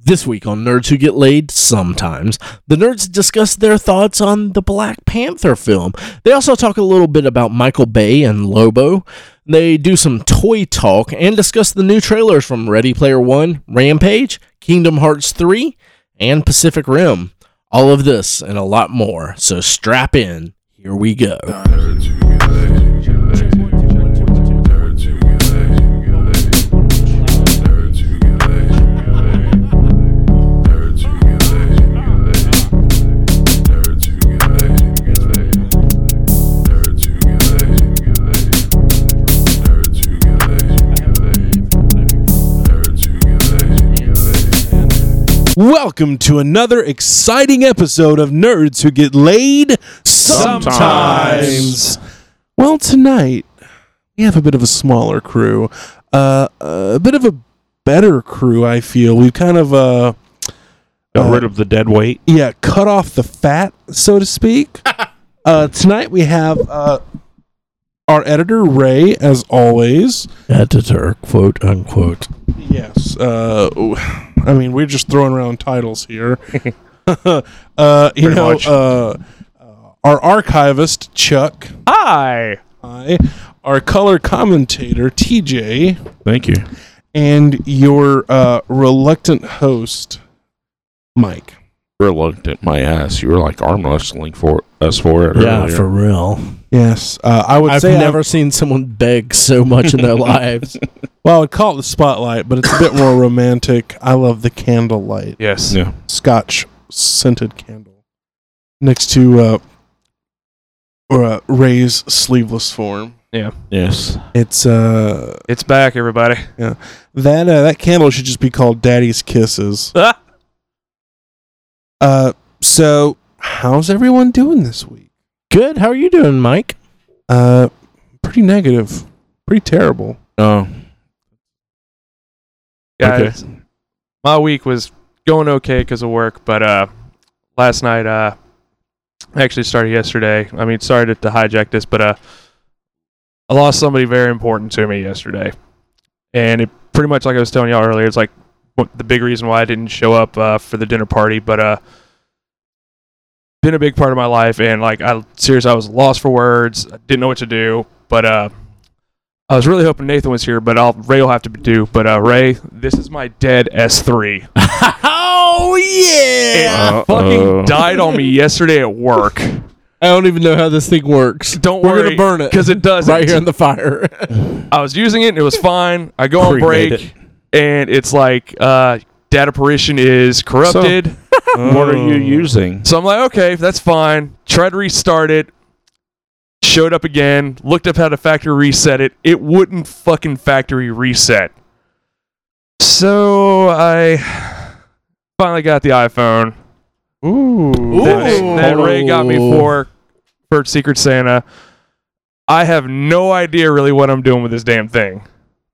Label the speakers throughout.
Speaker 1: This week on Nerds Who Get Laid Sometimes, the nerds discuss their thoughts on the Black Panther film. They also talk a little bit about Michael Bay and Lobo. They do some toy talk and discuss the new trailers from Ready Player One, Rampage, Kingdom Hearts 3, and Pacific Rim. All of this and a lot more. So strap in. Here we go.
Speaker 2: Welcome to another exciting episode of Nerds Who Get Laid
Speaker 3: Sometimes.
Speaker 2: Well, tonight we have a bit of a smaller crew, uh, a bit of a better crew. I feel we've kind of uh,
Speaker 3: Got rid of the dead weight.
Speaker 2: yeah cut off the fat, so to speak. uh, tonight we have uh, our editor Ray, as always.
Speaker 1: Editor, quote unquote.
Speaker 2: Yes. Uh, w- I mean, we're just throwing around titles here. uh, you know,
Speaker 3: much.
Speaker 2: uh, our archivist Chuck,
Speaker 3: Hi.
Speaker 2: I, our color commentator TJ,
Speaker 3: Thank you.
Speaker 2: and your uh, reluctant host Mike.
Speaker 3: Reluctant my ass. You were like arm wrestling for us for it.
Speaker 1: Yeah,
Speaker 3: earlier.
Speaker 1: for real.
Speaker 2: Yes, uh, I would
Speaker 1: I've
Speaker 2: say
Speaker 1: never seen someone beg so much in their lives.
Speaker 2: well, I would call it the spotlight, but it's a bit more romantic. I love the candlelight.
Speaker 4: Yes.
Speaker 3: yeah.
Speaker 2: scotch scented candle next to uh, or, uh Ray's sleeveless form.
Speaker 3: Yes.
Speaker 2: It's uh
Speaker 4: It's back, everybody.
Speaker 2: that uh, that candle should just be called Daddy's Kisses. Uh so how's everyone doing this week?
Speaker 1: Good. How are you doing, Mike?
Speaker 2: Uh pretty negative. Pretty terrible.
Speaker 3: Oh.
Speaker 4: Guys, my week was going okay because of work, but uh, last night, uh, actually started yesterday. I mean, sorry to, to hijack this, but uh, I lost somebody very important to me yesterday, and it pretty much like I was telling y'all earlier. It's like what- the big reason why I didn't show up uh, for the dinner party, but uh, been a big part of my life, and like I seriously, I was lost for words. I didn't know what to do, but uh. I was really hoping Nathan was here, but I'll Ray will have to do. But uh, Ray, this is my dead S three.
Speaker 1: oh yeah!
Speaker 3: Uh-oh.
Speaker 4: Fucking died on me yesterday at work.
Speaker 1: I don't even know how this thing works.
Speaker 4: Don't
Speaker 1: We're
Speaker 4: worry,
Speaker 1: gonna burn it
Speaker 4: because it doesn't.
Speaker 1: right here in the fire.
Speaker 4: I was using it and it was fine. I go on
Speaker 3: Pre-made
Speaker 4: break
Speaker 3: it.
Speaker 4: and it's like uh, data paration is corrupted. So,
Speaker 3: What are you using?
Speaker 4: I'm like, okay, that's fine. Tried to restart it. Showed up again. Looked up how to factory reset it. It wouldn't fucking factory reset. So I finally got the iPhone.
Speaker 2: Ooh.
Speaker 4: that,
Speaker 1: Ooh.
Speaker 4: that Ray got me
Speaker 1: Oh.
Speaker 4: for for Secret Santa. I have no idea really what I'm doing with this damn thing,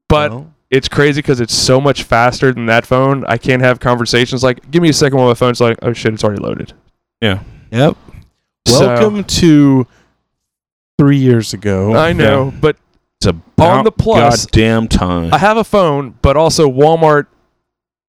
Speaker 4: but it's crazy because it's so much faster than that phone. I can't have conversations like, "Give me a second while my phone's like, oh shit, it's already loaded."
Speaker 2: Yep.
Speaker 4: So-
Speaker 2: Welcome to 3 years ago.
Speaker 4: I know, but
Speaker 3: It's about
Speaker 4: the plus-
Speaker 3: goddamn time.
Speaker 4: I have a phone, but also Walmart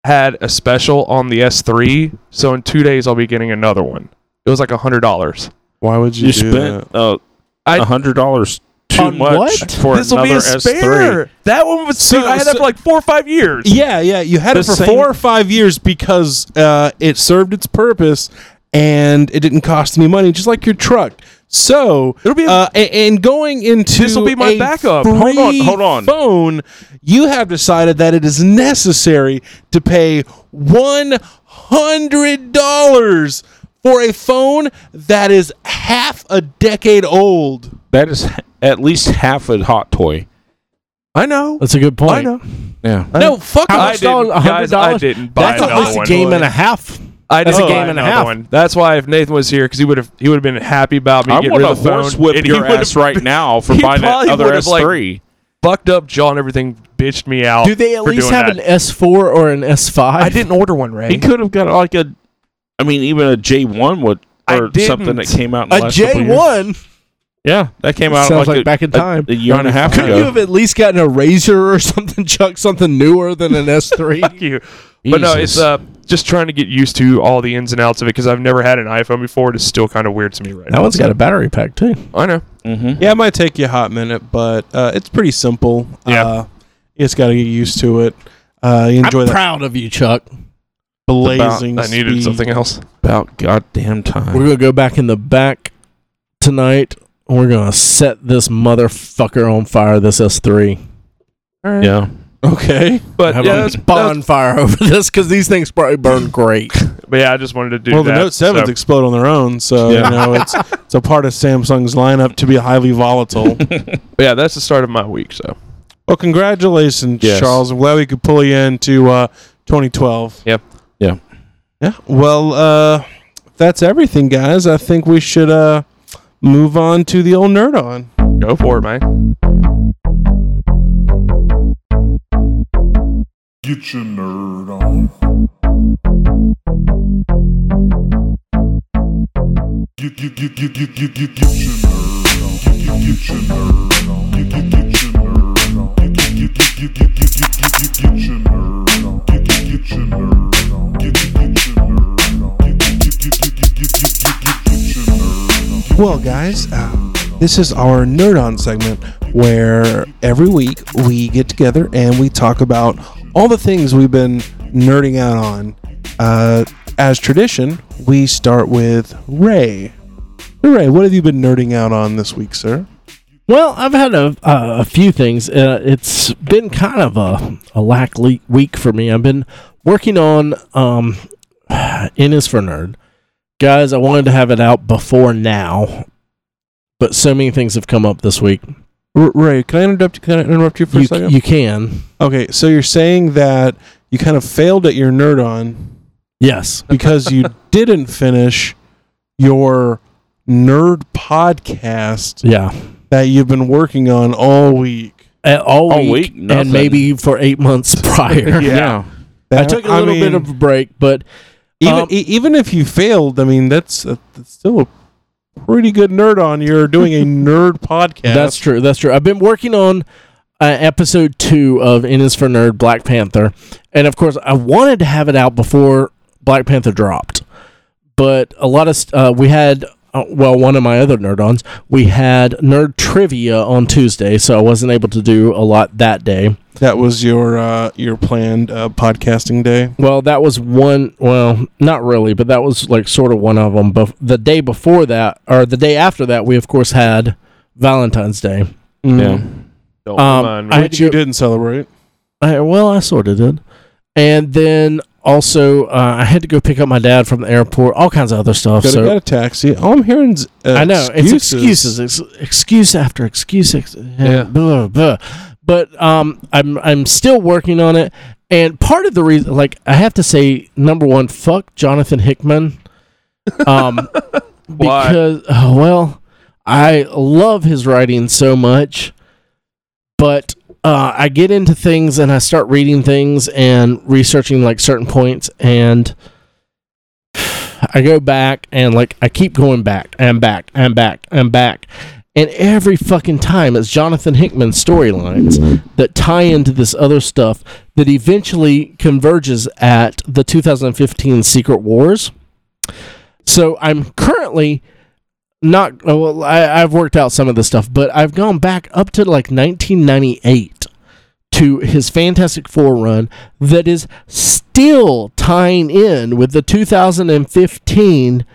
Speaker 4: had a special on the S3, so in two days I'll be getting another one. It was like a hundred dollars.
Speaker 2: Why would you,
Speaker 3: you
Speaker 2: do
Speaker 3: spent uh,
Speaker 4: I-
Speaker 3: hundred dollars too
Speaker 1: On
Speaker 3: much
Speaker 1: what?
Speaker 3: for another S3.
Speaker 4: That one was
Speaker 2: So-
Speaker 4: dude, I had that
Speaker 2: so-
Speaker 4: for like four or five years.
Speaker 2: Yeah, yeah. You had
Speaker 3: The
Speaker 2: it for
Speaker 3: same-
Speaker 2: four or five years because uh, it served its purpose and it didn't cost any money, just like your truck. So
Speaker 4: It'll be a-
Speaker 2: uh, a- and going into
Speaker 4: This'll be my
Speaker 2: a
Speaker 4: backup.
Speaker 2: free
Speaker 3: Hold on, hold on.
Speaker 2: Phone, you have decided that it is necessary to pay one hundred dollars for a phone that is half a decade old.
Speaker 3: That is h- at least half a hot toy.
Speaker 4: I know.
Speaker 1: That's a good point.
Speaker 4: I know.
Speaker 3: Yeah.
Speaker 1: No, fuck.
Speaker 4: I
Speaker 1: much dollar-
Speaker 4: didn't- guys, I
Speaker 1: $100?
Speaker 4: didn't buy
Speaker 1: That's at
Speaker 4: another
Speaker 1: least a
Speaker 4: one.
Speaker 1: game and a half.
Speaker 4: I
Speaker 1: That's
Speaker 4: didn't
Speaker 1: a
Speaker 4: buy
Speaker 1: game and a
Speaker 4: another
Speaker 1: half.
Speaker 4: One. That's why if Nathan was here, because he would have he would have been happy about me
Speaker 3: I
Speaker 4: getting
Speaker 3: want
Speaker 4: rid
Speaker 3: a
Speaker 4: of the phone.
Speaker 3: horse whip
Speaker 4: and he
Speaker 3: your
Speaker 4: would've
Speaker 3: ass right now for
Speaker 4: he
Speaker 3: buying that
Speaker 4: probably
Speaker 3: other
Speaker 4: would've, like,
Speaker 3: S3.
Speaker 4: Fucked up, John. and Everything bitched me out.
Speaker 1: Do they at
Speaker 4: for
Speaker 1: least
Speaker 4: doing
Speaker 1: have
Speaker 4: that.
Speaker 1: an S4 or an S5?
Speaker 4: I didn't order one, Ray.
Speaker 3: He could have got like a, I mean, even a J one would
Speaker 4: I
Speaker 3: or something that
Speaker 4: didn't.
Speaker 3: came out. In the
Speaker 1: A
Speaker 3: last couple
Speaker 1: J
Speaker 3: years.
Speaker 1: one.
Speaker 3: Yeah, that came out
Speaker 1: Sounds
Speaker 3: like,
Speaker 1: like
Speaker 3: a,
Speaker 1: back in
Speaker 3: a-
Speaker 1: time.
Speaker 3: a, year and a half
Speaker 1: Couldn't you
Speaker 3: ago.
Speaker 1: have at least gotten a razor or something, Chuck? Something newer than an S three?
Speaker 4: Fuck you. But no, it's
Speaker 3: Jesus.
Speaker 4: uh just trying to get used to all the ins and outs of it because I've never had an iPhone before. It's still kind of weird to me right
Speaker 1: That
Speaker 4: now.
Speaker 1: one's got a battery pack too.
Speaker 4: I know.
Speaker 3: Mm-hmm.
Speaker 2: Yeah, it might take you a hot minute, but uh, it's pretty simple.
Speaker 4: Yeah.
Speaker 2: Uh, you just got to get used to it. Uh, you enjoy
Speaker 1: I'm
Speaker 2: that
Speaker 1: proud of you, Chuck.
Speaker 4: About-
Speaker 2: blazing.
Speaker 4: I needed
Speaker 2: speed.
Speaker 4: something else.
Speaker 3: About goddamn time.
Speaker 1: We're gonna go back in the back tonight. and We're gonna set this motherfucker on fire. This S3.
Speaker 3: yeah.
Speaker 2: Okay.
Speaker 4: But
Speaker 1: Have
Speaker 4: yeah,
Speaker 1: a
Speaker 4: that's, that's-
Speaker 1: bonfire over this because these things probably burn great.
Speaker 4: but yeah, I just wanted to do
Speaker 2: well,
Speaker 4: that.
Speaker 2: the Note Sevens
Speaker 4: so-
Speaker 2: explode on their own, so
Speaker 3: Yeah.
Speaker 2: you know it's it's a part of Samsung's lineup to be highly volatile.
Speaker 4: but yeah, that's the start of my week. So
Speaker 2: well, congratulations,
Speaker 3: Yes.
Speaker 2: Charles. I'm glad we could pull you into uh, 2012.
Speaker 4: Yep.
Speaker 3: Yeah.
Speaker 2: Yeah. Well, uh, that's everything, guys. I think we should uh, move on to the old nerd on.
Speaker 4: go for it, man.
Speaker 5: Get your nerd on. Get, get, get, get, get, get, get, get your nerd on. Get, get, get your nerd on. Get, get, get your nerd on. Get, get, get, get, get, get, get, get, get, get, get your nerd on. Get, get, get your nerd on. Get, get, get your nerd on. Get, get, get, get, get, get, get, get, get, get, get your nerd on.
Speaker 2: Well, guys, uh, this is our Nerd On segment where every week we get together and we talk about all the things we've been nerding out on. Uh, as tradition, we start with Ray. Ray, what have you been nerding out on this week, sir?
Speaker 1: Well, I've had a, uh, a few things. Uh, it's been kind of a, a lack le- week for me. I've been working on um, In is for Nerd. Guys, I wanted to have it out before now, but so many things have come up this week.
Speaker 2: R- Ray, can I interrupt? Can I interrupt you for
Speaker 1: You,
Speaker 2: a second?
Speaker 1: you can.
Speaker 2: okay, so you're saying that you kind of failed at your Nerd On
Speaker 1: Yes.
Speaker 2: because you didn't finish your Nerd podcast
Speaker 1: Yeah.
Speaker 2: that you've been working on all week.
Speaker 1: Uh, all,
Speaker 3: All
Speaker 1: week,
Speaker 3: week,
Speaker 1: and
Speaker 3: nothing.
Speaker 1: maybe for eight months prior. I took a little bit of a break, but
Speaker 2: even
Speaker 1: um,
Speaker 2: e- even if you failed. I mean, that's, uh, that's still a pretty good nerd on. You're doing a nerd podcast.
Speaker 1: That's true. That's true. I've been working on uh, episode two of In is for Nerd Black Panther, and of course, I wanted to have it out before Black Panther dropped, but a lot of st- uh, we had. Uh, well, one of my other nerd ons, we had nerd trivia on Tuesday, so I wasn't able to do a lot that day.
Speaker 2: that was your uh, your planned uh, podcasting day.
Speaker 1: Well, that was one. Well, not really, but that was like sort of one of them. But the day before that, or the day after that, we of course had Valentine's Day.
Speaker 3: Yeah.
Speaker 4: Don't
Speaker 1: Um,
Speaker 4: mind
Speaker 1: I-
Speaker 4: me.
Speaker 2: Mm. Which you didn't celebrate.
Speaker 1: I, well, I sort of did. And then also, uh, I had to go pick up my dad from the airport, all kinds of other stuff.
Speaker 2: Could have
Speaker 1: Oh, so
Speaker 2: got a taxi. All I'm hearing is uh,
Speaker 1: I know it's excuses, it's excuse after excuse, ex- yeah. blah, blah. But um, I'm I'm still working on it, and part of the reason, like I have to say, number one, fuck Jonathan Hickman, um,
Speaker 4: Why?
Speaker 1: because oh, well, I love his writing so much, but uh, I get into things and I start reading things and researching like certain points and. I go back and like I keep going back and back and back and back. And every fucking time it's Jonathan Hickman's storylines that tie into this other stuff that eventually converges at the 2015 Secret Wars. So I'm currently not, oh, well, I, I've worked out some of this stuff, but I've gone back up to like 1998 to his Fantastic Four run that is still tying in with the 2015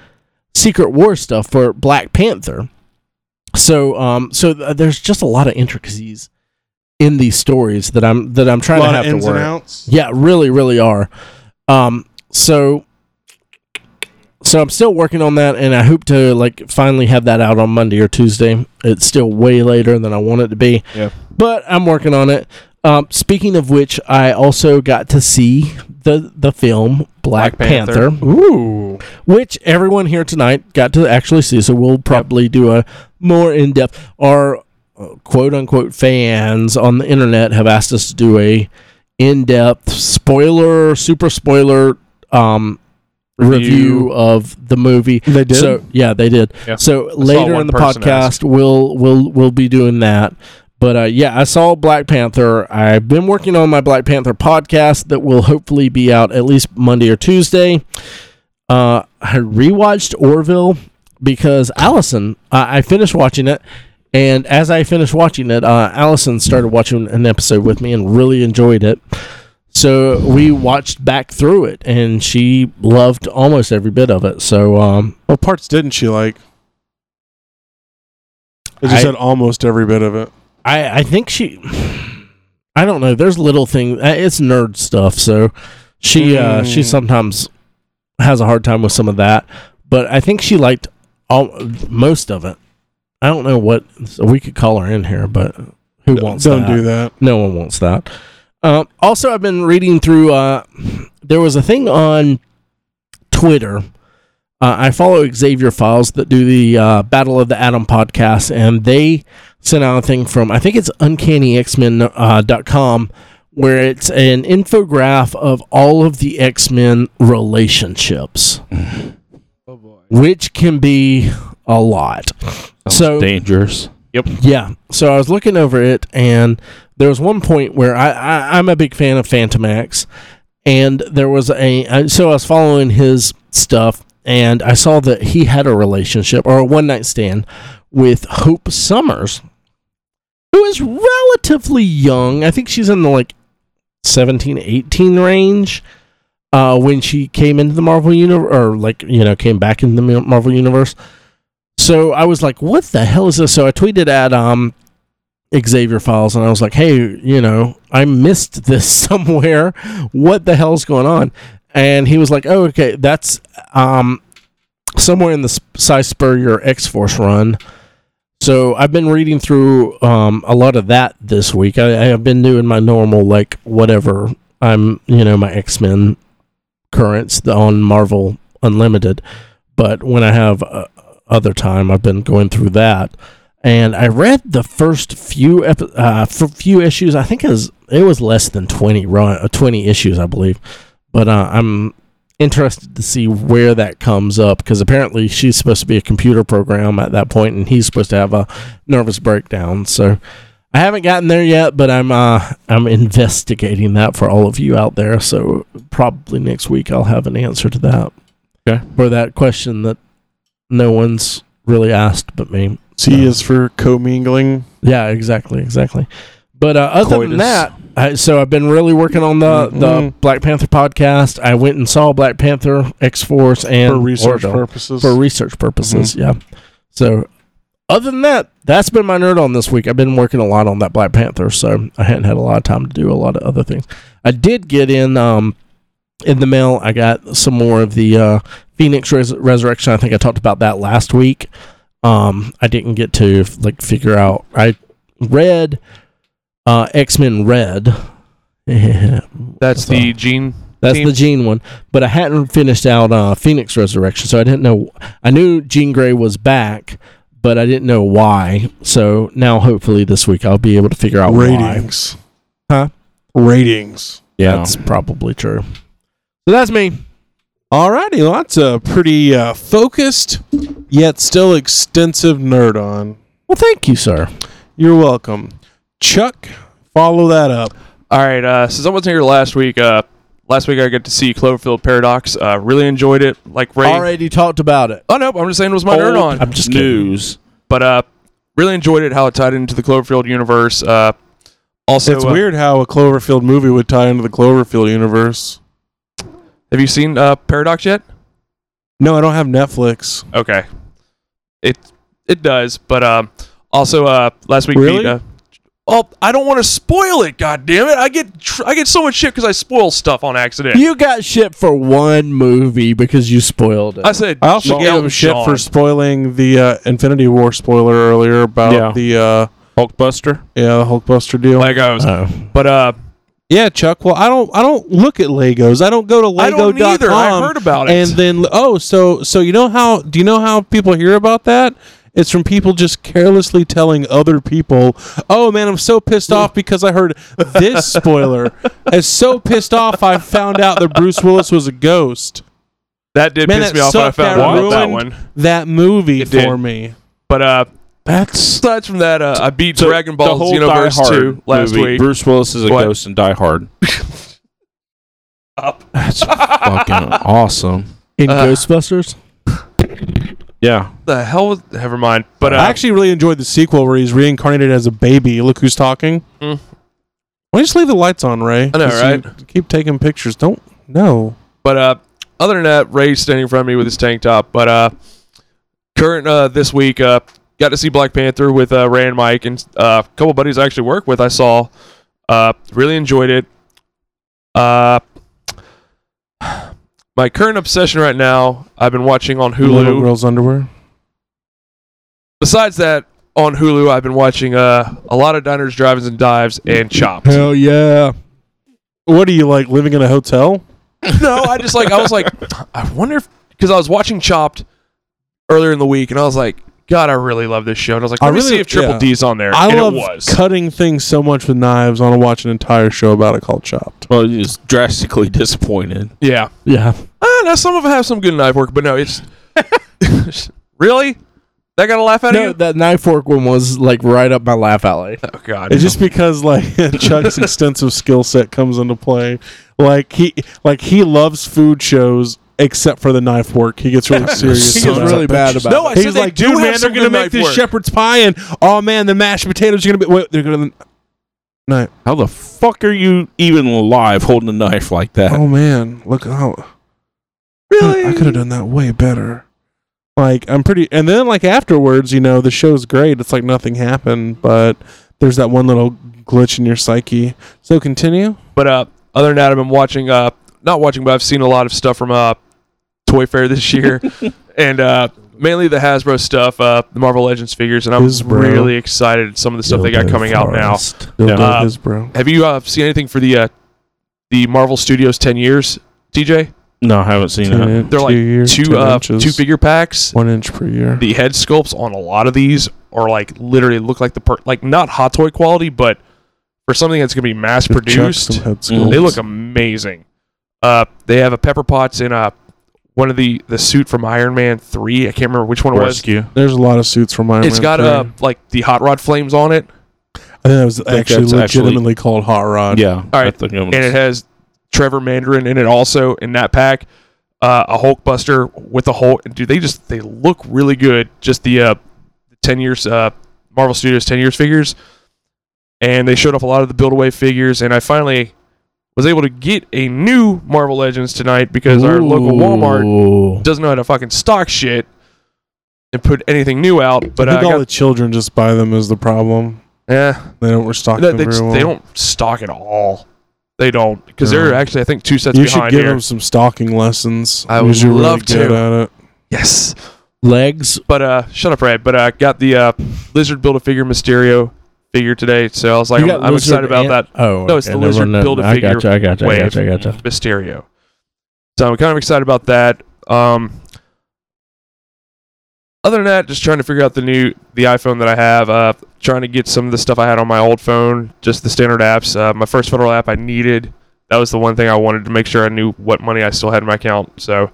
Speaker 1: Secret War stuff for Black Panther. So, um, so th- there's just a lot of intricacies in these stories that I'm that I'm
Speaker 2: A
Speaker 1: trying to
Speaker 2: lot
Speaker 1: have
Speaker 2: of ins
Speaker 1: to work.
Speaker 2: and outs.
Speaker 1: Yeah, really, really are. Um, so, so I'm still working on that, and I hope to like finally have that out on Monday or Tuesday. It's still way later than I want it to be.
Speaker 4: Yeah.
Speaker 1: But I'm working on it. Um, speaking of which, I also got to see the the film Black,
Speaker 4: Black Panther.
Speaker 1: Panther
Speaker 2: Ooh.
Speaker 1: which everyone here tonight got to actually see. So we'll probably do a more in depth. Our uh, quote unquote fans on the internet have asked us to do a in depth spoiler, super spoiler um, review.
Speaker 4: Review.
Speaker 1: of the movie.
Speaker 2: They did.
Speaker 1: So yeah, they did.
Speaker 4: Yeah.
Speaker 1: So
Speaker 4: one
Speaker 1: later in the
Speaker 4: person
Speaker 1: podcast, we'll we'll we'll be doing that. But uh, yeah, I saw Black Panther. I've been working on my Black Panther podcast that will hopefully be out at least Monday or Tuesday. Uh, I rewatched Orville because Allison, I I finished watching it. And as I finished watching it, uh, Allison started watching an episode with me and really enjoyed it. So we watched back through it, and she loved almost every bit of it. So um,
Speaker 2: What parts didn't she like? I just
Speaker 1: I-
Speaker 2: said almost every bit of it.
Speaker 1: I I think she I don't know. There's little thing. uh, It's nerd stuff, so she uh she
Speaker 2: Mm.
Speaker 1: sometimes has a hard time with some of that, but I think she liked all most of it. I don't know what so we could call her in here, but who wants
Speaker 2: Don't
Speaker 1: that?
Speaker 2: do that.
Speaker 1: No one wants that. Um, also, I've been reading through. Uh, there was a thing on Twitter. Uh, I follow Xavier Files that do the uh, Battle of the Atom podcast, and they sent out a thing from I think it's UncannyXmen.com uh, dot com, where it's an infograph of all of the X Men relationships,
Speaker 2: Oh boy.
Speaker 1: which can be a lot. so
Speaker 3: Dangerous.
Speaker 1: yeah. So I was looking over it, and there was one point where I, I I'm a big fan of Phantom X, and there was a I- so I was following his stuff, and I saw that he had a relationship or a one night stand with Hope Summers, who is relatively young. I think she's in the like 17, 18 range. Uh, when she came into the Marvel universe, or like you know, came back into the Marvel universe, so I was like, "What the hell is this?" So I tweeted at um, Xavier Files, and I was like, "Hey, you know, I missed this somewhere. What the hell's going on?" And he was like, "Oh, okay, that's um, somewhere in the S- Cy Spurrier X Force run." So I've been reading through um, a lot of that this week. I, I have been doing my normal like whatever I'm, you know, my X Men currents on Marvel Unlimited. But when I have uh, other time. I've been going through that, and I read the first few epi- uh, f- few issues. I think it was it was less than twenty run uh, twenty issues, I believe. But uh, I'm interested to see where that comes up because apparently she's supposed to be a computer program at that point, and he's supposed to have a nervous breakdown. So. I haven't gotten there yet, but I'm uh, I'm investigating that for all of you out there. So probably next week I'll have an answer to that.
Speaker 3: Okay.
Speaker 1: For that question that no one's really asked but me.
Speaker 2: C is for commingling.
Speaker 1: Yeah, exactly, exactly. But uh, other than
Speaker 2: Coitus.
Speaker 1: that, I, so I've been really working on the, the
Speaker 2: Mhm.
Speaker 1: Black Panther podcast. I went and saw Black Panther, X Force, and
Speaker 2: for research
Speaker 1: Orville.
Speaker 2: purposes.
Speaker 1: for research purposes. Yeah. So other than that, that's been my nerd on this week. I've been working a lot on that Black Panther, so I hadn't had a lot of time to do a lot of other things. I did get in um in the mail. I got some more of the uh, Phoenix Res- Resurrection. I think I talked about that last week. Um, I didn't get to like figure out. I read uh, X Men Red.
Speaker 4: That's the Gene.
Speaker 1: That's
Speaker 4: team.
Speaker 1: the Gene one, but I hadn't finished out uh, Phoenix Resurrection, so I didn't know. I knew Jean Grey was back, but I didn't know why. So now, hopefully, this week I'll be able to figure out why.
Speaker 2: ratings.
Speaker 1: Huh?
Speaker 2: Oh, Ratings.
Speaker 3: Yeah.
Speaker 1: That's probably true. So that's me.
Speaker 2: Alrighty, well, that's a pretty uh, focused yet still extensive nerd on.
Speaker 1: Well, thank you, sir.
Speaker 2: You're welcome, Chuck. Follow that up.
Speaker 4: All right. Uh, since I wasn't here last week, uh, last week I got to see Cloverfield Paradox. Uh, really enjoyed it. Like Ray.
Speaker 1: Already talked about it.
Speaker 4: Oh no, I'm just saying it was my nerd on.
Speaker 1: I'm just kidding.
Speaker 3: News.
Speaker 4: but uh, really enjoyed it. How it tied into the Cloverfield universe. Uh, also,
Speaker 2: it's
Speaker 4: uh,
Speaker 2: weird how a Cloverfield movie would tie into the Cloverfield universe.
Speaker 4: Have you seen uh, Paradox yet?
Speaker 2: No, I don't have Netflix.
Speaker 4: Okay. It it does, but um, also uh, last week
Speaker 2: Really?
Speaker 4: beat, uh, well, I don't want to spoil it. God damn it! I get tr- I get so much shit because I spoil stuff on accident.
Speaker 1: You got shit for one movie because you spoiled it.
Speaker 4: I said
Speaker 2: I also
Speaker 4: Elton
Speaker 2: gave him shit
Speaker 4: John.
Speaker 2: for spoiling the uh, Infinity War spoiler earlier about
Speaker 3: Yeah.
Speaker 2: the uh,
Speaker 3: Hulkbuster.
Speaker 2: yeah the Hulkbuster deal.
Speaker 4: Legos.
Speaker 1: Oh.
Speaker 4: But uh,
Speaker 2: yeah, Chuck. Well, I don't I don't look at Legos. I don't go to Lego.com.
Speaker 4: I don't either. I heard about it.
Speaker 2: and then oh so so you know how do you know how people hear about that it's from people just carelessly telling other people oh man i'm so pissed off because i heard this spoiler i'm so pissed off i found out that bruce willis was a ghost
Speaker 4: that did
Speaker 2: man
Speaker 4: piss
Speaker 2: that
Speaker 4: me off when I
Speaker 2: sucked
Speaker 4: found
Speaker 2: that
Speaker 4: out about that
Speaker 2: ruined
Speaker 4: one.
Speaker 2: that movie
Speaker 4: It
Speaker 2: for
Speaker 4: did.
Speaker 2: me
Speaker 4: But uh,
Speaker 3: That's
Speaker 4: Aside from that, uh, I beat
Speaker 3: So,
Speaker 4: Dragon
Speaker 3: the
Speaker 4: Ball
Speaker 3: whole
Speaker 4: Xenoverse
Speaker 3: Die Hard
Speaker 4: 2 last
Speaker 3: movie.
Speaker 4: week.
Speaker 3: Bruce Willis is a
Speaker 4: What?
Speaker 3: ghost in Die Hard. That's fucking awesome.
Speaker 1: in
Speaker 4: Uh,
Speaker 1: Ghostbusters.
Speaker 3: Yeah.
Speaker 4: the hell was. Never mind. But uh,
Speaker 2: I actually really enjoyed the sequel where he's reincarnated as a baby. Look who's talking. Why
Speaker 4: Mm.
Speaker 2: don't you just leave the lights on, Ray?
Speaker 4: I know,
Speaker 2: 'Cause you Keep taking pictures. Don't. No.
Speaker 4: But uh, other than that, Ray's standing in front of me with his tank top. But uh, current uh, this week, uh, got to see Black Panther with uh, Ray and Mike and uh, a couple buddies I actually work with. I saw, uh, really enjoyed it. Uh, my current obsession right now, I've been watching on
Speaker 2: Little
Speaker 4: Hulu.
Speaker 2: girl's underwear.
Speaker 4: Besides that, on Hulu, I've been watching uh, a lot of Diners, Drive-ins, and Dives and Chopped.
Speaker 1: Hell yeah!
Speaker 2: What are you like living in a hotel?
Speaker 4: no, I just like I was like, I wonder if because I was watching Chopped earlier in the week, and I was like, God, I really love this show. And I was like,
Speaker 2: I
Speaker 4: Let me
Speaker 2: really-
Speaker 4: see if Triple
Speaker 2: yeah.
Speaker 4: D's on there.
Speaker 2: I
Speaker 4: and
Speaker 2: love
Speaker 4: it was.
Speaker 2: cutting things so much with knives. I want to watch an entire show about it called Chopped.
Speaker 3: Well, he's drastically disappointed.
Speaker 4: yeah.
Speaker 1: Yeah,
Speaker 4: Ah, now some of them have some good knife work, but no, it's really that got a laugh out of
Speaker 1: no,
Speaker 4: you.
Speaker 1: that knife fork one was like right up my laugh alley.
Speaker 4: Oh God,
Speaker 2: It's just because like Chuck's extensive skill set comes into play. Like he like he loves food shows except for the knife work. He gets really serious.
Speaker 1: He gets
Speaker 2: sometimes.
Speaker 1: really bad about
Speaker 4: no,
Speaker 1: it.
Speaker 4: I
Speaker 2: He's
Speaker 4: said
Speaker 2: like,
Speaker 4: they
Speaker 2: dude,
Speaker 4: do
Speaker 2: man,
Speaker 4: have
Speaker 2: they're
Speaker 4: some
Speaker 2: gonna
Speaker 4: good
Speaker 2: make
Speaker 4: knife
Speaker 2: this
Speaker 4: work."
Speaker 2: shepherd's pie, and oh man, the mashed potatoes are gonna be. Wait, they're gonna. No,
Speaker 3: How the fuck are you even alive holding a knife like that?
Speaker 2: oh man, look out!
Speaker 4: really.
Speaker 2: I could have done that way better. Like I'm pretty, and then like afterwards, you know, the show's great. It's like nothing happened, but there's that one little glitch in your psyche. So continue.
Speaker 4: But uh, other than that, I've been watching. Uh, not watching, but I've seen a lot of stuff from uh, Toy Fair this year, and uh, mainly the Hasbro stuff, uh, the Marvel Legends figures, and I'm
Speaker 2: Hasbro.
Speaker 4: really excited at some of the stuff they got coming out now.
Speaker 2: Dildo
Speaker 4: Uh,
Speaker 2: is, bro.
Speaker 4: Have you uh, seen anything for the uh, the Marvel Studios 10 years, DJ?
Speaker 3: No, I haven't seen
Speaker 2: Ten
Speaker 3: that.
Speaker 2: in-
Speaker 4: They're like
Speaker 2: years,
Speaker 4: two
Speaker 2: 10
Speaker 4: uh,
Speaker 2: inches,
Speaker 4: two figure packs.
Speaker 2: one inch per year.
Speaker 4: The head sculpts on a lot of these are like literally look like the per- like not hot toy quality, but for something that's gonna be mass
Speaker 2: Give Chuck
Speaker 4: produced, Mm-hmm.
Speaker 2: some head
Speaker 3: Mm.
Speaker 4: they
Speaker 2: sculpts.
Speaker 4: look amazing. Uh, they have a Pepper Potts in a one of the the suit from Iron Man three. I can't remember which one it was.
Speaker 3: Rescue.
Speaker 2: There's a lot of suits from Iron
Speaker 4: It's
Speaker 2: Man
Speaker 4: got
Speaker 2: 3.
Speaker 4: uh like the hot rod flames on it,
Speaker 2: I think that was
Speaker 3: think
Speaker 2: actually
Speaker 3: that's actually-
Speaker 2: legitimately called Hot Rod.
Speaker 3: Yeah.
Speaker 4: right,
Speaker 3: I think it was-
Speaker 4: and it has Trevor Mandarin in it also in that pack. Uh, a Hulkbuster with a Hulk. Dude, they just they look really good. Just the uh, ten years uh, Marvel Studios ten years figures, and they showed off a lot of the Build Away figures. And I finally was able to get a new Marvel Legends tonight because our local Walmart
Speaker 1: Walmart.
Speaker 4: doesn't know how to fucking stock shit and put anything new out. But
Speaker 2: I
Speaker 4: I,
Speaker 2: think all the
Speaker 4: got,
Speaker 2: children just buy them is the problem.
Speaker 4: yeah,
Speaker 2: They don't restock
Speaker 4: no,
Speaker 2: them
Speaker 4: they,
Speaker 2: very
Speaker 4: just-
Speaker 2: well.
Speaker 4: they don't stock at all. They don't because they're
Speaker 2: No.
Speaker 4: actually I think two sets
Speaker 2: You should
Speaker 4: behind
Speaker 2: give
Speaker 4: here.
Speaker 2: them some stocking lessons.
Speaker 4: I
Speaker 2: 'cause
Speaker 4: would
Speaker 2: you're really
Speaker 4: love to.
Speaker 2: good at it.
Speaker 4: yes,
Speaker 1: Legs.
Speaker 4: but uh, shut up, Ray. But I uh, got the uh, lizard build a figure Mysterio figure today, so I was like,
Speaker 1: You
Speaker 4: I'm,
Speaker 1: got
Speaker 4: I'm
Speaker 1: lizard
Speaker 4: excited about
Speaker 1: and-
Speaker 4: that
Speaker 1: Oh,
Speaker 4: No, it's the
Speaker 1: never
Speaker 4: lizard
Speaker 1: mind.
Speaker 4: Build-A-Figure
Speaker 1: I gotcha. I gotcha. I
Speaker 4: wave
Speaker 1: gotcha. I gotcha.
Speaker 4: Mysterio. So I'm kind of excited about that. Um, other than that, just trying to figure out the new the iPhone that I have. Uh, trying to get some of the stuff I had on my old phone, just the standard apps. Uh, my first federal app I needed. That was the one thing I wanted to make sure I knew what money I still had in my account. So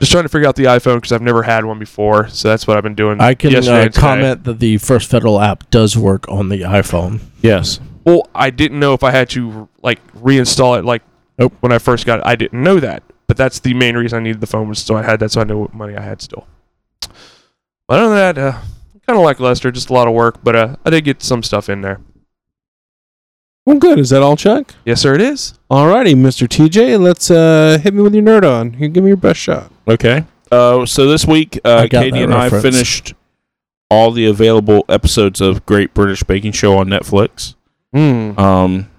Speaker 4: just trying to figure out the iPhone because I've never had one before. So that's what I've been doing.
Speaker 1: I can
Speaker 4: yesterday
Speaker 1: uh,
Speaker 4: and today.
Speaker 1: comment that the First Federal app does work on the iPhone.
Speaker 3: Yes.
Speaker 4: Well, I didn't know if I had to like reinstall it. Like
Speaker 1: Nope.
Speaker 4: when I first got it, I didn't know that. But that's the main reason I needed the phone was so I had that, so I knew what money I had still. But other than that, uh, kind of lackluster, just a lot of work. But uh, I did get some stuff in there.
Speaker 2: Well, good. Is that all, Chuck?
Speaker 4: Yes, sir, it is.
Speaker 2: Alrighty, Mr. TJ, let's uh, hit me with your nerd on. Here, give me your best shot.
Speaker 3: Okay. Uh, so this week, uh,
Speaker 1: I got
Speaker 3: Katie
Speaker 1: that
Speaker 3: and
Speaker 1: reference.
Speaker 3: I finished all the available episodes of Great British Baking Show on Netflix.
Speaker 4: Hmm.
Speaker 2: Mm.
Speaker 3: Um,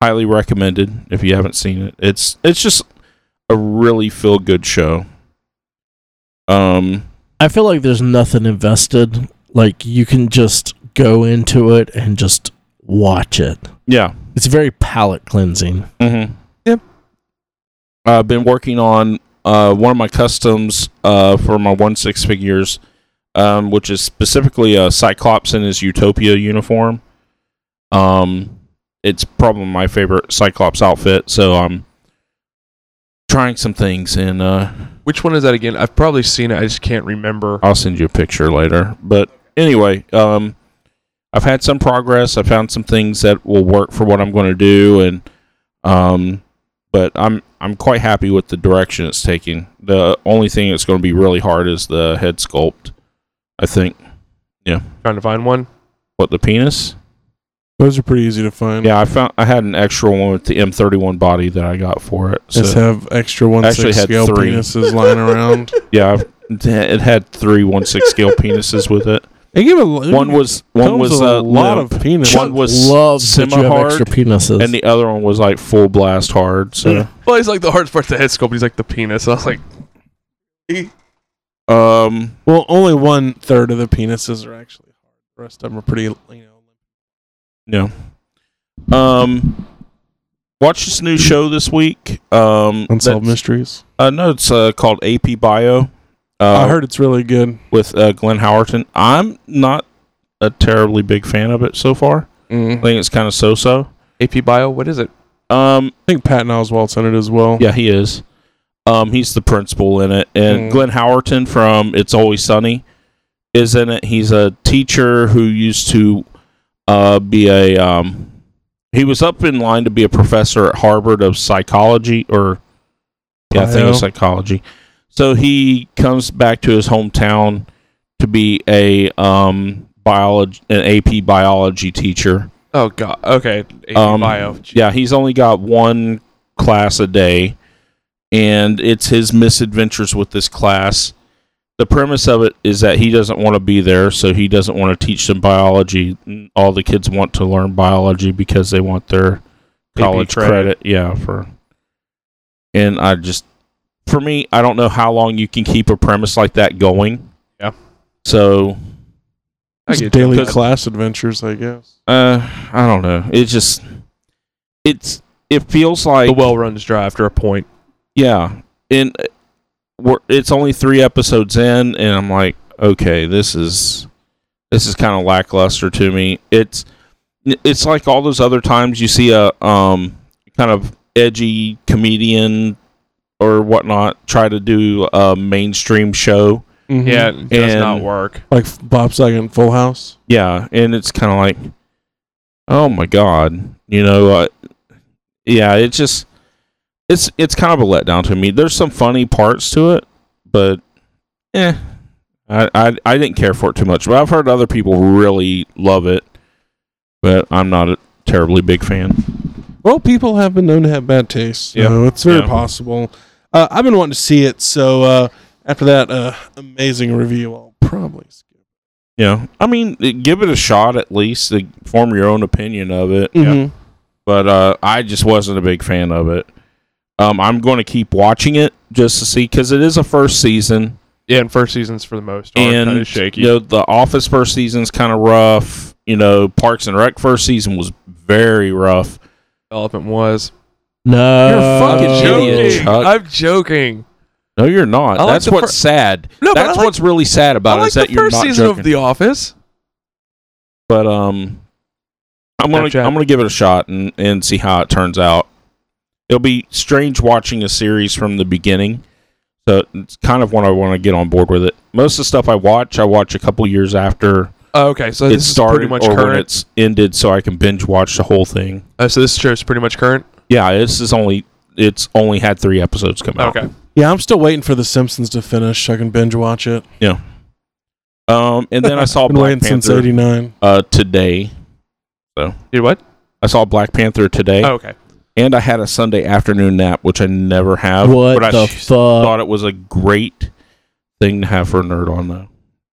Speaker 3: highly recommended if you haven't seen it. It's it's just a really feel good show. Um,
Speaker 1: I feel like there's nothing invested. Like you can just go into it and just watch it.
Speaker 3: yeah.
Speaker 1: It's very palate cleansing.
Speaker 3: Mm-hmm.
Speaker 4: Yep.
Speaker 3: I've been working on uh, one of my customs uh, for my one six figures, um, which is specifically a Cyclops in his Utopia uniform. Um, it's probably my favorite Cyclops outfit, so I'm trying some things, and uh,
Speaker 4: Which one is that again? I've probably seen it. I just can't remember.
Speaker 3: I'll send you a picture later. But anyway, um, I've had some progress. I found some things that will work for what I'm going to do, and um, but I'm I'm quite happy with the direction it's taking. The only thing that's going to be really hard is the head sculpt. I think
Speaker 4: Trying to find one.
Speaker 3: what the penis.
Speaker 2: Those are pretty easy to
Speaker 1: Mm-hmm.
Speaker 2: find.
Speaker 3: Yeah, I found I had an extra one with the M31 body that I got for it. So
Speaker 2: Just have extra one
Speaker 3: Actually
Speaker 2: six
Speaker 3: had
Speaker 2: scale
Speaker 3: three.
Speaker 2: penises lying around.
Speaker 3: yeah, I've, it had three one six scale penises with it.
Speaker 2: They give a
Speaker 3: One was one was
Speaker 2: a
Speaker 3: uh,
Speaker 2: lot
Speaker 3: limp.
Speaker 2: of penis.
Speaker 3: One was
Speaker 1: loves that you have
Speaker 3: semi-hard,
Speaker 1: extra penises.
Speaker 3: and the other one was like full blast hard. So,
Speaker 4: Well, he's like the hardest part of the head sculpt. He's like the penis. I was like,
Speaker 3: um,
Speaker 2: Well, only one third of the penises are actually hard. The rest of them are pretty, you know.
Speaker 3: no, um, watch this new show this week. Um,
Speaker 2: Unsolved
Speaker 3: that's-
Speaker 2: mysteries.
Speaker 3: Uh, no, it's uh, called AP Bio. Uh,
Speaker 2: I heard it's really good.
Speaker 3: with uh, Glenn Howerton. I'm not a terribly big fan of it so far. I
Speaker 4: Mm.
Speaker 3: think it's kind of so so.
Speaker 4: AP Bio. What is it?
Speaker 3: Um,
Speaker 2: I think Patton Oswalt's in it as well.
Speaker 3: Yeah, he is. Um, he's the principal in it, and
Speaker 4: Mm.
Speaker 3: Glenn Howerton from It's Always Sunny is in it. He's a teacher who used to uh, be a. Um, he was up in line to be a professor at Harvard of psychology, or yeah, I think
Speaker 2: Bio.
Speaker 3: it's psychology. So he comes back to his hometown to be a um, biology, an AP biology teacher.
Speaker 4: Oh God. Okay. AP
Speaker 3: Um,
Speaker 4: Bio.
Speaker 3: Yeah, he's only got one class a day, and it's his misadventures with this class. The premise of it is that he doesn't want to be there, so he doesn't want to teach them biology. All the kids want to learn biology because they want their college
Speaker 4: credit.
Speaker 3: credit. Yeah, for and I just for me, I don't know how long you can keep a premise like that going.
Speaker 4: Yeah.
Speaker 3: So
Speaker 4: I
Speaker 2: It's
Speaker 4: get
Speaker 2: daily
Speaker 4: you.
Speaker 2: class adventures, I guess.
Speaker 3: uh, I don't know. It just it's it feels like
Speaker 4: The well runs dry after a point.
Speaker 3: Yeah, and uh, we're, it's only three episodes in, and I'm like, okay, this is this is kind of lackluster to me. It's it's like all those other times you see a um kind of edgy comedian or whatnot try to do a mainstream show.
Speaker 4: Yeah, it does
Speaker 3: And-
Speaker 4: not work.
Speaker 2: Like Bob Saget in Full House.
Speaker 3: Yeah, and it's kind of like, oh my god, you know, uh, yeah, it just it's it's kind of a letdown to me. There's some funny parts to it, but eh, I I, I didn't care for it too much. But I've heard other people really love it, but I'm not a terribly big fan.
Speaker 2: Well, people have been known to have bad taste, so
Speaker 3: Yeah.
Speaker 2: it's very
Speaker 3: Yeah.
Speaker 2: possible. Uh, I've been wanting to see it, so uh, after that uh, amazing review, I'll probably skip.
Speaker 3: Yeah, I mean, eh, give it a shot at least. To form your own opinion of it.
Speaker 2: Mhm.
Speaker 1: Mm-hmm.
Speaker 3: but uh, I just wasn't a big fan of it. Um, I'm going to keep watching it just to see because it is a first season,
Speaker 4: Yeah, and first seasons for the most are kind
Speaker 3: and
Speaker 4: of shaky.
Speaker 3: you know the Office first season's kind of rough. You know, Parks and Rec first season was very rough.
Speaker 4: Development was.
Speaker 1: no,
Speaker 3: fucking Uh, idiot, Chuck.
Speaker 4: I'm joking.
Speaker 3: No, you're not.
Speaker 4: I like
Speaker 3: That's
Speaker 4: the
Speaker 3: what's
Speaker 4: fir-
Speaker 3: sad.
Speaker 4: No, but I
Speaker 3: That's
Speaker 4: like-
Speaker 3: what's really sad about
Speaker 4: I
Speaker 3: it
Speaker 4: like
Speaker 3: is that
Speaker 4: the
Speaker 3: you're
Speaker 4: first
Speaker 3: not
Speaker 4: season
Speaker 3: joking.
Speaker 4: of The Office.
Speaker 3: but um, I'm gonna
Speaker 4: Snapchat.
Speaker 3: I'm gonna give it a shot and and see how it turns out. It'll be strange watching a series from the beginning, so it's kind of what I want to get on board with it. Most of the stuff I watch, I watch a couple years after
Speaker 4: Oh, okay, so
Speaker 3: it
Speaker 4: this is pretty
Speaker 3: started
Speaker 4: much
Speaker 3: or when
Speaker 4: current.
Speaker 3: it's ended, so I can binge watch the whole thing.
Speaker 4: Uh, so this show's pretty much current.
Speaker 3: Yeah, this is only it's only had three episodes come out.
Speaker 4: Okay.
Speaker 2: Yeah, I'm still waiting for The Simpsons to finish. I can binge watch it.
Speaker 3: Um, and then I saw
Speaker 2: been
Speaker 3: Black
Speaker 2: waiting since
Speaker 3: Panther
Speaker 2: '89.
Speaker 3: uh, today.
Speaker 4: Did what?
Speaker 3: I saw Black Panther today,
Speaker 4: Oh, okay.
Speaker 3: and I had a Sunday afternoon nap, which I never have.
Speaker 1: what
Speaker 3: but I
Speaker 1: the fuck?
Speaker 4: Uh,
Speaker 3: thought it was a great thing to have for a nerd on though.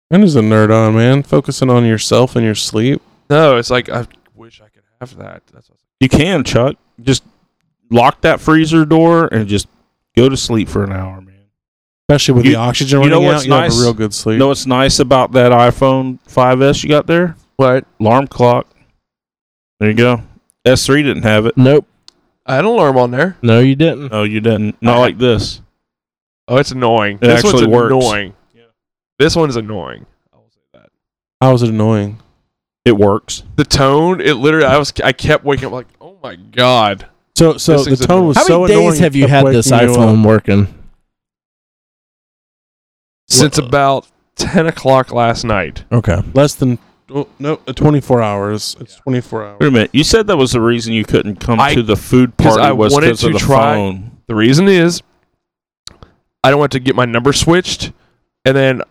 Speaker 2: When is a nerd on, man? Focusing on yourself and your sleep.
Speaker 4: No, it's like I wish I could have that. That's
Speaker 3: You can, Chuck. Just lock that freezer door and just go to sleep for an hour, man.
Speaker 2: Especially with
Speaker 3: You-
Speaker 2: the oxygen
Speaker 3: you know
Speaker 2: running
Speaker 3: what's
Speaker 2: out, you have
Speaker 3: nice?
Speaker 2: a real good sleep.
Speaker 3: You know what's nice about that iPhone 5S you got there?
Speaker 4: what
Speaker 3: Alarm clock. There you go. S3 didn't have it.
Speaker 1: Nope.
Speaker 4: I had an alarm on there.
Speaker 1: No, you didn't.
Speaker 3: No, you didn't. Not like this.
Speaker 4: Oh, it's annoying.
Speaker 3: It
Speaker 4: this
Speaker 3: actually
Speaker 4: one's
Speaker 3: works.
Speaker 4: annoying. This one's annoying. I will say that.
Speaker 2: How is it annoying?
Speaker 3: It works.
Speaker 4: The tone, it literally, I was, I kept waking up like, oh my god.
Speaker 2: So, so
Speaker 4: This
Speaker 2: the
Speaker 4: thing's
Speaker 2: tone was
Speaker 1: How
Speaker 2: so
Speaker 1: many
Speaker 2: annoying.
Speaker 1: days
Speaker 2: it
Speaker 1: have you
Speaker 2: kept
Speaker 1: had this
Speaker 2: waking you up.
Speaker 1: iPhone working?
Speaker 4: Since about ten o'clock last night.
Speaker 1: Okay.
Speaker 2: Less than oh, no, uh, 24 hours. It's 24 hours.
Speaker 3: Wait a minute. You said that was the reason you couldn't come
Speaker 4: I-
Speaker 3: to the food
Speaker 4: 'cause
Speaker 3: party
Speaker 4: I
Speaker 3: was
Speaker 4: wanted
Speaker 3: because of
Speaker 4: to
Speaker 3: the
Speaker 4: try-
Speaker 3: phone.
Speaker 4: The reason is I don't want to get my number switched, and then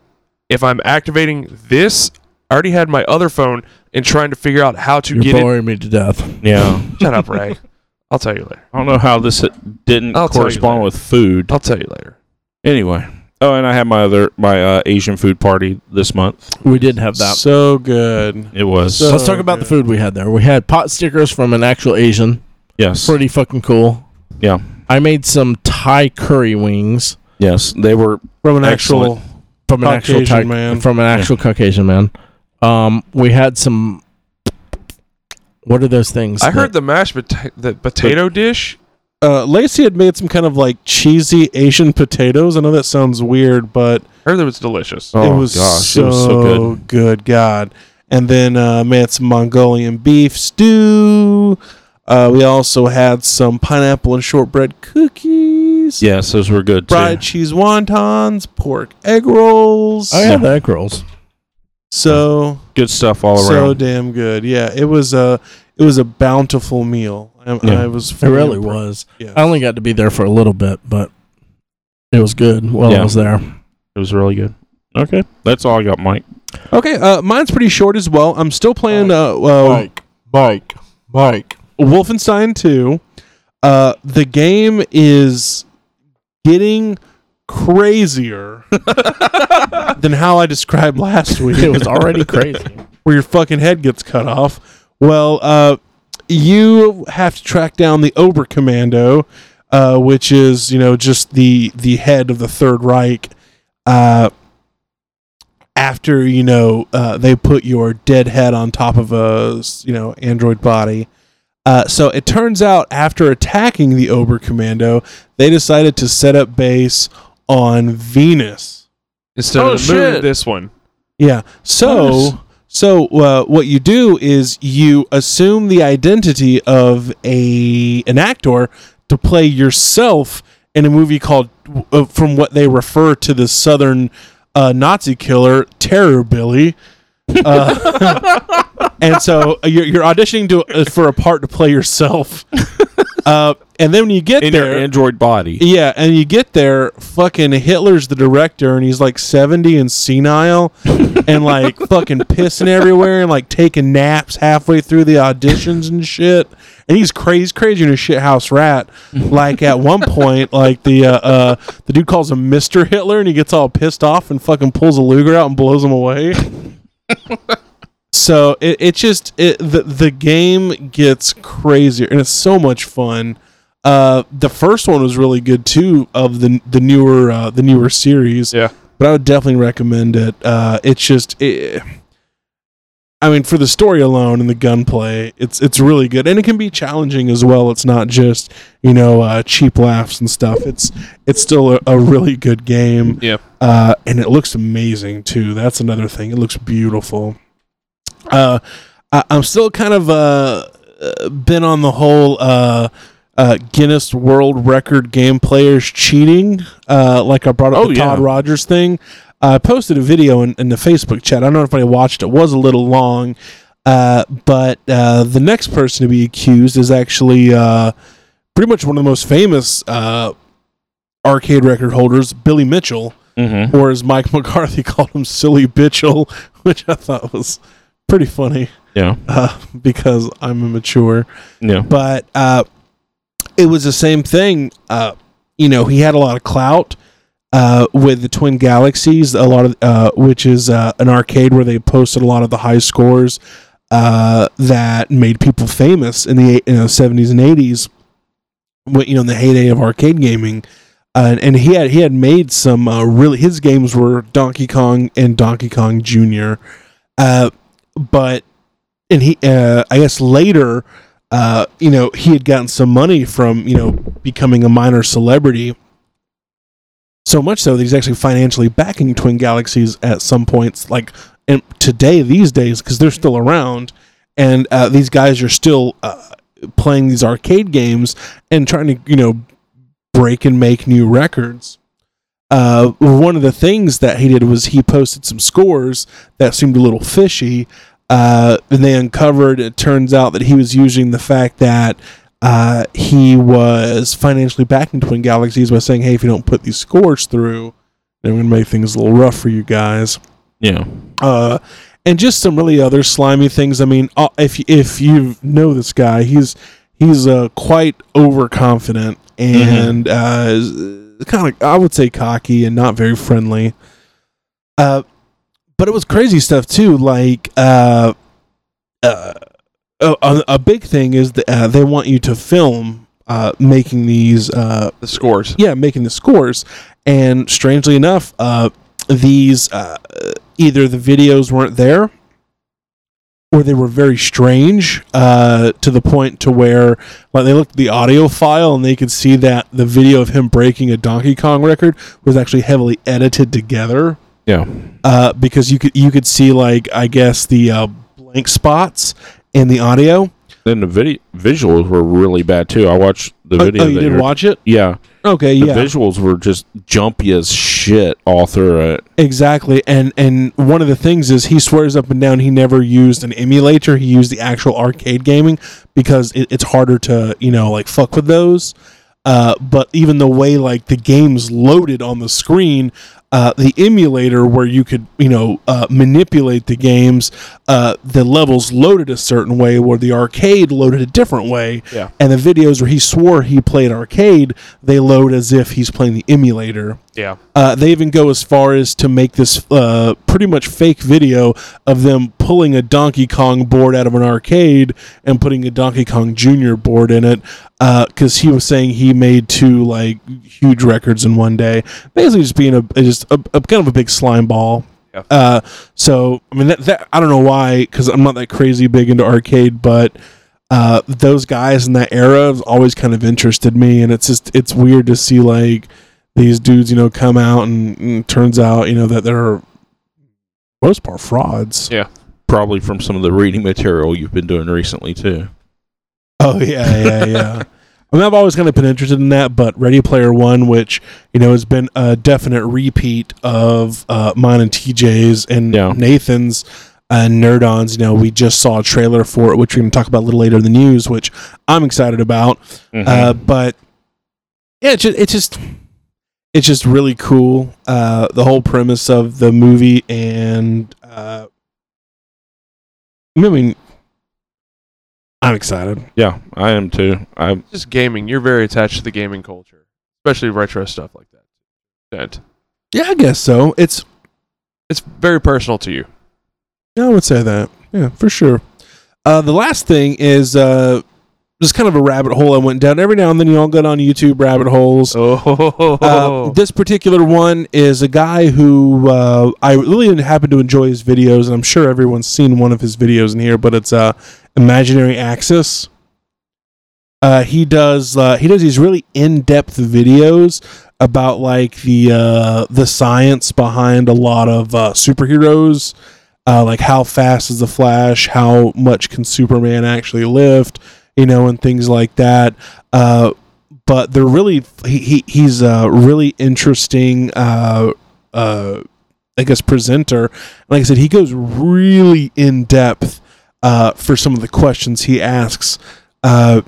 Speaker 4: if I'm activating this, I already had my other phone and trying to figure out how to
Speaker 1: You're
Speaker 4: get
Speaker 1: boring me to death.
Speaker 3: Yeah.
Speaker 4: it. Shut up, Ray. I'll tell you later.
Speaker 3: I don't know how this didn't
Speaker 4: I'll tell you
Speaker 3: correspond
Speaker 4: later.
Speaker 3: with food.
Speaker 4: I'll tell you later.
Speaker 3: Anyway. Oh, and I had my other my uh, Asian food party this month.
Speaker 1: We did have that.
Speaker 2: So good.
Speaker 3: It was
Speaker 2: So-
Speaker 1: Let's talk about the
Speaker 2: good.
Speaker 1: food we had there. We had pot stickers from an actual Asian.
Speaker 3: yes,
Speaker 1: Pretty fucking cool.
Speaker 3: yeah,
Speaker 1: I made some Thai curry wings
Speaker 3: yes. They were
Speaker 2: From an
Speaker 3: Excellent.
Speaker 2: actual.
Speaker 1: from an actual
Speaker 2: Caucasian
Speaker 1: Thai,
Speaker 2: man.
Speaker 1: from an actual Caucasian man. Um, we had some. What are those things?
Speaker 4: I heard the mashed pota- the potato dish.
Speaker 2: Uh, Lacey had made some kind of like cheesy Asian potatoes. I know that sounds weird, but
Speaker 4: I heard that was delicious.
Speaker 3: oh
Speaker 2: it was
Speaker 3: gosh,
Speaker 2: so
Speaker 3: it was so good.
Speaker 2: good. God. And then uh, made some Mongolian beef stew. Uh, we also had some pineapple and shortbread cookies.
Speaker 3: Yes, those were good
Speaker 2: Fried
Speaker 3: too.
Speaker 2: cheese wontons, pork egg rolls.
Speaker 1: Oh yeah, the egg rolls.
Speaker 2: So
Speaker 3: Good stuff all
Speaker 2: so
Speaker 3: around.
Speaker 2: damn good. Yeah, it was a it was a bountiful meal. I,
Speaker 3: Yeah.
Speaker 2: I was
Speaker 1: It
Speaker 2: fully
Speaker 1: really
Speaker 2: impressed.
Speaker 1: was.
Speaker 2: Yeah.
Speaker 1: I only got to be there for a little bit, but it was good while
Speaker 3: Yeah.
Speaker 1: I was there.
Speaker 3: it was really good. Okay, that's all I got, Mike.
Speaker 2: Okay, uh, mine's pretty short as well. I'm still playing uh,
Speaker 1: Oh,
Speaker 2: uh,
Speaker 1: Mike, Mike.
Speaker 2: Wolfenstein 2. Uh, the game is getting crazier than how I described last week,
Speaker 1: It was already crazy.
Speaker 2: where your fucking head gets cut off. Well, uh, you have to track down the Oberkommando, uh, which is you know just the the head of the Third Reich. Uh, after you know uh, they put your dead head on top of a you know android body. Uh, so it turns out after attacking the Oberkommando, they decided to set up base on Venus.
Speaker 4: Instead
Speaker 3: Oh,
Speaker 4: of the moon,
Speaker 3: shit.
Speaker 4: this one.
Speaker 2: Yeah. So
Speaker 3: Nice.
Speaker 2: so uh, what you do is you assume the identity of a an actor to play yourself in a movie called uh, from what they refer to the southern uh, Nazi killer Terror Billy. Uh, and so you're, you're auditioning to uh, for a part to play yourself. Uh, and then when you get
Speaker 3: In
Speaker 2: there,
Speaker 3: your Android body.
Speaker 2: yeah, and you get there, fucking Hitler's the director, and he's like 70 and senile, and like fucking pissing everywhere, and like taking naps halfway through the auditions and shit. And he's crazy, crazy in a shithouse rat. Like at one point, like the uh, uh, the dude calls him Mister Hitler, and he gets all pissed off and fucking pulls a Luger out and blows him away. So it, it just it, the the game gets crazier and it's so much fun. Uh, the first one was really good too of the the newer uh, the newer series.
Speaker 4: Yeah.
Speaker 2: but I would definitely recommend it. Uh, it's just it, I mean for the story alone and the gunplay, it's it's really good and it can be challenging as well. It's not just you know uh, cheap laughs and stuff. It's it's still a, a really good game.
Speaker 4: Yeah.
Speaker 2: uh, and it looks amazing too. That's another thing. It looks beautiful uh, I, I'm still kind of uh, uh, been on the whole uh, uh, Guinness World Record game players cheating, uh, like I brought up
Speaker 3: Oh,
Speaker 2: the
Speaker 3: yeah.
Speaker 2: Todd Rogers thing. I posted a video in, in the Facebook chat. I don't know if anybody watched it. It was a little long, uh, but uh, the next person to be accused is actually uh, pretty much one of the most famous uh, arcade record holders, Billy Mitchell
Speaker 3: Mm-hmm.
Speaker 2: or as Mike McCarthy called him, Silly Bitchel, which I thought was pretty funny
Speaker 3: Yeah.
Speaker 2: uh, because I'm immature.
Speaker 3: Yeah.
Speaker 2: But uh, it was the same thing. Uh, you know, he had a lot of clout uh, with the Twin Galaxies, a lot of uh, which is uh, an arcade where they posted a lot of the high scores uh, that made people famous in the eight- you know, 70s and 80s. When, you know, in the heyday of arcade gaming. Uh, and he had he had made some uh, really his games were Donkey Kong and Donkey Kong Jr. Uh, but and he uh, I guess later uh, you know, he had gotten some money from, you know, becoming a minor celebrity. So much so that he's actually financially backing Twin Galaxies at some points, like and today, these days, because they're still around. And uh, these guys are still uh, playing these arcade games and trying to, you know, break and make new records. uh, one of the things that he did was he posted some scores that seemed a little fishy. Uh, and they uncovered it turns out that he was using the fact that uh, he was financially backing Twin Galaxies by saying, hey, if you don't put these scores through, then I'm going to make things a little rough for you guys
Speaker 3: Yeah.
Speaker 2: uh, and just some really other slimy things. I mean, uh, if if you know this guy, he's he's uh, quite overconfident and uh, kind of I would say cocky and not very friendly. Uh, but it was crazy stuff too. Like uh, uh, a- a, a big thing is that uh, they want you to film. Uh, making these uh,
Speaker 4: The scores.
Speaker 2: yeah, making the scores. And strangely enough, uh, these uh, either the videos weren't there or they were very strange uh, to the point to where like they looked at the audio file and they could see that the video of him breaking a Donkey Kong record was actually heavily edited together
Speaker 3: Yeah.
Speaker 2: uh, because you could you could see like I guess the uh, blank spots in the audio.
Speaker 3: Then the video visuals were really bad too. I watched the
Speaker 2: Oh,
Speaker 3: video.
Speaker 2: oh, you
Speaker 3: that
Speaker 2: did
Speaker 3: you're-
Speaker 2: watch it?
Speaker 3: Yeah.
Speaker 2: Okay,
Speaker 3: The
Speaker 2: yeah.
Speaker 3: visuals were just jumpy as shit all through it.
Speaker 2: Exactly, and and one of the things is he swears up and down he never used an emulator. He used the actual arcade gaming because it, it's harder to you know like fuck with those. Uh, but even the way like the games loaded on the screen, uh, the emulator where you could you know uh, manipulate the games, uh, the levels loaded a certain way, where the arcade loaded a different way.
Speaker 3: Yeah.
Speaker 2: And the videos where he swore he played arcade, they load as if he's playing the emulator.
Speaker 4: Yeah.
Speaker 2: Uh, they even go as far as to make this uh, pretty much fake video of them pulling a Donkey Kong board out of an arcade and putting a Donkey Kong Jr. board in it because he was saying he made two like huge records in one day, basically just being a just a, a kind of a big slime ball.
Speaker 4: Yeah.
Speaker 2: Uh, so I mean that, that I don't know why because I'm not that crazy big into arcade, but uh, those guys in that era have always kind of interested me, and it's just it's weird to see like these dudes, you know, come out and, and turns out, you know, that they're for the most part frauds.
Speaker 3: Probably from some of the reading material you've been doing recently too.
Speaker 2: Oh yeah, yeah, yeah. I mean, I've always kind of been interested in that, but Ready Player One, which you know has been a definite repeat of uh, mine and TJ's and
Speaker 3: Yeah.
Speaker 2: Nathan's uh, Nerdons. You know, we just saw a trailer for it, which we're going to talk about a little later in the news, which I'm excited about.
Speaker 3: Mm-hmm.
Speaker 2: Uh, but yeah, it's just, it's just it's just really cool. Uh, the whole premise of the movie and uh, I mean, I'm excited.
Speaker 3: yeah, I am too. I
Speaker 4: Just gaming. You're very attached to the gaming culture, especially retro stuff like that. That-
Speaker 2: Yeah, I guess so. It's
Speaker 4: It's very personal to you.
Speaker 2: yeah, I would say that. Yeah, for sure. Uh, the last thing is uh, just kind of a rabbit hole I went down. Every now and then, you all go down YouTube rabbit holes.
Speaker 4: Oh.
Speaker 2: Uh, this particular one is a guy who uh, I really happen to enjoy his videos, and I'm sure everyone's seen one of his videos in here. But it's uh, imaginary axis. Uh, he does uh, he does these really in depth videos about like the uh, the science behind a lot of uh, superheroes, uh, like how fast is the Flash, how much can Superman actually lift, you know, and things like that. Uh, but they're really he, he he's a really interesting uh uh I guess presenter. Like I said, he goes really in depth uh for some of the questions he asks. Uh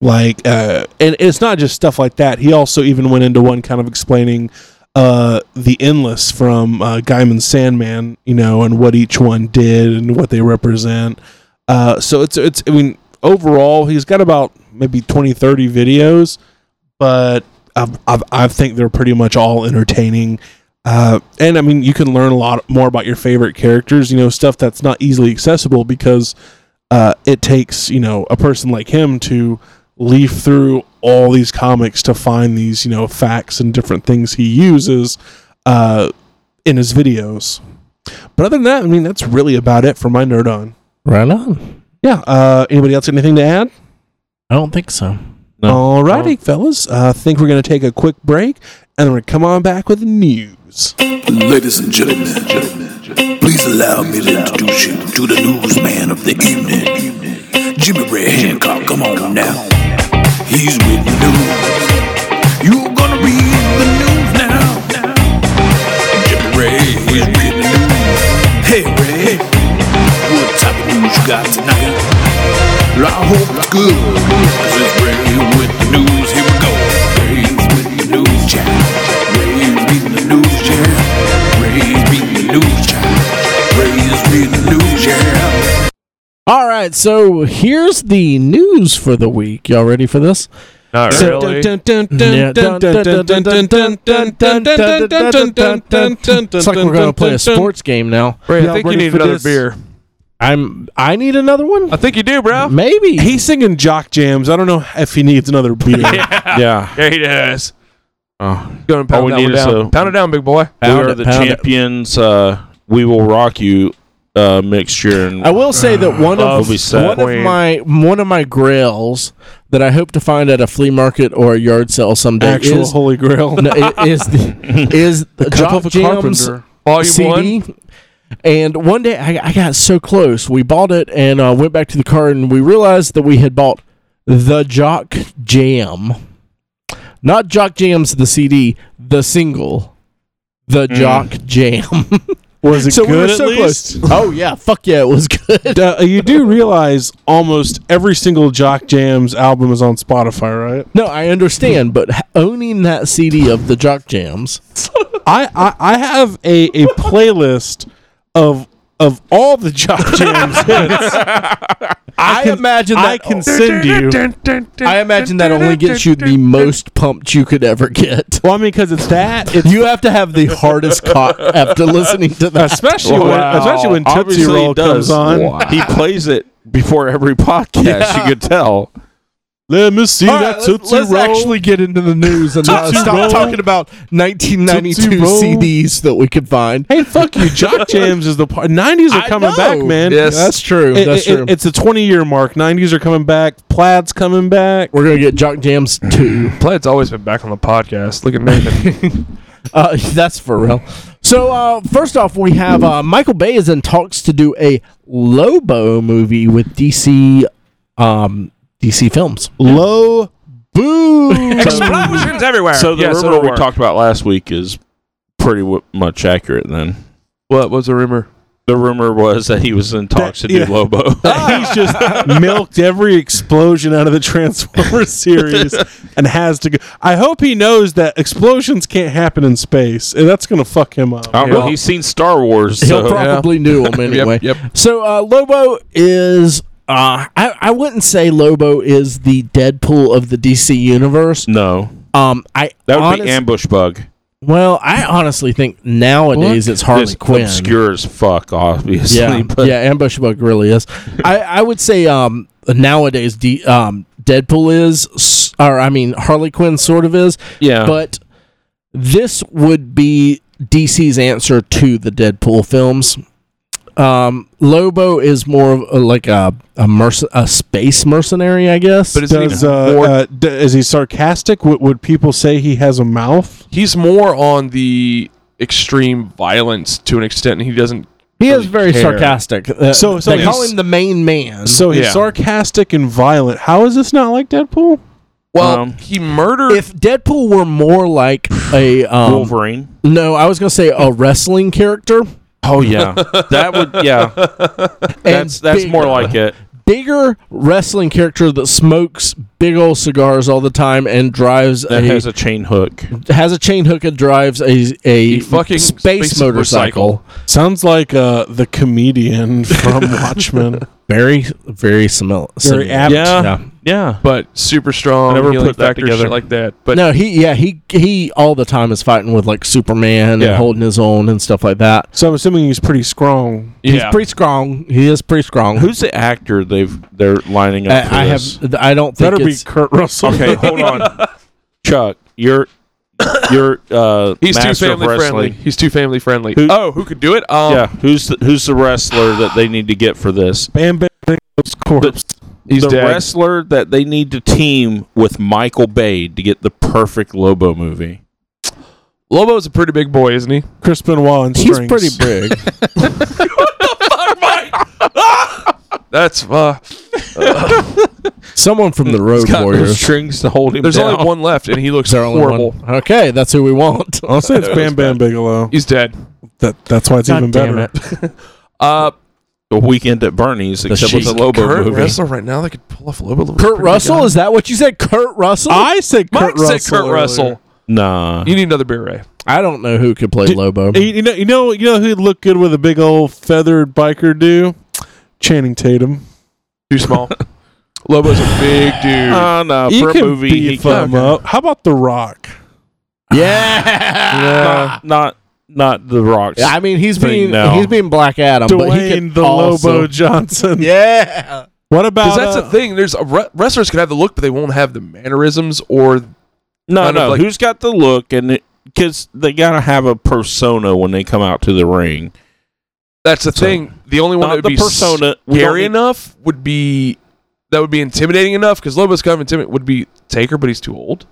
Speaker 2: like uh and it's not just stuff like that. He also even went into one kind of explaining uh the endless from uh Gaiman Sandman, you know, and what each one did and what they represent. Uh so it's it's I mean overall he's got about maybe 20 30 videos but i i I think they're pretty much all entertaining uh, and i mean you can learn a lot more about your favorite characters you know stuff that's not easily accessible because uh, it takes you know a person like him to leaf through all these comics to find these you know facts and different things he uses uh, in his videos but other than that i mean that's really about it for my nerd on
Speaker 1: Right on.
Speaker 2: yeah uh, anybody else got anything to add
Speaker 1: I don't think so.
Speaker 2: All righty, fellas. uh, I think we're going to take a quick break and then we're going to come on back with the news.
Speaker 6: Ladies and gentlemen, please allow me to introduce you to the newsman of the evening, Jimmy Ray Hancock. Come on now, he's with the news. You're gonna read the news good. This is Ray with the news. Here we go. Ray's with the news jam. Ray's with the news jam. Ray's with the news jam. Ray's with the news jam.
Speaker 1: All right, so here's the news for the week. Y'all ready for this?
Speaker 4: Not
Speaker 1: So-
Speaker 4: really.
Speaker 1: It's like we're gonna play a sports game now.
Speaker 4: Ray,
Speaker 2: Y'all
Speaker 4: I think you
Speaker 2: ready
Speaker 4: need
Speaker 2: for
Speaker 4: another
Speaker 2: this?
Speaker 4: beer.
Speaker 1: I'm. I need another one.
Speaker 4: I think you do, bro.
Speaker 1: Maybe.
Speaker 2: He's singing jock jams. I don't know if he needs another beer.
Speaker 3: Yeah.
Speaker 4: Yeah, he does.
Speaker 3: Oh.
Speaker 4: Go and
Speaker 3: All
Speaker 4: pound
Speaker 3: we
Speaker 4: that one
Speaker 3: need is
Speaker 4: down.
Speaker 3: a-
Speaker 4: pound it down, big boy.
Speaker 3: We
Speaker 1: Pound
Speaker 3: are
Speaker 1: it,
Speaker 3: the
Speaker 1: pound it.
Speaker 3: champions. Uh, we will rock you. Uh, mixture and
Speaker 1: I will say that one of
Speaker 3: That'll be sad.
Speaker 1: one of
Speaker 4: Queen.
Speaker 1: my one of my grails that I hope to find at a flea market or a yard sale someday
Speaker 2: Actual
Speaker 1: is
Speaker 2: holy grail.
Speaker 1: no, i- is the, is the
Speaker 2: Cup
Speaker 1: Jock
Speaker 2: of a
Speaker 1: Jams
Speaker 2: carpenter.
Speaker 4: Volume one.
Speaker 1: CD. And one day I, I got so close. We bought it and uh, went back to the car and we realized that we had bought the Jock Jam, not Jock Jams the CD, the single, the Jock Jam.
Speaker 2: Was it
Speaker 1: so we were
Speaker 2: Hmm. good at
Speaker 1: so
Speaker 2: least?
Speaker 1: close. Oh yeah, fuck yeah, it was good.
Speaker 2: Uh, you do realize almost every single Jock Jams album is on Spotify, right?
Speaker 1: No, I understand, but h- owning that CD of the Jock Jams.
Speaker 2: I, I, I have a, a playlist of of all the Jock Jams hits
Speaker 1: I,
Speaker 2: can-
Speaker 1: imagine
Speaker 2: I can send you.
Speaker 1: I imagine that only gets you the most pumped you could ever get.
Speaker 2: Well, I mean, because it's that. It's
Speaker 1: You have to have the hardest cock after listening to that.
Speaker 2: especially when especially when Tootsie
Speaker 3: Obviously he
Speaker 2: Roll
Speaker 3: does.
Speaker 2: comes on.
Speaker 3: He plays it before every podcast. You could tell.
Speaker 2: Let me see
Speaker 1: All
Speaker 2: that
Speaker 1: right, let's,
Speaker 2: Tootsie
Speaker 1: let's
Speaker 2: Roll.
Speaker 1: actually get into the news and not
Speaker 2: Tootsie
Speaker 1: stop
Speaker 2: Roll.
Speaker 1: talking about 1992
Speaker 2: Tootsie Roll.
Speaker 1: CDs that we could find.
Speaker 2: hey, fuck you! Jock Jams is the part. Nineties are
Speaker 1: I
Speaker 2: coming
Speaker 1: know.
Speaker 2: back, man.
Speaker 4: Yes.
Speaker 1: That's true.
Speaker 2: It-
Speaker 1: That's
Speaker 2: it-
Speaker 1: true.
Speaker 2: it's a twenty-year mark. Nineties are coming back. Plaid's coming back.
Speaker 1: We're gonna get Jock Jams two.
Speaker 4: Plaid's always been back on the podcast. Look at Nathan.
Speaker 1: Uh, that's for real. So uh, first off, we have uh, Michael Bay is in talks to do a Lobo movie with DC, um, DC Films.
Speaker 2: Low boo.
Speaker 4: Explosions everywhere.
Speaker 3: So the
Speaker 4: Yeah,
Speaker 3: rumor
Speaker 4: it'll
Speaker 3: we
Speaker 4: work.
Speaker 3: talked about last week is pretty w- much accurate. Then
Speaker 4: What was the rumor?
Speaker 3: the rumor was that he was in talks
Speaker 2: That-
Speaker 3: to do
Speaker 2: yeah.
Speaker 3: Lobo.
Speaker 2: He's just milked every explosion out of the Transformers series and has to go. I hope he knows that explosions can't happen in space. and That's going to fuck him up.
Speaker 3: I don't know.
Speaker 4: Yeah.
Speaker 3: He's seen Star Wars.
Speaker 1: He'll
Speaker 3: So
Speaker 1: probably knew him anyway.
Speaker 4: yep.
Speaker 1: So uh, Lobo is. Uh, I, I wouldn't say Lobo is the Deadpool of the DC universe.
Speaker 3: no,
Speaker 1: Um, I
Speaker 3: that would
Speaker 1: honest-
Speaker 3: be ambush bug.
Speaker 1: Well, I honestly think nowadays it's Harley
Speaker 3: Just
Speaker 1: Quinn.
Speaker 3: obscure as fuck, obviously.
Speaker 1: Yeah,
Speaker 3: but
Speaker 1: yeah, Ambush Bug really is. I, I would say um, nowadays D, um, Deadpool is, s- or I mean Harley Quinn sort of is,
Speaker 3: yeah.
Speaker 1: but this would be DC's answer to the Deadpool films. Um, Lobo is more of a, like a a, merc- a space mercenary, I guess.
Speaker 4: But it's
Speaker 2: Does uh, uh, d- is he sarcastic? Would would people say he has a mouth?
Speaker 4: he's more on the extreme violence to an extent, and he doesn't.
Speaker 1: he is very
Speaker 4: care.
Speaker 1: sarcastic. Uh,
Speaker 2: So- so
Speaker 1: they call
Speaker 2: he's-
Speaker 1: him the main man.
Speaker 2: So he's
Speaker 4: Yeah.
Speaker 2: sarcastic and violent. How is this not like Deadpool?
Speaker 4: Well,
Speaker 3: Um,
Speaker 4: he murdered.
Speaker 1: if Deadpool were more like a um,
Speaker 3: Wolverine.
Speaker 1: No, I was gonna say a wrestling character.
Speaker 3: Oh yeah, that would yeah. That's that's
Speaker 1: big-
Speaker 3: more like it.
Speaker 1: Bigger wrestling character that smokes big old cigars all the time and drives
Speaker 3: That
Speaker 1: a
Speaker 3: has a chain hook.
Speaker 1: has a chain hook and drives a a
Speaker 4: A fucking
Speaker 1: space,
Speaker 4: space
Speaker 1: motorcycle.
Speaker 2: Sounds like uh, the comedian from Watchmen.
Speaker 1: Very very similar.
Speaker 2: Very apt.
Speaker 1: Yeah.
Speaker 3: Yeah.
Speaker 4: but super strong,
Speaker 3: I never
Speaker 4: healing
Speaker 3: put that
Speaker 4: factor,
Speaker 3: together.
Speaker 4: shit like that. But
Speaker 1: no, he yeah he he all the time is fighting with like Superman and
Speaker 3: Yeah.
Speaker 1: holding his own and stuff like that.
Speaker 2: So I'm assuming he's pretty strong.
Speaker 1: He's pretty strong. He is pretty strong.
Speaker 3: Who's the actor they've they're lining
Speaker 1: I,
Speaker 3: up? for
Speaker 1: I have.
Speaker 3: this?
Speaker 1: I don't think
Speaker 2: Better be
Speaker 1: it's.
Speaker 2: Kurt Russell.
Speaker 3: Okay, hold on, Chuck. You're you're uh,
Speaker 4: he's too
Speaker 3: master of
Speaker 4: family friendly.
Speaker 3: wrestling.
Speaker 4: He's too family friendly.
Speaker 3: Who-
Speaker 4: oh, who could do it? Um,
Speaker 3: yeah, who's the, who's the wrestler that they need to get for this?
Speaker 2: Bam Bam Bam's corpse.
Speaker 4: he's
Speaker 3: the
Speaker 4: dead.
Speaker 3: wrestler that they need to team with Michael Bay to get the perfect Lobo movie.
Speaker 4: Lobo's a pretty big boy, isn't he?
Speaker 2: Chris Benoit and strings.
Speaker 1: He's pretty big.
Speaker 4: That's uh,
Speaker 1: Someone from the Road Warriors.
Speaker 3: strings to hold him
Speaker 4: there's only one left, and he looks
Speaker 1: Is there only
Speaker 4: horrible.
Speaker 1: one? Okay, that's who we want.
Speaker 2: I'll say it's Bam Bam Bigelow.
Speaker 4: He's dead.
Speaker 2: That that's why it's even better.
Speaker 4: Uh,
Speaker 3: the weekend at Bernie's, except with the
Speaker 1: Sheik.
Speaker 3: Lobo
Speaker 4: Kurt
Speaker 3: movie.
Speaker 4: Russell right now, they could pull off Lobo.
Speaker 1: Kurt Russell? Is that what you said? Kurt Russell?
Speaker 2: I said Kurt
Speaker 4: Mike
Speaker 2: Russell.
Speaker 4: said Kurt
Speaker 2: earlier.
Speaker 4: Russell.
Speaker 3: Nah,
Speaker 4: You need another beer, Ray.
Speaker 1: I don't know who could play
Speaker 2: Did-
Speaker 1: Lobo.
Speaker 2: Hey, You know, you know, you know who'd look good with a big old feathered biker do? Channing Tatum.
Speaker 4: Too small. Lobo's a big dude.
Speaker 3: uh, no,
Speaker 2: You
Speaker 3: for a
Speaker 2: can
Speaker 3: movie,
Speaker 2: beef
Speaker 3: he can,
Speaker 2: him up. How about The Rock?
Speaker 1: yeah.
Speaker 3: not, not not the Rocks.
Speaker 1: I mean, he's
Speaker 3: Thing
Speaker 1: being
Speaker 3: now.
Speaker 1: he's being Black Adam, Um, but he
Speaker 2: Dwayne
Speaker 1: could
Speaker 2: the
Speaker 1: also-
Speaker 2: Lobo Johnson.
Speaker 1: Yeah.
Speaker 2: What about
Speaker 4: Because that's
Speaker 2: uh,
Speaker 4: the thing. There's a, wre- wrestlers can have the look, but they won't have the mannerisms or
Speaker 3: no,
Speaker 4: kind of
Speaker 3: no.
Speaker 4: like-
Speaker 3: who's got the look and because they gotta have a persona when they come out to the ring.
Speaker 4: That's the thing. The only one that
Speaker 3: Not
Speaker 4: would
Speaker 3: the
Speaker 4: be
Speaker 3: persona. we don't
Speaker 4: scary
Speaker 3: need-
Speaker 4: enough would be that would be intimidating enough because Lobo's kind of intimidating would be Taker, but he's too old.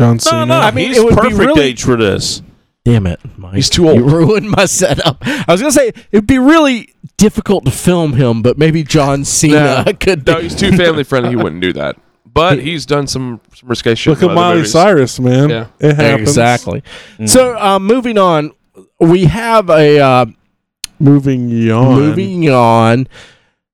Speaker 2: John
Speaker 3: No,
Speaker 2: Cena?
Speaker 3: no. I mean,
Speaker 1: mean,
Speaker 3: he's
Speaker 1: it would be
Speaker 3: perfect
Speaker 1: really-
Speaker 3: age for this.
Speaker 1: Damn it, Mike.
Speaker 4: He's too old.
Speaker 1: You ruined my setup. I was gonna say it'd be really difficult to film him, but maybe John Cena
Speaker 4: No.
Speaker 1: could.
Speaker 4: No, he's too family friendly. He wouldn't do that. But he's done some, some risque shit.
Speaker 2: Look
Speaker 4: in
Speaker 2: at
Speaker 4: other
Speaker 2: Miley
Speaker 4: movies.
Speaker 2: Cyrus, man.
Speaker 4: Yeah.
Speaker 2: It happens.
Speaker 1: exactly. So uh, moving on, we have a uh,
Speaker 2: Moving on.
Speaker 1: moving on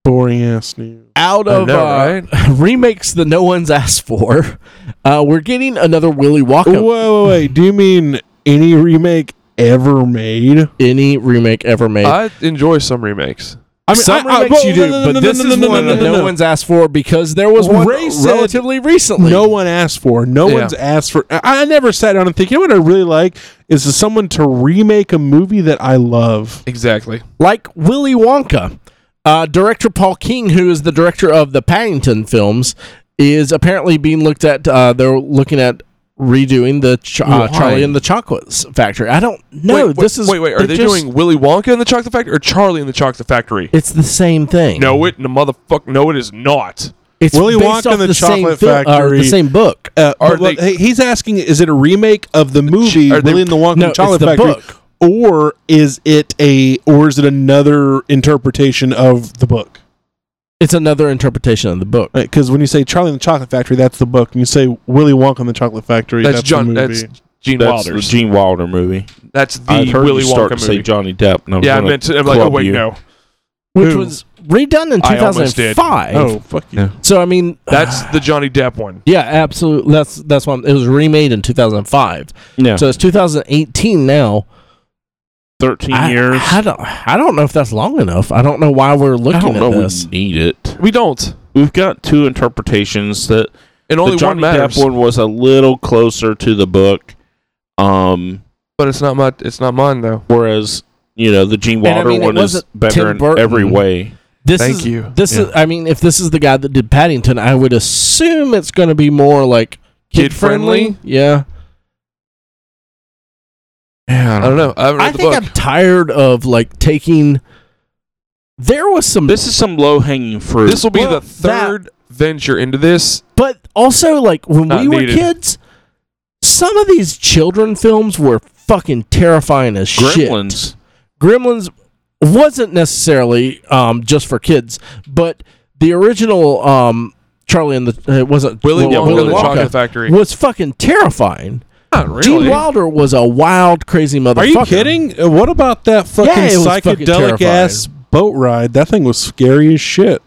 Speaker 2: Boring ass news.
Speaker 1: out of
Speaker 4: know,
Speaker 1: uh, remakes that no one's asked for. Uh, we're getting another Willy Wonka.
Speaker 2: Whoa, whoa, wait. Do you mean any remake ever made?
Speaker 1: Any remake ever made.
Speaker 4: I enjoy some remakes.
Speaker 2: I
Speaker 1: Some
Speaker 2: I- I-
Speaker 1: remakes
Speaker 2: whoa,
Speaker 1: you do,
Speaker 2: no, no,
Speaker 1: but
Speaker 2: no,
Speaker 1: this
Speaker 2: no,
Speaker 1: is
Speaker 2: no,
Speaker 1: one
Speaker 2: no,
Speaker 1: that
Speaker 2: no,
Speaker 1: no
Speaker 2: no.
Speaker 1: one's asked for because there was one
Speaker 2: Ray said-
Speaker 1: relatively recently.
Speaker 2: No one asked for. No
Speaker 4: Yeah.
Speaker 2: one's asked for. I, I never sat down and think. You know what I really like is for someone to remake a movie that I love.
Speaker 4: Exactly.
Speaker 1: like Willy Wonka. Uh, director Paul King, who is the director of the Paddington films, is apparently being looked at. Uh, they're looking at redoing the Ch- uh, Charlie and the Chocolate S- Factory. I don't know.
Speaker 4: wait,
Speaker 1: this
Speaker 4: wait,
Speaker 1: is
Speaker 4: wait, wait. Are
Speaker 1: they're
Speaker 4: they
Speaker 1: just-
Speaker 4: doing Willy Wonka in the Chocolate Factory or Charlie in the Chocolate Factory?
Speaker 1: It's the same thing.
Speaker 4: No, it in the motherfucker. No, it is not.
Speaker 1: it's
Speaker 2: Willy
Speaker 1: based
Speaker 2: Wonka
Speaker 1: off
Speaker 2: and the
Speaker 1: same
Speaker 2: Chocolate
Speaker 1: fil- uh,
Speaker 2: Factory.
Speaker 1: the same book.
Speaker 2: Uh,
Speaker 4: Are
Speaker 2: but what-
Speaker 4: they-
Speaker 2: he- he's asking, is it a remake of the movie
Speaker 4: are they-
Speaker 2: Willy and the Wonka
Speaker 1: No,
Speaker 2: and Chocolate
Speaker 1: it's the
Speaker 2: Factory,
Speaker 1: book.
Speaker 2: or is it a or is it another interpretation of the book?
Speaker 1: It's another interpretation of the book.
Speaker 2: Because when you say Charlie and the Chocolate Factory, that's the book. And you say Willy Wonka and the Chocolate Factory,
Speaker 4: That's,
Speaker 2: that's,
Speaker 4: John.
Speaker 2: The movie.
Speaker 4: That's Gene
Speaker 3: That's the
Speaker 4: Wilder's.
Speaker 3: Gene Wilder movie.
Speaker 4: that's the
Speaker 3: I heard
Speaker 4: Willy
Speaker 3: you start
Speaker 4: Wonka
Speaker 3: to say
Speaker 4: movie.
Speaker 3: Johnny Depp. and I'm
Speaker 4: Yeah, I
Speaker 3: gonna-
Speaker 4: meant to, I'm like, oh
Speaker 3: club
Speaker 4: wait,
Speaker 3: you.
Speaker 4: no.
Speaker 1: which
Speaker 2: Who?
Speaker 1: was redone in
Speaker 4: I almost did.
Speaker 1: 2005.
Speaker 2: oh fuck you!
Speaker 3: Yeah.
Speaker 1: So I mean,
Speaker 4: That's the Johnny Depp one.
Speaker 1: yeah, absolutely. That's that's one. It was remade in 2005.
Speaker 3: Yeah,
Speaker 1: So it's 2018 now.
Speaker 3: thirteen
Speaker 1: I,
Speaker 3: years.
Speaker 1: I don't. I don't know if that's long enough. I don't know why we're
Speaker 3: I
Speaker 1: looking
Speaker 3: don't
Speaker 1: at
Speaker 3: know.
Speaker 1: this.
Speaker 3: We need it.
Speaker 4: We don't.
Speaker 3: We've got two interpretations that
Speaker 4: And only
Speaker 3: the Johnny
Speaker 4: one matters.
Speaker 3: Depp one was a little closer to the book, um,
Speaker 4: But it's not my. It's not mine though.
Speaker 3: whereas you know the Gene
Speaker 1: I
Speaker 3: Wilder
Speaker 1: mean, it
Speaker 3: one is
Speaker 1: wasn't Tim
Speaker 3: better in
Speaker 1: Burton.
Speaker 3: every way.
Speaker 1: This
Speaker 4: Thank
Speaker 1: is,
Speaker 4: you.
Speaker 1: This is. I mean, if this is the guy that did Paddington, I would assume it's going to be more like kid
Speaker 4: Kid-friendly?
Speaker 1: friendly. Yeah.
Speaker 4: I don't know. I haven't read
Speaker 1: I
Speaker 4: the
Speaker 1: think
Speaker 4: book.
Speaker 1: I'm tired of like taking. There was some,
Speaker 3: This is some low hanging fruit.
Speaker 4: this will be
Speaker 1: Well,
Speaker 4: the third venture into this.
Speaker 1: but also like when
Speaker 4: Not
Speaker 1: we were
Speaker 4: needed.
Speaker 1: kids, some of these children films were fucking terrifying as shit.
Speaker 3: Gremlins.
Speaker 1: Gremlins wasn't necessarily um, just for kids, but the original um, Charlie and the it wasn't
Speaker 4: Willy
Speaker 1: well,
Speaker 4: Wonka
Speaker 3: Willy
Speaker 4: and the
Speaker 3: Wonka.
Speaker 4: Chocolate Factory.
Speaker 1: was fucking terrifying.
Speaker 4: Not
Speaker 1: Gene Wilder was a wild, crazy motherfucker.
Speaker 2: Are you kidding? Uh, What about that fucking
Speaker 1: Yeah, it was fucking
Speaker 2: psychedelic ass boat ride? That thing was scary as shit.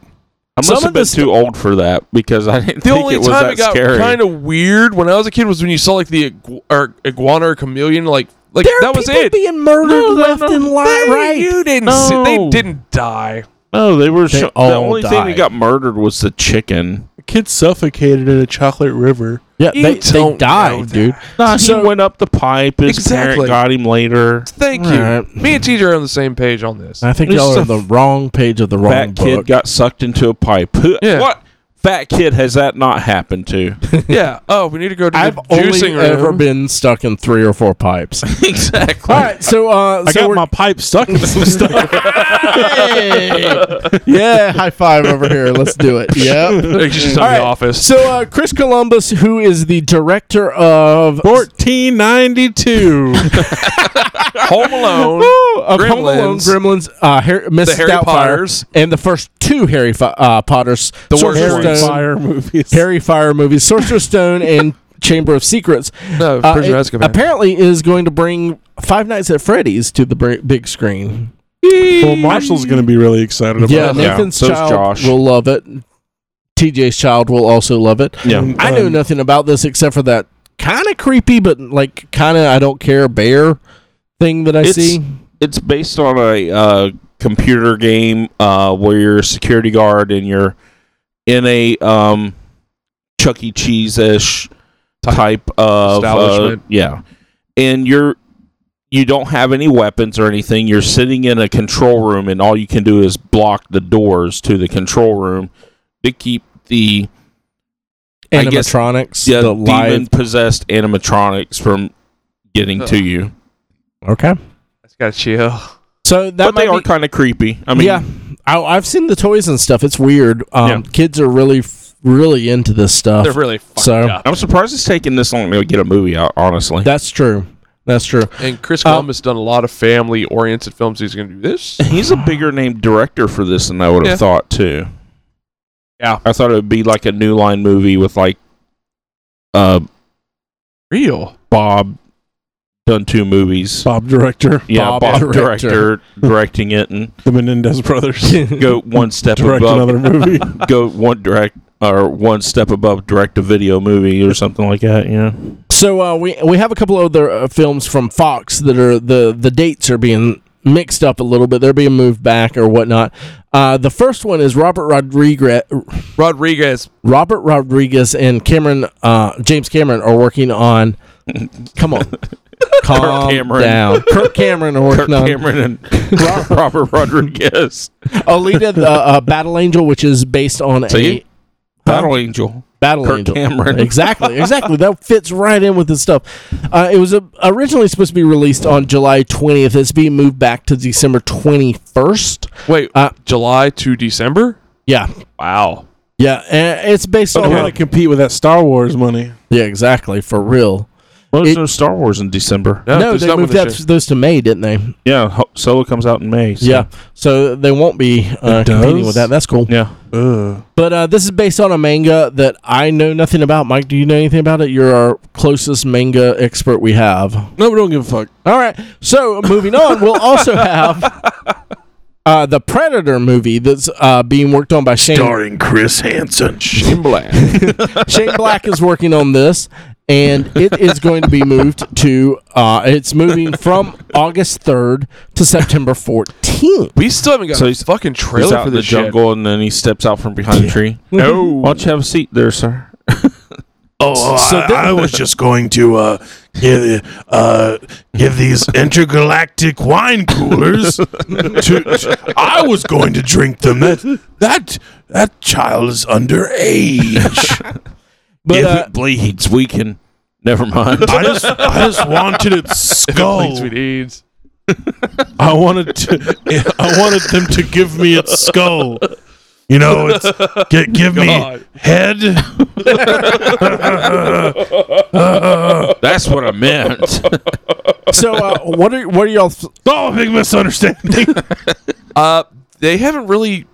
Speaker 3: I must
Speaker 1: Some
Speaker 3: have
Speaker 1: of
Speaker 3: been
Speaker 1: the stu-
Speaker 3: too old for that because I didn't
Speaker 4: The
Speaker 3: think
Speaker 4: only
Speaker 3: it was
Speaker 4: time
Speaker 3: that
Speaker 4: it got
Speaker 3: scary.
Speaker 4: kind of weird when I was a kid was when you saw like the igu- or iguana or chameleon, like like
Speaker 1: There are
Speaker 4: that was
Speaker 1: people
Speaker 4: it.
Speaker 1: being murdered
Speaker 3: No, no,
Speaker 1: left
Speaker 3: no.
Speaker 1: and li-
Speaker 4: They-
Speaker 1: right.
Speaker 4: You didn't. See,
Speaker 3: No.
Speaker 4: they didn't die.
Speaker 3: no, they were.
Speaker 1: They
Speaker 3: sho- the
Speaker 1: all
Speaker 3: only thing
Speaker 1: died.
Speaker 3: that got murdered was the chicken.
Speaker 2: A kid suffocated in a chocolate river.
Speaker 1: yeah,
Speaker 4: You
Speaker 1: they,
Speaker 4: don't
Speaker 1: they
Speaker 4: know
Speaker 1: died,
Speaker 4: that.
Speaker 1: dude.
Speaker 3: Nah,
Speaker 1: So-
Speaker 3: he went up the pipe. His parent
Speaker 4: Exactly.
Speaker 3: got him later.
Speaker 4: Thank
Speaker 1: All
Speaker 4: you.
Speaker 1: right. Uh,
Speaker 4: Me and TJ are on the same page on this.
Speaker 1: I think
Speaker 3: It's
Speaker 1: y'all are
Speaker 3: a
Speaker 1: on the wrong page of the wrong
Speaker 3: Fat
Speaker 1: book.
Speaker 3: kid got sucked into a pipe. Who,
Speaker 4: Yeah.
Speaker 3: What fat kid has that not happened to?
Speaker 4: yeah. Oh, we need to go to
Speaker 1: I've
Speaker 4: the
Speaker 1: only
Speaker 4: juicing
Speaker 1: ever
Speaker 4: room.
Speaker 1: been stuck in three or four pipes.
Speaker 3: exactly.
Speaker 1: All right, so uh,
Speaker 2: I
Speaker 1: so
Speaker 2: got
Speaker 1: we're-
Speaker 2: my pipe stuck in some stuff.
Speaker 1: Hey! yeah, high five over here. Let's do it. Yep.
Speaker 4: It's just in
Speaker 1: All right,
Speaker 4: the office.
Speaker 1: So, uh, Chris Columbus, who is the director of
Speaker 2: 1492.
Speaker 4: Home Alone.
Speaker 1: Ooh, of Home Alone,
Speaker 4: Gremlins.
Speaker 1: Gremlins, uh, Harry, Miss
Speaker 4: The Harry
Speaker 1: Doubtfire,
Speaker 4: Potters.
Speaker 1: and the first two Harry Fi- uh, Potters,
Speaker 4: The worst
Speaker 1: Sorcerer's
Speaker 4: ones.
Speaker 2: Harry
Speaker 1: Stone,
Speaker 2: Fire movies.
Speaker 1: Harry Fire movies, Sorcerer's Stone, and Chamber of Secrets.
Speaker 4: No,
Speaker 1: Uh,
Speaker 4: Prisoner of
Speaker 1: it
Speaker 4: Azkaban.
Speaker 1: apparently is going to bring Five Nights at Freddy's to the br- big screen.
Speaker 2: Well, Marshall's going to be really excited about
Speaker 1: Yeah,
Speaker 2: it.
Speaker 3: Yeah,
Speaker 1: Nathan's
Speaker 3: so's
Speaker 1: child
Speaker 3: Josh.
Speaker 1: will love it. TJ's child will also love it.
Speaker 3: Yeah.
Speaker 1: I know
Speaker 2: Um,
Speaker 1: nothing about this except for that kind of creepy, but like kind of I don't care bear thing that I
Speaker 3: It's-
Speaker 1: see.
Speaker 3: It's based on a uh, computer game uh, where you're a security guard and you're in a um, Chuck E. Cheese ish
Speaker 4: Type
Speaker 3: type, of uh,
Speaker 4: establishment.
Speaker 3: yeah, and you're you don't have any weapons or anything. You're sitting in a control room, and all you can do is block the doors to the control room to keep the I guess-
Speaker 1: Animatronics,
Speaker 3: yeah,
Speaker 1: the
Speaker 3: demon
Speaker 1: live.
Speaker 3: possessed animatronics from getting
Speaker 1: Uh,
Speaker 3: to
Speaker 4: Ugh.
Speaker 3: you.
Speaker 1: Okay,
Speaker 4: That's got to chill.
Speaker 1: so that
Speaker 3: but they
Speaker 1: might
Speaker 3: are
Speaker 1: be-
Speaker 3: kind of creepy. I mean,
Speaker 1: yeah, I, I've seen the toys and stuff. It's weird. Um, Kids are really, f- really into this stuff.
Speaker 4: They're really fucked
Speaker 1: So-
Speaker 4: up.
Speaker 3: I'm surprised it's taking this long to get a movie out. Honestly,
Speaker 1: That's true. That's true.
Speaker 4: And Chris
Speaker 1: Uh,
Speaker 4: Columbus done a lot of family oriented films. He's going to do this.
Speaker 3: he's a bigger name director for this than I would have
Speaker 4: Yeah.
Speaker 3: thought too.
Speaker 4: Yeah.
Speaker 3: I thought it would be like a new line movie with like uh
Speaker 4: Real.
Speaker 3: Bob done two movies.
Speaker 2: Bob director,
Speaker 3: yeah,
Speaker 1: Bob
Speaker 3: Bob
Speaker 1: director.
Speaker 3: director, directing it and
Speaker 2: the Menendez brothers,
Speaker 3: go one step
Speaker 2: direct
Speaker 3: above
Speaker 2: another movie.
Speaker 3: go one direct or one step above direct to video movie or something like that, you know.
Speaker 1: So uh, we we have a couple other uh, films from Fox that are the the dates are being mixed up a little bit. They're being moved back or whatnot. Uh, the first one is Robert Rodriguez.
Speaker 4: Rodriguez.
Speaker 1: Robert Rodriguez and Cameron uh, James Cameron are working on. Come on, calm
Speaker 3: Cameron.
Speaker 1: down. Kirk Cameron are
Speaker 3: Kirk
Speaker 1: working on
Speaker 3: Cameron and Robert Rodriguez.
Speaker 1: Alita the uh, Battle Angel, which is based on a
Speaker 3: See? Battle Angel.
Speaker 1: Battle
Speaker 3: Kirk
Speaker 1: Angel.
Speaker 3: Cameron.
Speaker 1: Exactly, exactly. that fits right in with this stuff. Uh, it was uh originally supposed to be released on July 20th. It's being moved back to December 21st.
Speaker 4: Wait,
Speaker 1: Uh,
Speaker 4: July to December?
Speaker 1: Yeah,
Speaker 4: Wow.
Speaker 1: yeah. And it's based
Speaker 2: I
Speaker 1: on.
Speaker 2: want to compete with that Star Wars money.
Speaker 1: Yeah, exactly. For real.
Speaker 3: Well, there's
Speaker 1: It-
Speaker 3: no Star Wars in December.
Speaker 1: no,
Speaker 4: Oh, there's
Speaker 1: they
Speaker 4: none
Speaker 1: moved that,
Speaker 4: this year.
Speaker 1: those to May, didn't they?
Speaker 3: Yeah, Ho- Solo comes out in May. so-
Speaker 1: Yeah. So they won't be uh,
Speaker 2: It
Speaker 1: competing
Speaker 2: does?
Speaker 1: with that. That's cool.
Speaker 3: Yeah.
Speaker 2: Ugh.
Speaker 1: But uh, this is based on a manga that I know nothing about. Mike, do you know anything about it? You're our closest manga expert we have.
Speaker 2: No, we don't give a fuck.
Speaker 1: All right. So moving on, we'll also have uh, the Predator movie that's uh, being worked on by Shane.
Speaker 2: Chris Hansen.
Speaker 1: Shane Black is working on this, and it is going to be moved to. Uh, it's moving from August third to September fourteenth.
Speaker 4: We still haven't got
Speaker 3: So
Speaker 4: a
Speaker 3: he's-
Speaker 4: fucking
Speaker 3: He's
Speaker 4: trailer
Speaker 3: out
Speaker 4: for
Speaker 3: in the
Speaker 4: this shit.
Speaker 3: jungle and then he steps out from behind a tree.
Speaker 4: No.
Speaker 3: Why don't you have a seat there, sir?
Speaker 7: Oh,
Speaker 1: So
Speaker 7: I,
Speaker 1: then-
Speaker 7: I was just going to uh, give uh, give these intergalactic wine coolers. To, to- I was going to drink them. That that that child is underage.
Speaker 1: But
Speaker 3: if
Speaker 1: uh,
Speaker 3: it bleeds, we can. Never mind.
Speaker 7: I just I just wanted its skull.
Speaker 1: Oh.
Speaker 4: Please, we needs.
Speaker 7: I wanted to, I wanted them to give me its skull. You know, it's gi- give me head.
Speaker 3: That's what I meant.
Speaker 1: so uh, what are what are y'all?
Speaker 7: Oh, a big misunderstanding.
Speaker 4: Uh, they haven't really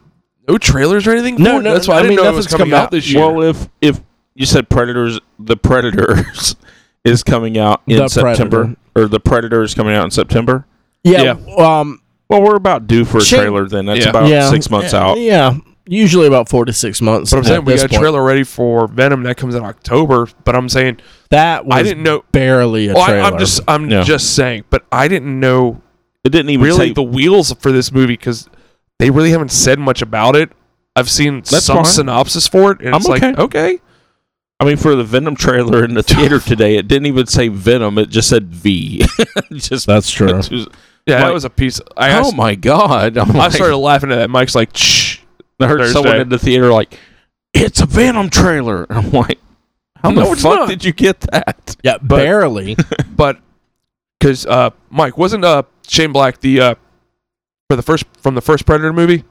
Speaker 4: no trailers or anything.
Speaker 1: No,
Speaker 4: for it.
Speaker 1: no,
Speaker 4: That's why I,
Speaker 1: I
Speaker 4: didn't
Speaker 1: mean,
Speaker 4: know it was
Speaker 1: nothing's
Speaker 4: coming
Speaker 1: come
Speaker 4: out
Speaker 1: out.
Speaker 4: this year.
Speaker 3: well, if if you said Predators, the Predators is coming out in
Speaker 1: The
Speaker 3: September, or the Predator is coming out in September.
Speaker 1: Yeah. Um.
Speaker 3: Well, we're about due for a
Speaker 1: Shane-
Speaker 3: trailer. Then that's
Speaker 4: Yeah.
Speaker 3: about
Speaker 1: Yeah.
Speaker 3: six months out.
Speaker 1: Yeah. Usually about four to six months.
Speaker 4: but I'm saying
Speaker 1: at
Speaker 4: we
Speaker 1: this
Speaker 4: got a
Speaker 1: point.
Speaker 4: trailer ready for Venom that comes out October. But I'm saying
Speaker 1: That was
Speaker 4: I didn't know.
Speaker 1: barely a
Speaker 4: Oh,
Speaker 1: trailer.
Speaker 4: I, I'm just I'm
Speaker 3: Yeah.
Speaker 4: just saying. But I didn't know
Speaker 3: It didn't even
Speaker 4: really
Speaker 3: say
Speaker 4: the wheels for this movie because they really haven't said much about it. I've seen
Speaker 3: That's
Speaker 4: some
Speaker 3: fine.
Speaker 4: synopsis for it, and
Speaker 3: I'm
Speaker 4: it's
Speaker 3: okay.
Speaker 4: like okay,
Speaker 3: I mean, for the Venom trailer in the theater today, it didn't even say Venom. It just said V. just
Speaker 1: That's true.
Speaker 4: yeah, that
Speaker 3: Like-
Speaker 4: was a piece. I
Speaker 3: Oh
Speaker 4: asked,
Speaker 3: my god! I'm
Speaker 4: I
Speaker 3: like-
Speaker 4: started laughing at that. Mike's like, shh.
Speaker 3: I heard
Speaker 4: Thursday.
Speaker 3: someone in the theater like, "It's a Venom trailer." And I'm like, "How
Speaker 4: No,
Speaker 3: the
Speaker 4: it's
Speaker 3: fuck
Speaker 4: not.
Speaker 3: did you get that?"
Speaker 1: Yeah, barely.
Speaker 4: but because uh, Mike wasn't uh, Shane Black the uh, for the first from the first Predator movie.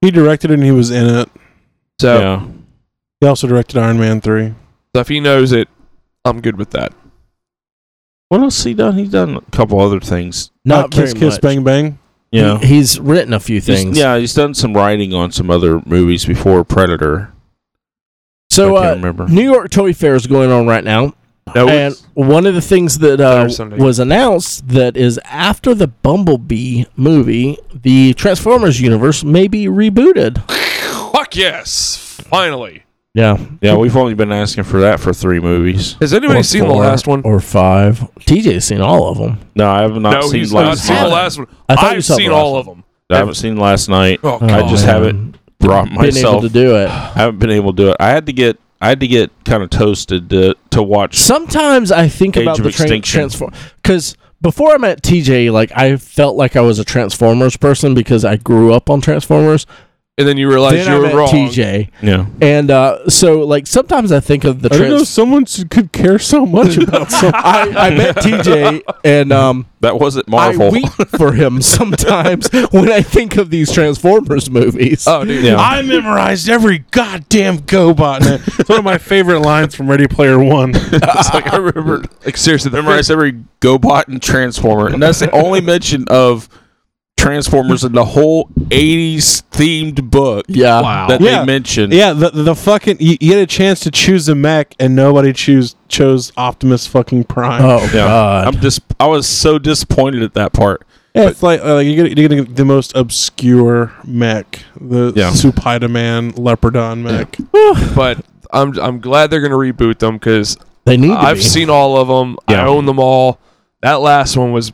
Speaker 2: He directed it and he was in it.
Speaker 4: So,
Speaker 3: yeah.
Speaker 2: He also directed Iron Man 3.
Speaker 4: so if he knows it, I'm good with that.
Speaker 3: What else he done? He done a couple other things.
Speaker 1: Not
Speaker 2: Uh, Kiss
Speaker 1: very
Speaker 2: Kiss
Speaker 1: much.
Speaker 2: Bang Bang.
Speaker 3: Yeah.
Speaker 1: He- he's written a few
Speaker 3: He's-
Speaker 1: things.
Speaker 3: yeah, he's done some writing on some other movies before Predator.
Speaker 1: So
Speaker 3: I
Speaker 1: uh,
Speaker 3: can't remember.
Speaker 1: New York Toy Fair is going on right now.
Speaker 4: No,
Speaker 1: And one of the things that uh,
Speaker 4: Saturday, Sunday.
Speaker 1: was announced that is after the Bumblebee movie, the Transformers universe may be rebooted.
Speaker 4: fuck yes, finally.
Speaker 1: Yeah.
Speaker 3: Yeah, we've only been asking for that for three movies.
Speaker 4: Has anybody seen the last one?
Speaker 1: Or five. TJ's seen all of them.
Speaker 3: No, I have not
Speaker 4: no,
Speaker 3: seen
Speaker 4: he's not
Speaker 3: last
Speaker 4: seen the
Speaker 3: night.
Speaker 4: last one.
Speaker 1: I thought you
Speaker 4: I've
Speaker 1: saw the
Speaker 4: seen
Speaker 1: last
Speaker 4: all of them.
Speaker 3: I haven't seen last night.
Speaker 4: Oh,
Speaker 3: I just
Speaker 1: man.
Speaker 3: haven't brought
Speaker 1: Been able
Speaker 3: myself.
Speaker 1: to do it.
Speaker 3: I haven't been able to do it. I had to get. I had to get kind of toasted to to watch.
Speaker 1: Sometimes I think
Speaker 3: Age
Speaker 1: about
Speaker 3: of
Speaker 1: the tra-
Speaker 3: Extinction.
Speaker 1: transform because before I met TJ, like I felt like I was a Transformers person because I grew up on Transformers.
Speaker 4: And then you realize
Speaker 1: Then I
Speaker 4: you
Speaker 1: met
Speaker 4: were wrong.
Speaker 1: TJ,
Speaker 3: Yeah.
Speaker 1: and uh, so like sometimes I think of the
Speaker 2: I didn't know
Speaker 1: trans.
Speaker 2: someone could care so much about something.
Speaker 1: I, I met TJ, and um,
Speaker 3: That wasn't
Speaker 1: I
Speaker 3: Marvel.
Speaker 1: weep for him sometimes when I think of these Transformers movies.
Speaker 4: Oh, dude.
Speaker 3: Yeah.
Speaker 2: I memorized every goddamn GoBot. name. It's one of my favorite lines from Ready Player One.
Speaker 3: it's like I remember
Speaker 4: Like, seriously, the
Speaker 3: memorize every GoBot and Transformer, and that's the only mention of Transformers in the whole '80s themed book
Speaker 1: yeah,
Speaker 3: that
Speaker 2: Yeah.
Speaker 3: they mentioned.
Speaker 2: Yeah, the the fucking you, you had a chance to choose a mech and nobody choose chose Optimus fucking Prime.
Speaker 1: Oh
Speaker 3: Yeah.
Speaker 1: god.
Speaker 3: I'm just. I was so disappointed at that part.
Speaker 2: Yeah, it's like, like you're, gonna, you're gonna get the most obscure mech, the
Speaker 3: Yeah.
Speaker 2: Supaidaman Leopardon mech.
Speaker 4: but I'm I'm glad they're gonna reboot them because
Speaker 1: they need to
Speaker 4: I've
Speaker 1: be.
Speaker 4: seen all of them. I
Speaker 3: Yeah.
Speaker 4: own them all. That last one was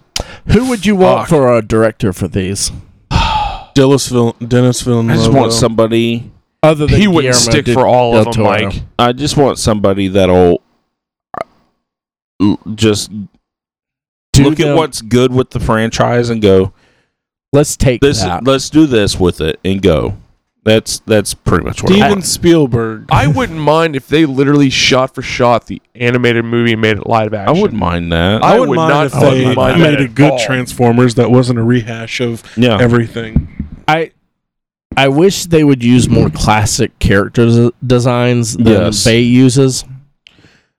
Speaker 1: Who would you want for a director for these?
Speaker 2: Dillisville, Dennis Villeneuve.
Speaker 3: I just want somebody.
Speaker 1: Other than
Speaker 4: he wouldn't
Speaker 1: Guillermo
Speaker 4: stick
Speaker 1: del-
Speaker 4: for all
Speaker 1: del
Speaker 4: of them,
Speaker 1: Toro.
Speaker 4: Mike.
Speaker 3: I just want somebody that'll uh, just
Speaker 1: Do
Speaker 3: look
Speaker 1: them-
Speaker 3: at what's good with the franchise and go.
Speaker 1: Let's take
Speaker 3: This
Speaker 1: that.
Speaker 3: let's do this with it and go. That's that's pretty much what. I
Speaker 2: Steven
Speaker 3: want.
Speaker 2: Spielberg.
Speaker 4: I wouldn't mind if they literally shot for shot the animated movie and made it live
Speaker 3: I
Speaker 4: action.
Speaker 3: wouldn't mind that.
Speaker 4: I
Speaker 2: wouldn't
Speaker 4: would
Speaker 2: mind
Speaker 4: not
Speaker 2: if
Speaker 4: fucking
Speaker 2: they
Speaker 4: mind
Speaker 2: made
Speaker 4: that
Speaker 2: a
Speaker 4: at
Speaker 2: good
Speaker 4: all.
Speaker 2: Transformers that wasn't a rehash of
Speaker 3: yeah.
Speaker 2: everything.
Speaker 1: I I wish they would use more classic character z- designs than
Speaker 3: Yes.
Speaker 1: Bay uses.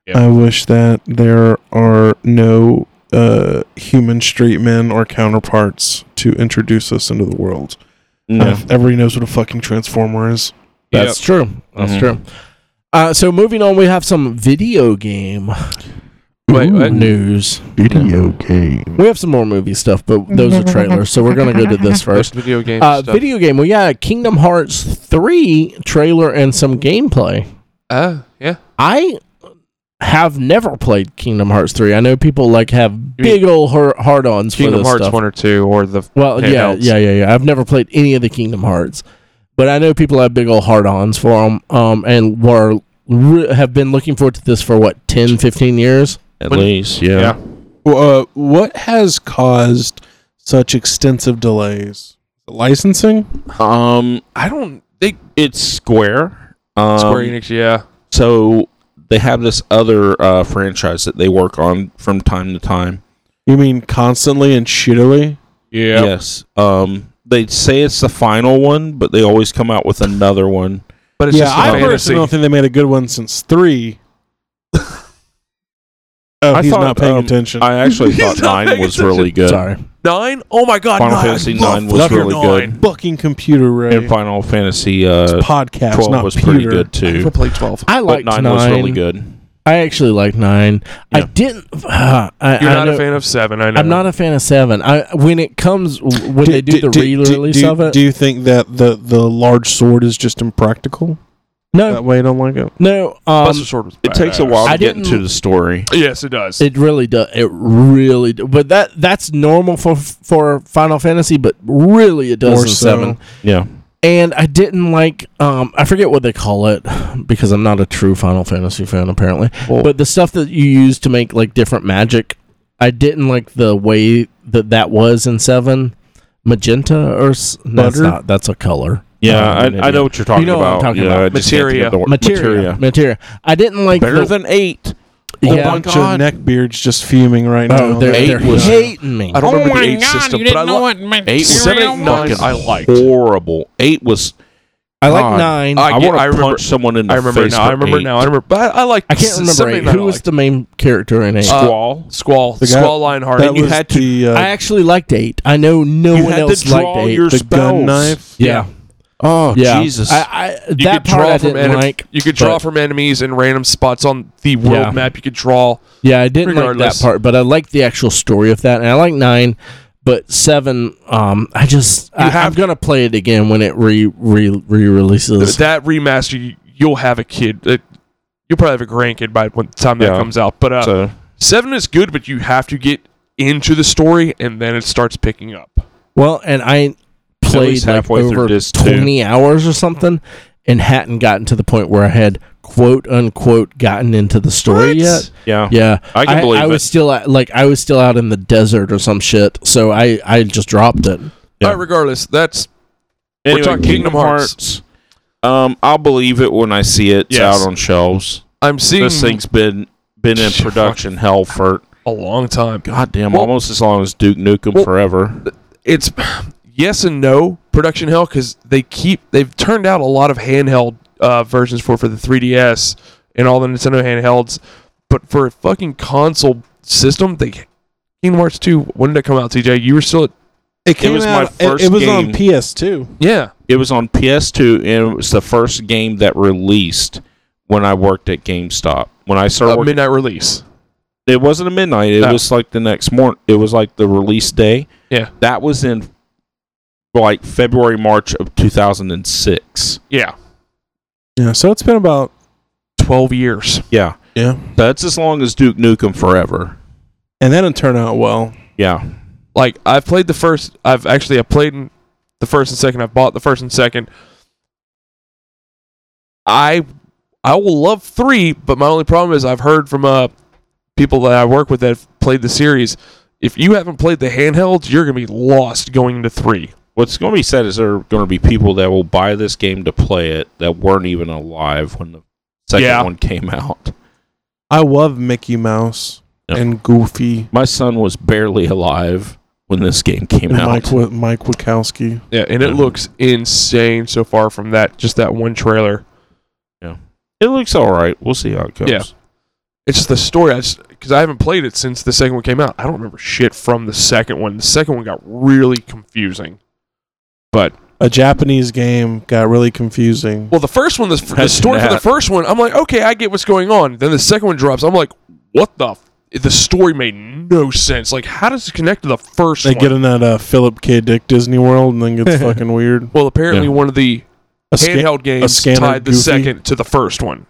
Speaker 4: Yeah.
Speaker 2: I wish that there are no uh, human street men or counterparts to introduce us into the world.
Speaker 3: No.
Speaker 2: If Everybody knows what a fucking transformer is.
Speaker 1: That's true. That's
Speaker 4: Mm-hmm.
Speaker 3: Mhm.
Speaker 1: true. Uh, so moving on, we have some video game
Speaker 4: Wait, uh, what?
Speaker 1: news. Video game. We have some more movie stuff, but those are trailers. So we're gonna go to this first.
Speaker 4: First video game
Speaker 1: Uh,
Speaker 4: stuff.
Speaker 1: video game. We got a Kingdom Hearts three trailer and some gameplay.
Speaker 4: Uh, yeah.
Speaker 1: I have never played Kingdom Hearts three. I know people like have big old hard ons for
Speaker 4: Kingdom
Speaker 1: this
Speaker 4: Hearts
Speaker 1: stuff.
Speaker 4: one or two, or the
Speaker 1: Well, yeah,
Speaker 4: handhelds.
Speaker 1: yeah, yeah, yeah. I've never played any of the Kingdom Hearts, but I know people have big old hard-ons for them, um, and were re- have been looking forward to this for what 10, 15 years.
Speaker 3: At
Speaker 4: When-
Speaker 3: least, yeah.
Speaker 4: Yeah.
Speaker 2: Uh, what has caused such extensive delays? Licensing?
Speaker 3: Um,
Speaker 4: I don't. They
Speaker 3: it's Square. Um,
Speaker 4: Square Enix, yeah.
Speaker 3: So they have this other uh, franchise that they work on from time to time.
Speaker 2: You mean constantly and shittily?
Speaker 4: Yeah.
Speaker 3: Yes. Um, they say it's the final one, but they always come out with another one.
Speaker 4: But it's
Speaker 2: yeah,
Speaker 4: just a
Speaker 2: I
Speaker 4: fantasy.
Speaker 2: personally don't think they made a good one since three. oh,
Speaker 3: I
Speaker 2: he's
Speaker 3: thought,
Speaker 2: not paying
Speaker 3: um,
Speaker 2: attention.
Speaker 3: I actually thought
Speaker 4: He's not
Speaker 3: nine
Speaker 4: paying
Speaker 3: was really good.
Speaker 1: Sorry,
Speaker 4: nine? Oh my god,
Speaker 3: Final
Speaker 4: nine.
Speaker 3: Fantasy
Speaker 4: I love
Speaker 3: nine was
Speaker 4: fucking
Speaker 3: really good.
Speaker 4: nine.
Speaker 2: Fucking computer Ray.
Speaker 3: And Final Fantasy
Speaker 2: It's
Speaker 3: uh,
Speaker 2: podcast,
Speaker 3: twelve
Speaker 2: not
Speaker 3: was
Speaker 2: Peter.
Speaker 3: pretty good too.
Speaker 4: I played twelve.
Speaker 1: I
Speaker 3: But
Speaker 1: liked
Speaker 3: nine,
Speaker 1: nine.
Speaker 3: was really good.
Speaker 1: I actually liked nine. I
Speaker 3: Yeah.
Speaker 1: didn't. Uh, I,
Speaker 4: You're
Speaker 1: I
Speaker 4: not
Speaker 1: know-
Speaker 4: a fan of seven, I know.
Speaker 1: I'm not a fan of seven. I when it comes when they do the re-release
Speaker 2: do-
Speaker 1: of it.
Speaker 2: Do you think that the the large sword is just impractical?
Speaker 1: no,
Speaker 2: That way, I don't like it.
Speaker 1: no.
Speaker 4: uh, Buster
Speaker 1: Um,
Speaker 4: Sword was
Speaker 3: It takes a
Speaker 4: badass.
Speaker 3: while to
Speaker 1: I
Speaker 3: get into
Speaker 1: didn't-
Speaker 3: the story.
Speaker 4: Yes, it does.
Speaker 1: it really does. It really. Do, but that that's normal for for Final Fantasy. But really, it does
Speaker 2: More
Speaker 1: in
Speaker 2: so.
Speaker 1: seven.
Speaker 3: Yeah.
Speaker 1: and I didn't like um I forget what they call it because I'm not a true Final Fantasy fan apparently. but the stuff that you use to make like different magic, I didn't like the way that that was in 7 magenta or s- no, that's
Speaker 2: Butter?
Speaker 1: not that's a color.
Speaker 3: Yeah,
Speaker 1: I'm an idiot.
Speaker 3: I, I know what you're talking
Speaker 1: You know what I'm
Speaker 3: about.
Speaker 1: talking
Speaker 3: yeah,
Speaker 1: about.
Speaker 3: I just can't think of the word-
Speaker 1: Materia. Materia. I didn't like
Speaker 3: Better
Speaker 1: the,
Speaker 3: than eight.
Speaker 2: Whole
Speaker 1: yeah.
Speaker 2: bunch of neckbeards just fuming right now.
Speaker 1: Oh, they're,
Speaker 3: Eight
Speaker 1: they're
Speaker 3: was-
Speaker 1: hating me.
Speaker 4: I don't remember the eight system, but I like
Speaker 3: Eight was
Speaker 4: seven, eight, nine. I liked.
Speaker 3: horrible. Eight was.
Speaker 1: I like
Speaker 3: God.
Speaker 1: 9.
Speaker 3: I,
Speaker 4: I get-
Speaker 3: want
Speaker 4: I
Speaker 3: to
Speaker 4: remember-
Speaker 3: punch someone in the
Speaker 4: I remember
Speaker 3: face.
Speaker 4: now. I
Speaker 3: for
Speaker 4: remember
Speaker 3: eight.
Speaker 4: now. I remember. But I, I like.
Speaker 1: I can't remember
Speaker 4: seven,
Speaker 1: eight.
Speaker 4: nine,
Speaker 1: Who
Speaker 4: I
Speaker 1: was
Speaker 4: liked.
Speaker 1: the main character in 8?
Speaker 4: Uh,
Speaker 3: Squall.
Speaker 4: Squall?
Speaker 2: The guy-
Speaker 4: Squall Lionheart.
Speaker 2: that
Speaker 4: And you
Speaker 2: was
Speaker 4: had
Speaker 2: the, uh,
Speaker 1: I actually liked 8. I know no
Speaker 3: You
Speaker 1: one
Speaker 3: had
Speaker 1: else
Speaker 3: to draw
Speaker 1: liked 8.
Speaker 3: your
Speaker 2: the
Speaker 3: spells.
Speaker 2: gun knife.
Speaker 1: yeah.
Speaker 3: Oh
Speaker 1: Yeah,
Speaker 3: Jesus!
Speaker 1: I, I,
Speaker 4: You
Speaker 1: that
Speaker 4: could draw
Speaker 1: part I
Speaker 4: from
Speaker 1: didn't
Speaker 4: enem-
Speaker 1: like.
Speaker 4: You could draw
Speaker 1: but-
Speaker 4: from enemies in random spots on the world
Speaker 1: Yeah.
Speaker 4: map. You could draw.
Speaker 1: Yeah, I didn't like
Speaker 4: Regardless.
Speaker 1: that part, but I like the actual story of that, and I like nine, but seven. Um, I just I,
Speaker 4: have-
Speaker 1: I'm gonna play it again when it re re re releases.
Speaker 4: That remaster, you, you'll have a kid. It, you'll probably have a grandkid by when the time that
Speaker 3: Yeah.
Speaker 4: comes out. But uh,
Speaker 3: so
Speaker 4: seven is good, but you have to get into the story, and then it starts picking up.
Speaker 1: Well, and I played
Speaker 3: least
Speaker 1: like
Speaker 3: halfway through
Speaker 1: over
Speaker 3: disc two.
Speaker 1: twenty hours or something, and hadn't gotten to the point where I had quote unquote gotten into the story yet.
Speaker 3: yeah,
Speaker 1: Yeah,
Speaker 3: I can believe
Speaker 1: I was
Speaker 3: it.
Speaker 1: still at, like I was still out in the desert or some shit, so I I just dropped it.
Speaker 3: Yeah.
Speaker 4: All right, regardless, that's
Speaker 3: Anyway,
Speaker 4: talking Kingdom
Speaker 3: Um, I'll believe it when I see it It's
Speaker 4: Yes.
Speaker 3: out on shelves.
Speaker 4: I'm seeing
Speaker 3: This thing's been been in
Speaker 4: Fuck.
Speaker 3: production hell for
Speaker 4: a long time.
Speaker 3: goddamn
Speaker 4: Well-
Speaker 3: almost as long as Duke Nukem
Speaker 4: Well-
Speaker 3: Forever.
Speaker 4: It's yes and no production hell because they keep they've turned out a lot of handheld uh, versions for for the 3DS and all the Nintendo handhelds, but for a fucking console system, they Kingdom Hearts 2 when did it come out? TJ, you were still at
Speaker 2: It came
Speaker 3: was my
Speaker 2: out. it-
Speaker 3: first
Speaker 2: it, was
Speaker 3: game.
Speaker 2: on PS2.
Speaker 4: yeah.
Speaker 3: It was on PS2 and it was the first game that released when I worked at GameStop. When I started
Speaker 4: Uh,
Speaker 3: working
Speaker 4: midnight release.
Speaker 3: it wasn't a midnight. It
Speaker 4: No.
Speaker 3: was like the next morning. It was like the release day.
Speaker 4: Yeah.
Speaker 3: That was in like February, March of 2006.
Speaker 4: Yeah,
Speaker 2: Yeah, so it's been about.
Speaker 4: twelve years.
Speaker 3: Yeah.
Speaker 2: Yeah.
Speaker 3: That's as long as Duke Nukem Forever.
Speaker 2: And that didn't turn out well.
Speaker 3: Yeah.
Speaker 4: like I've played the first. I've actually I played in the first and second. I've bought the first and second. I I will love three, but my only problem is I've heard from uh people that I work with that have played the series. If you haven't played the handhelds, you're gonna be lost going into three.
Speaker 3: What's going to be said is there are going to be people that will buy this game to play it that weren't even alive when the second
Speaker 4: Yeah.
Speaker 3: one came out.
Speaker 2: I love Mickey Mouse
Speaker 3: Yeah.
Speaker 2: and Goofy
Speaker 3: My son was barely alive when this game came
Speaker 2: and
Speaker 3: out.
Speaker 2: Mike Wa- Mike Wachowski.
Speaker 4: Yeah, and it looks insane so far from that just that one trailer.
Speaker 3: it looks all right. We'll see how it goes.
Speaker 4: Yeah. It's just the story. I just because I haven't played it since the second one came out. I don't remember shit from the second one. The second one got really confusing. But
Speaker 2: A Japanese game got really confusing.
Speaker 4: Well, the first one, the, the
Speaker 3: That's
Speaker 4: story for the
Speaker 3: not-
Speaker 4: first one, I'm like, okay, I get what's going on. Then the second one drops. I'm like, what the? F-? The story made no sense. Like, how does it connect to the first
Speaker 2: They
Speaker 4: one?
Speaker 2: get in that uh, Philip K. Dick Disney World and then gets fucking weird.
Speaker 4: well, apparently
Speaker 3: Yeah.
Speaker 4: one of the
Speaker 2: A sca-
Speaker 4: handheld games
Speaker 2: scanner
Speaker 4: tied the
Speaker 2: Goofy?
Speaker 4: second to the first one.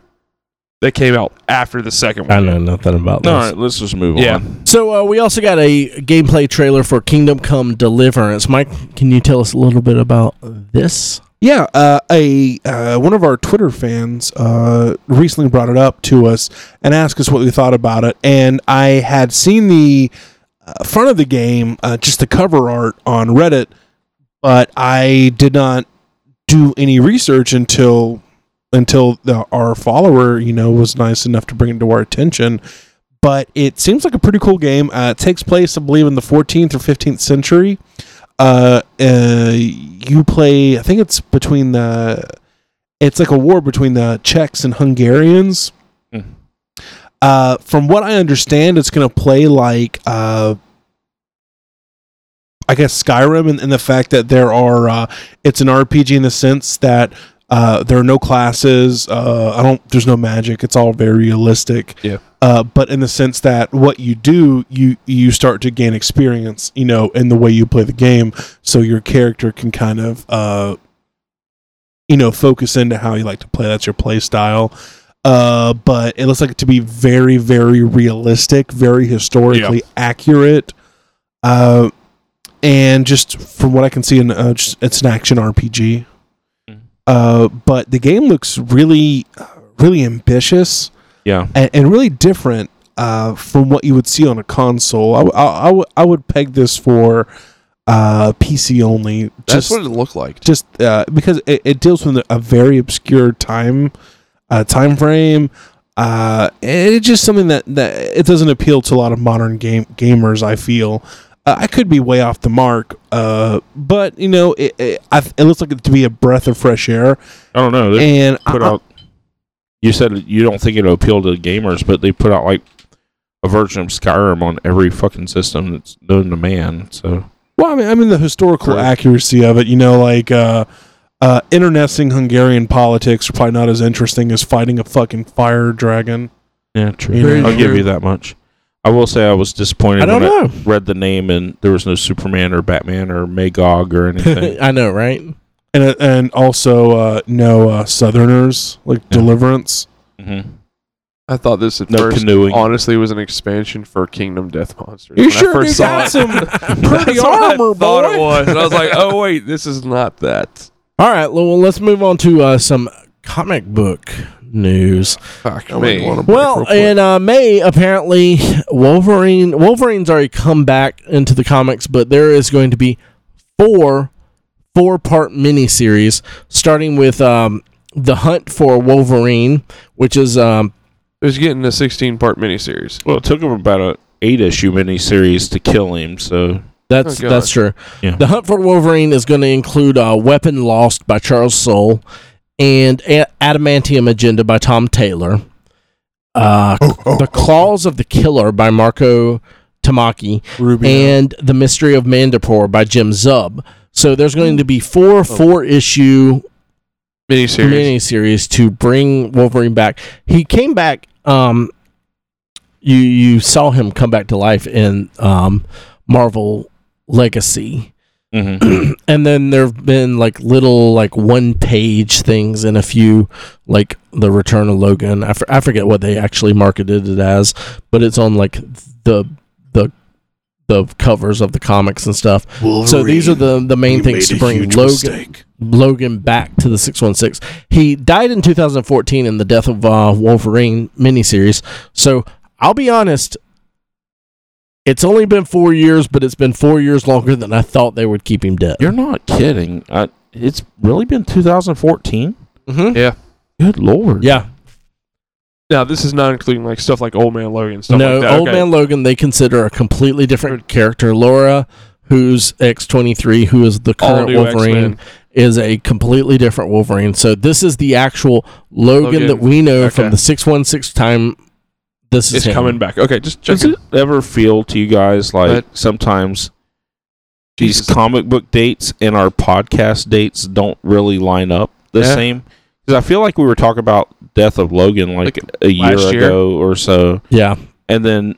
Speaker 4: That came out after the second
Speaker 1: I
Speaker 4: one.
Speaker 1: know nothing about this.
Speaker 3: All right, let's just move
Speaker 4: Yeah.
Speaker 3: on.
Speaker 1: So uh, we also got a gameplay trailer for Kingdom Come Deliverance. Mike, can you tell us a little bit about this?
Speaker 2: Yeah, uh, a uh, one of our Twitter fans uh, recently brought it up to us and asked us what we thought about it. And I had seen the uh, front of the game, uh, just the cover art on Reddit, but I did not do any research until until the, our follower, you know, was nice enough to bring it to our attention. But it seems like a pretty cool game. Uh, it takes place, I believe, in the 14th or 15th century uh, uh, you play. I think it's between the. It's like a war between the Czechs and Hungarians.
Speaker 3: Mm.
Speaker 2: Uh, from what I understand, it's going to play like, uh, I guess Skyrim, and, and the fact that there are. Uh, it's an RPG in the sense that. Uh, there are no classes. Uh, I don't. There's no magic. It's all very realistic.
Speaker 4: Yeah.
Speaker 2: Uh, but in the sense that what you do, you you start to gain experience. You know, in the way you play the game so your character can kind of uh you know focus into how you like to play that's your play style uh but it looks like to be very very realistic very historically accurate uh and just from what i can see in uh, just, it's an action rpg
Speaker 4: Mm-hmm.
Speaker 3: Mhm.
Speaker 2: uh but the game looks really really ambitious
Speaker 3: Yeah.
Speaker 2: and, and really different uh, from what you would see on a console. I, w- I- I w- I would peg this for uh, PC only,
Speaker 4: That's
Speaker 2: just
Speaker 4: what it looked like.
Speaker 2: just uh, because it, it deals with a very obscure time uh, time frame. Uh, and it's just something that, that it doesn't appeal to a lot of modern game gamers. I feel uh, I could be way off the mark, uh, but you know, it it, I, it looks like it to be a breath of fresh air.
Speaker 3: I don't know. They're
Speaker 2: And
Speaker 3: put
Speaker 2: I-
Speaker 3: out. You said you don't think it'll appeal to gamers, but they put out like a version of Skyrim on every fucking system that's known to man. So
Speaker 2: Well, I mean, I mean the historical
Speaker 3: Correct.
Speaker 2: accuracy of it. You know, like uh, Uh, internecine Hungarian politics are probably not as interesting as fighting a fucking fire dragon.
Speaker 3: Yeah, true.
Speaker 2: You know?
Speaker 3: I'll give you that much. I will say I was disappointed
Speaker 1: I don't
Speaker 3: when
Speaker 1: know.
Speaker 3: I read the name and there was no Superman or Batman or Magog or anything.
Speaker 1: I know, right?
Speaker 2: And uh, and also uh, no uh, Southerners like Deliverance.
Speaker 3: hmm
Speaker 4: I thought this at
Speaker 3: No
Speaker 4: first
Speaker 3: canoeing.
Speaker 4: honestly was an expansion for Kingdom Death Monsters.
Speaker 2: You
Speaker 4: When
Speaker 2: sure
Speaker 4: I first
Speaker 2: do
Speaker 4: saw
Speaker 2: got
Speaker 4: it,
Speaker 2: some
Speaker 4: that's
Speaker 2: pretty
Speaker 4: what
Speaker 2: armor,
Speaker 4: I thought
Speaker 2: boy.
Speaker 4: it was. And I was like, oh wait, this is not that.
Speaker 1: All right, well, let's move on to uh, some comic book news.
Speaker 4: Fuck
Speaker 7: I
Speaker 4: me.
Speaker 7: wouldn't wanna break real
Speaker 1: Well,
Speaker 7: quick.
Speaker 1: in uh, May, apparently Wolverine Wolverine's already come back into the comics, but there is going to be four four part miniseries, starting with um, the Hunt for Wolverine, which is um,
Speaker 4: It was getting a 16 part miniseries.
Speaker 3: Well, it took him about a eight issue miniseries to kill him, so
Speaker 1: that's
Speaker 4: Oh, God.
Speaker 1: that's true.
Speaker 3: Yeah.
Speaker 1: The Hunt for Wolverine is going to include uh, Weapon Lost by Charles Soule and A- Adamantium Agenda by Tom Taylor. Uh, the Claws of the Killer by Marco Tamaki.
Speaker 2: Ruby.
Speaker 1: and The Mystery of Mandapore by Jim Zub. So there's going to be four four issue
Speaker 4: Miniseries.
Speaker 1: miniseries to bring Wolverine back. He came back. Um, you you saw him come back to life in um, Marvel Legacy,
Speaker 4: Mm-hmm.
Speaker 3: mhm.
Speaker 1: and then there've been like little like one page things and a few like the Return of Logan. I, f- I forget what they actually marketed it as, but it's on like the the the covers of the comics and stuff. So these are the the main things to bring Logan Logan back to the 616. He died in 2014 in the Death of uh, Wolverine miniseries. So I'll be honest, it's only been four years, but it's been four years longer than I thought they would keep him dead.
Speaker 3: You're not kidding. I, it's really been 2014.
Speaker 1: Mm-hmm.
Speaker 3: Good lord.
Speaker 1: Yeah.
Speaker 4: Now this is not including like stuff like Old Man Logan stuff
Speaker 1: no,
Speaker 4: like that.
Speaker 1: Old
Speaker 4: Okay.
Speaker 1: Man Logan, they consider a completely different character. Laura, who's X23, who is the
Speaker 4: All
Speaker 1: current
Speaker 4: new
Speaker 1: Wolverine.
Speaker 4: X-Men.
Speaker 1: is a completely different Wolverine. So this is the actual Logan,
Speaker 4: Logan.
Speaker 1: that we know
Speaker 4: Okay.
Speaker 1: from the six one six time. This is
Speaker 4: It's
Speaker 1: him.
Speaker 4: coming back. Okay, just check
Speaker 3: Does it ever feel to you guys like sometimes these comic book dates and our podcast dates don't really line up the
Speaker 4: Yeah.
Speaker 3: same? Because I feel like we were talking about Death of Logan like, a year,
Speaker 4: last year?
Speaker 3: ago or so,
Speaker 1: Yeah,
Speaker 3: and then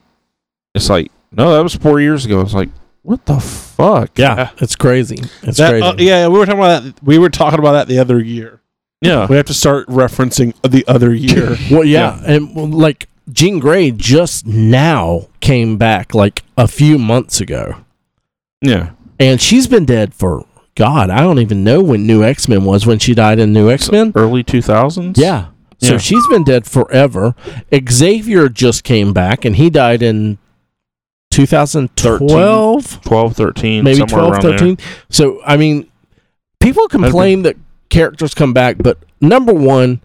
Speaker 3: it's like, no, that was four years ago. It's like, what the fuck?
Speaker 1: yeah, it's crazy. It's
Speaker 2: That,
Speaker 1: crazy.
Speaker 2: uh, yeah, we were talking about that. We were talking about that the other year.
Speaker 3: yeah.
Speaker 2: We have to start referencing the other year.
Speaker 1: Well, yeah, and well, like Jean Grey just now came back like a few months ago,
Speaker 3: Yeah.
Speaker 1: and she's been dead for God, I don't even know when New X Men was when she died in New X Men.
Speaker 3: Early 2000s?
Speaker 1: Yeah. So
Speaker 3: Yeah.
Speaker 1: she's been dead forever. Xavier just came back and he died in 2012,
Speaker 3: 12, 13,
Speaker 1: maybe
Speaker 3: somewhere
Speaker 1: 12,
Speaker 3: around there.
Speaker 1: 13. So, I mean, people complain that characters come back, but number one,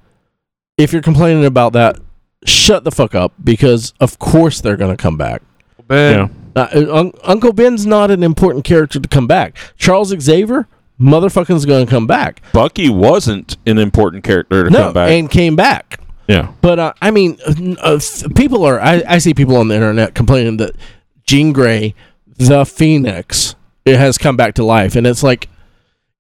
Speaker 1: if you're complaining about that, shut the fuck up because of course they're going to come back.
Speaker 4: Ben.
Speaker 3: Yeah.
Speaker 1: Uh, un- Uncle Ben's not an important character to come back. Charles Xavier, motherfucking's going to come back.
Speaker 3: Bucky wasn't an important character to
Speaker 1: no,
Speaker 3: come back.
Speaker 1: and came back.
Speaker 3: yeah.
Speaker 1: But uh, I mean, uh, n- uh, f- people are. I, I see people on the internet complaining that Jean Grey, the Phoenix, it has come back to life, and it's like,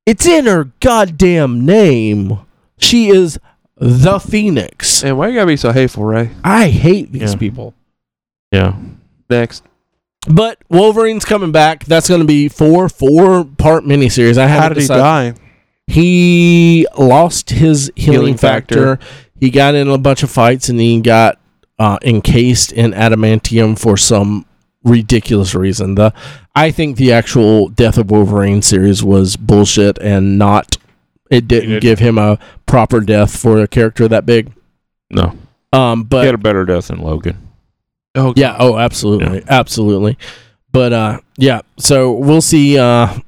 Speaker 1: it's in her goddamn name. She is the Phoenix.
Speaker 4: And why you gotta be so hateful, Ray?
Speaker 1: I hate these
Speaker 3: Yeah.
Speaker 1: people.
Speaker 3: Yeah.
Speaker 4: Next.
Speaker 1: But Wolverine's coming back. That's going to be four four part miniseries. I
Speaker 2: How
Speaker 1: haven't
Speaker 2: did he
Speaker 1: decided-
Speaker 2: die?
Speaker 1: he lost his healing,
Speaker 4: Healing
Speaker 1: factor.
Speaker 4: factor.
Speaker 1: He got in a bunch of fights and he got uh, encased in adamantium for some ridiculous reason. The I think the actual Death of Wolverine series was bullshit and not it didn't
Speaker 3: did.
Speaker 1: give him a proper death for a character that big.
Speaker 3: No.
Speaker 1: Um but
Speaker 3: he had a better death than Logan.
Speaker 4: Oh
Speaker 1: yeah, oh absolutely. Absolutely. But uh yeah, so we'll see uh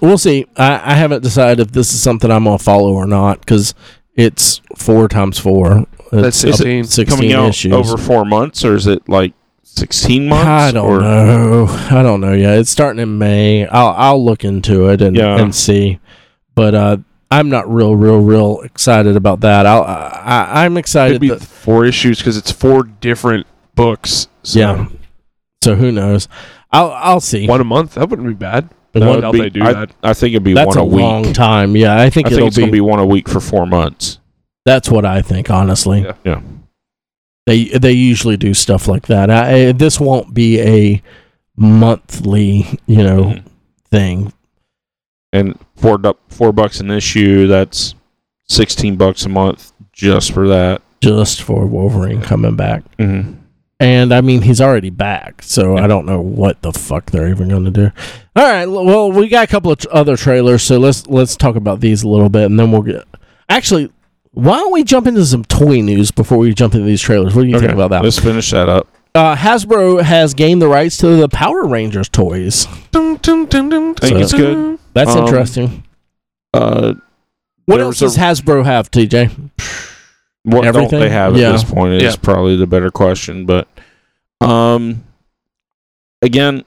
Speaker 1: we'll see. I, I haven't decided if this is something I'm gonna follow or not because it's four times four.
Speaker 4: That's
Speaker 1: It's up
Speaker 4: 16.
Speaker 3: Coming out
Speaker 1: issues.
Speaker 3: over four months, or is it like 16 months?
Speaker 1: I don't
Speaker 3: or,
Speaker 1: know. I don't know. Yeah, it's starting in May. I'll I'll look into it and
Speaker 3: Yeah.
Speaker 1: and see. But uh, I'm not real, real, real excited about that. I'll, I I'm
Speaker 4: It'd
Speaker 1: excited.
Speaker 4: be
Speaker 1: that-
Speaker 4: four issues because it's four different books. So
Speaker 1: yeah. So who knows? I'll I'll see.
Speaker 4: One a month. That wouldn't be bad.
Speaker 1: The
Speaker 3: That
Speaker 1: one-
Speaker 3: would
Speaker 4: doubt
Speaker 3: be-
Speaker 4: they do
Speaker 3: I,
Speaker 4: that.
Speaker 3: I think it'd be
Speaker 1: that's
Speaker 3: one
Speaker 1: a
Speaker 3: a, week.
Speaker 1: long time. Yeah, I think
Speaker 3: I think
Speaker 1: it'll
Speaker 3: it's gonna
Speaker 1: be,
Speaker 3: be one a week for four months.
Speaker 1: That's what I think. Honestly,
Speaker 4: Yeah.
Speaker 3: Yeah.
Speaker 1: They they usually do stuff like that. I, I- this won't be a monthly, you know,
Speaker 3: Mhm.
Speaker 1: thing.
Speaker 3: And four du- four bucks an issue. That's sixteen bucks a month just for that.
Speaker 1: Just for Wolverine coming back.
Speaker 3: Mm-hmm.
Speaker 1: And I mean, he's already back, so I don't know what the fuck they're even going to do. All right, l- well, we got a couple of tr- other trailers, so let's let's talk about these a little bit, and then we'll get. Actually, why don't we jump into some toy news before we jump into these trailers? What do you think about that?
Speaker 3: Let's finish that up.
Speaker 1: Uh, Hasbro has gained the rights to the Power Rangers toys.
Speaker 3: Think it's good.
Speaker 1: That's
Speaker 3: Um,
Speaker 1: interesting.
Speaker 3: Uh,
Speaker 1: What
Speaker 3: there
Speaker 1: else
Speaker 3: was
Speaker 1: does
Speaker 3: a-
Speaker 1: Hasbro have, TJ?
Speaker 3: what
Speaker 1: Everything?
Speaker 3: don't they have
Speaker 1: Yeah.
Speaker 3: at this point is
Speaker 4: Yeah.
Speaker 3: probably the better question. But um, again,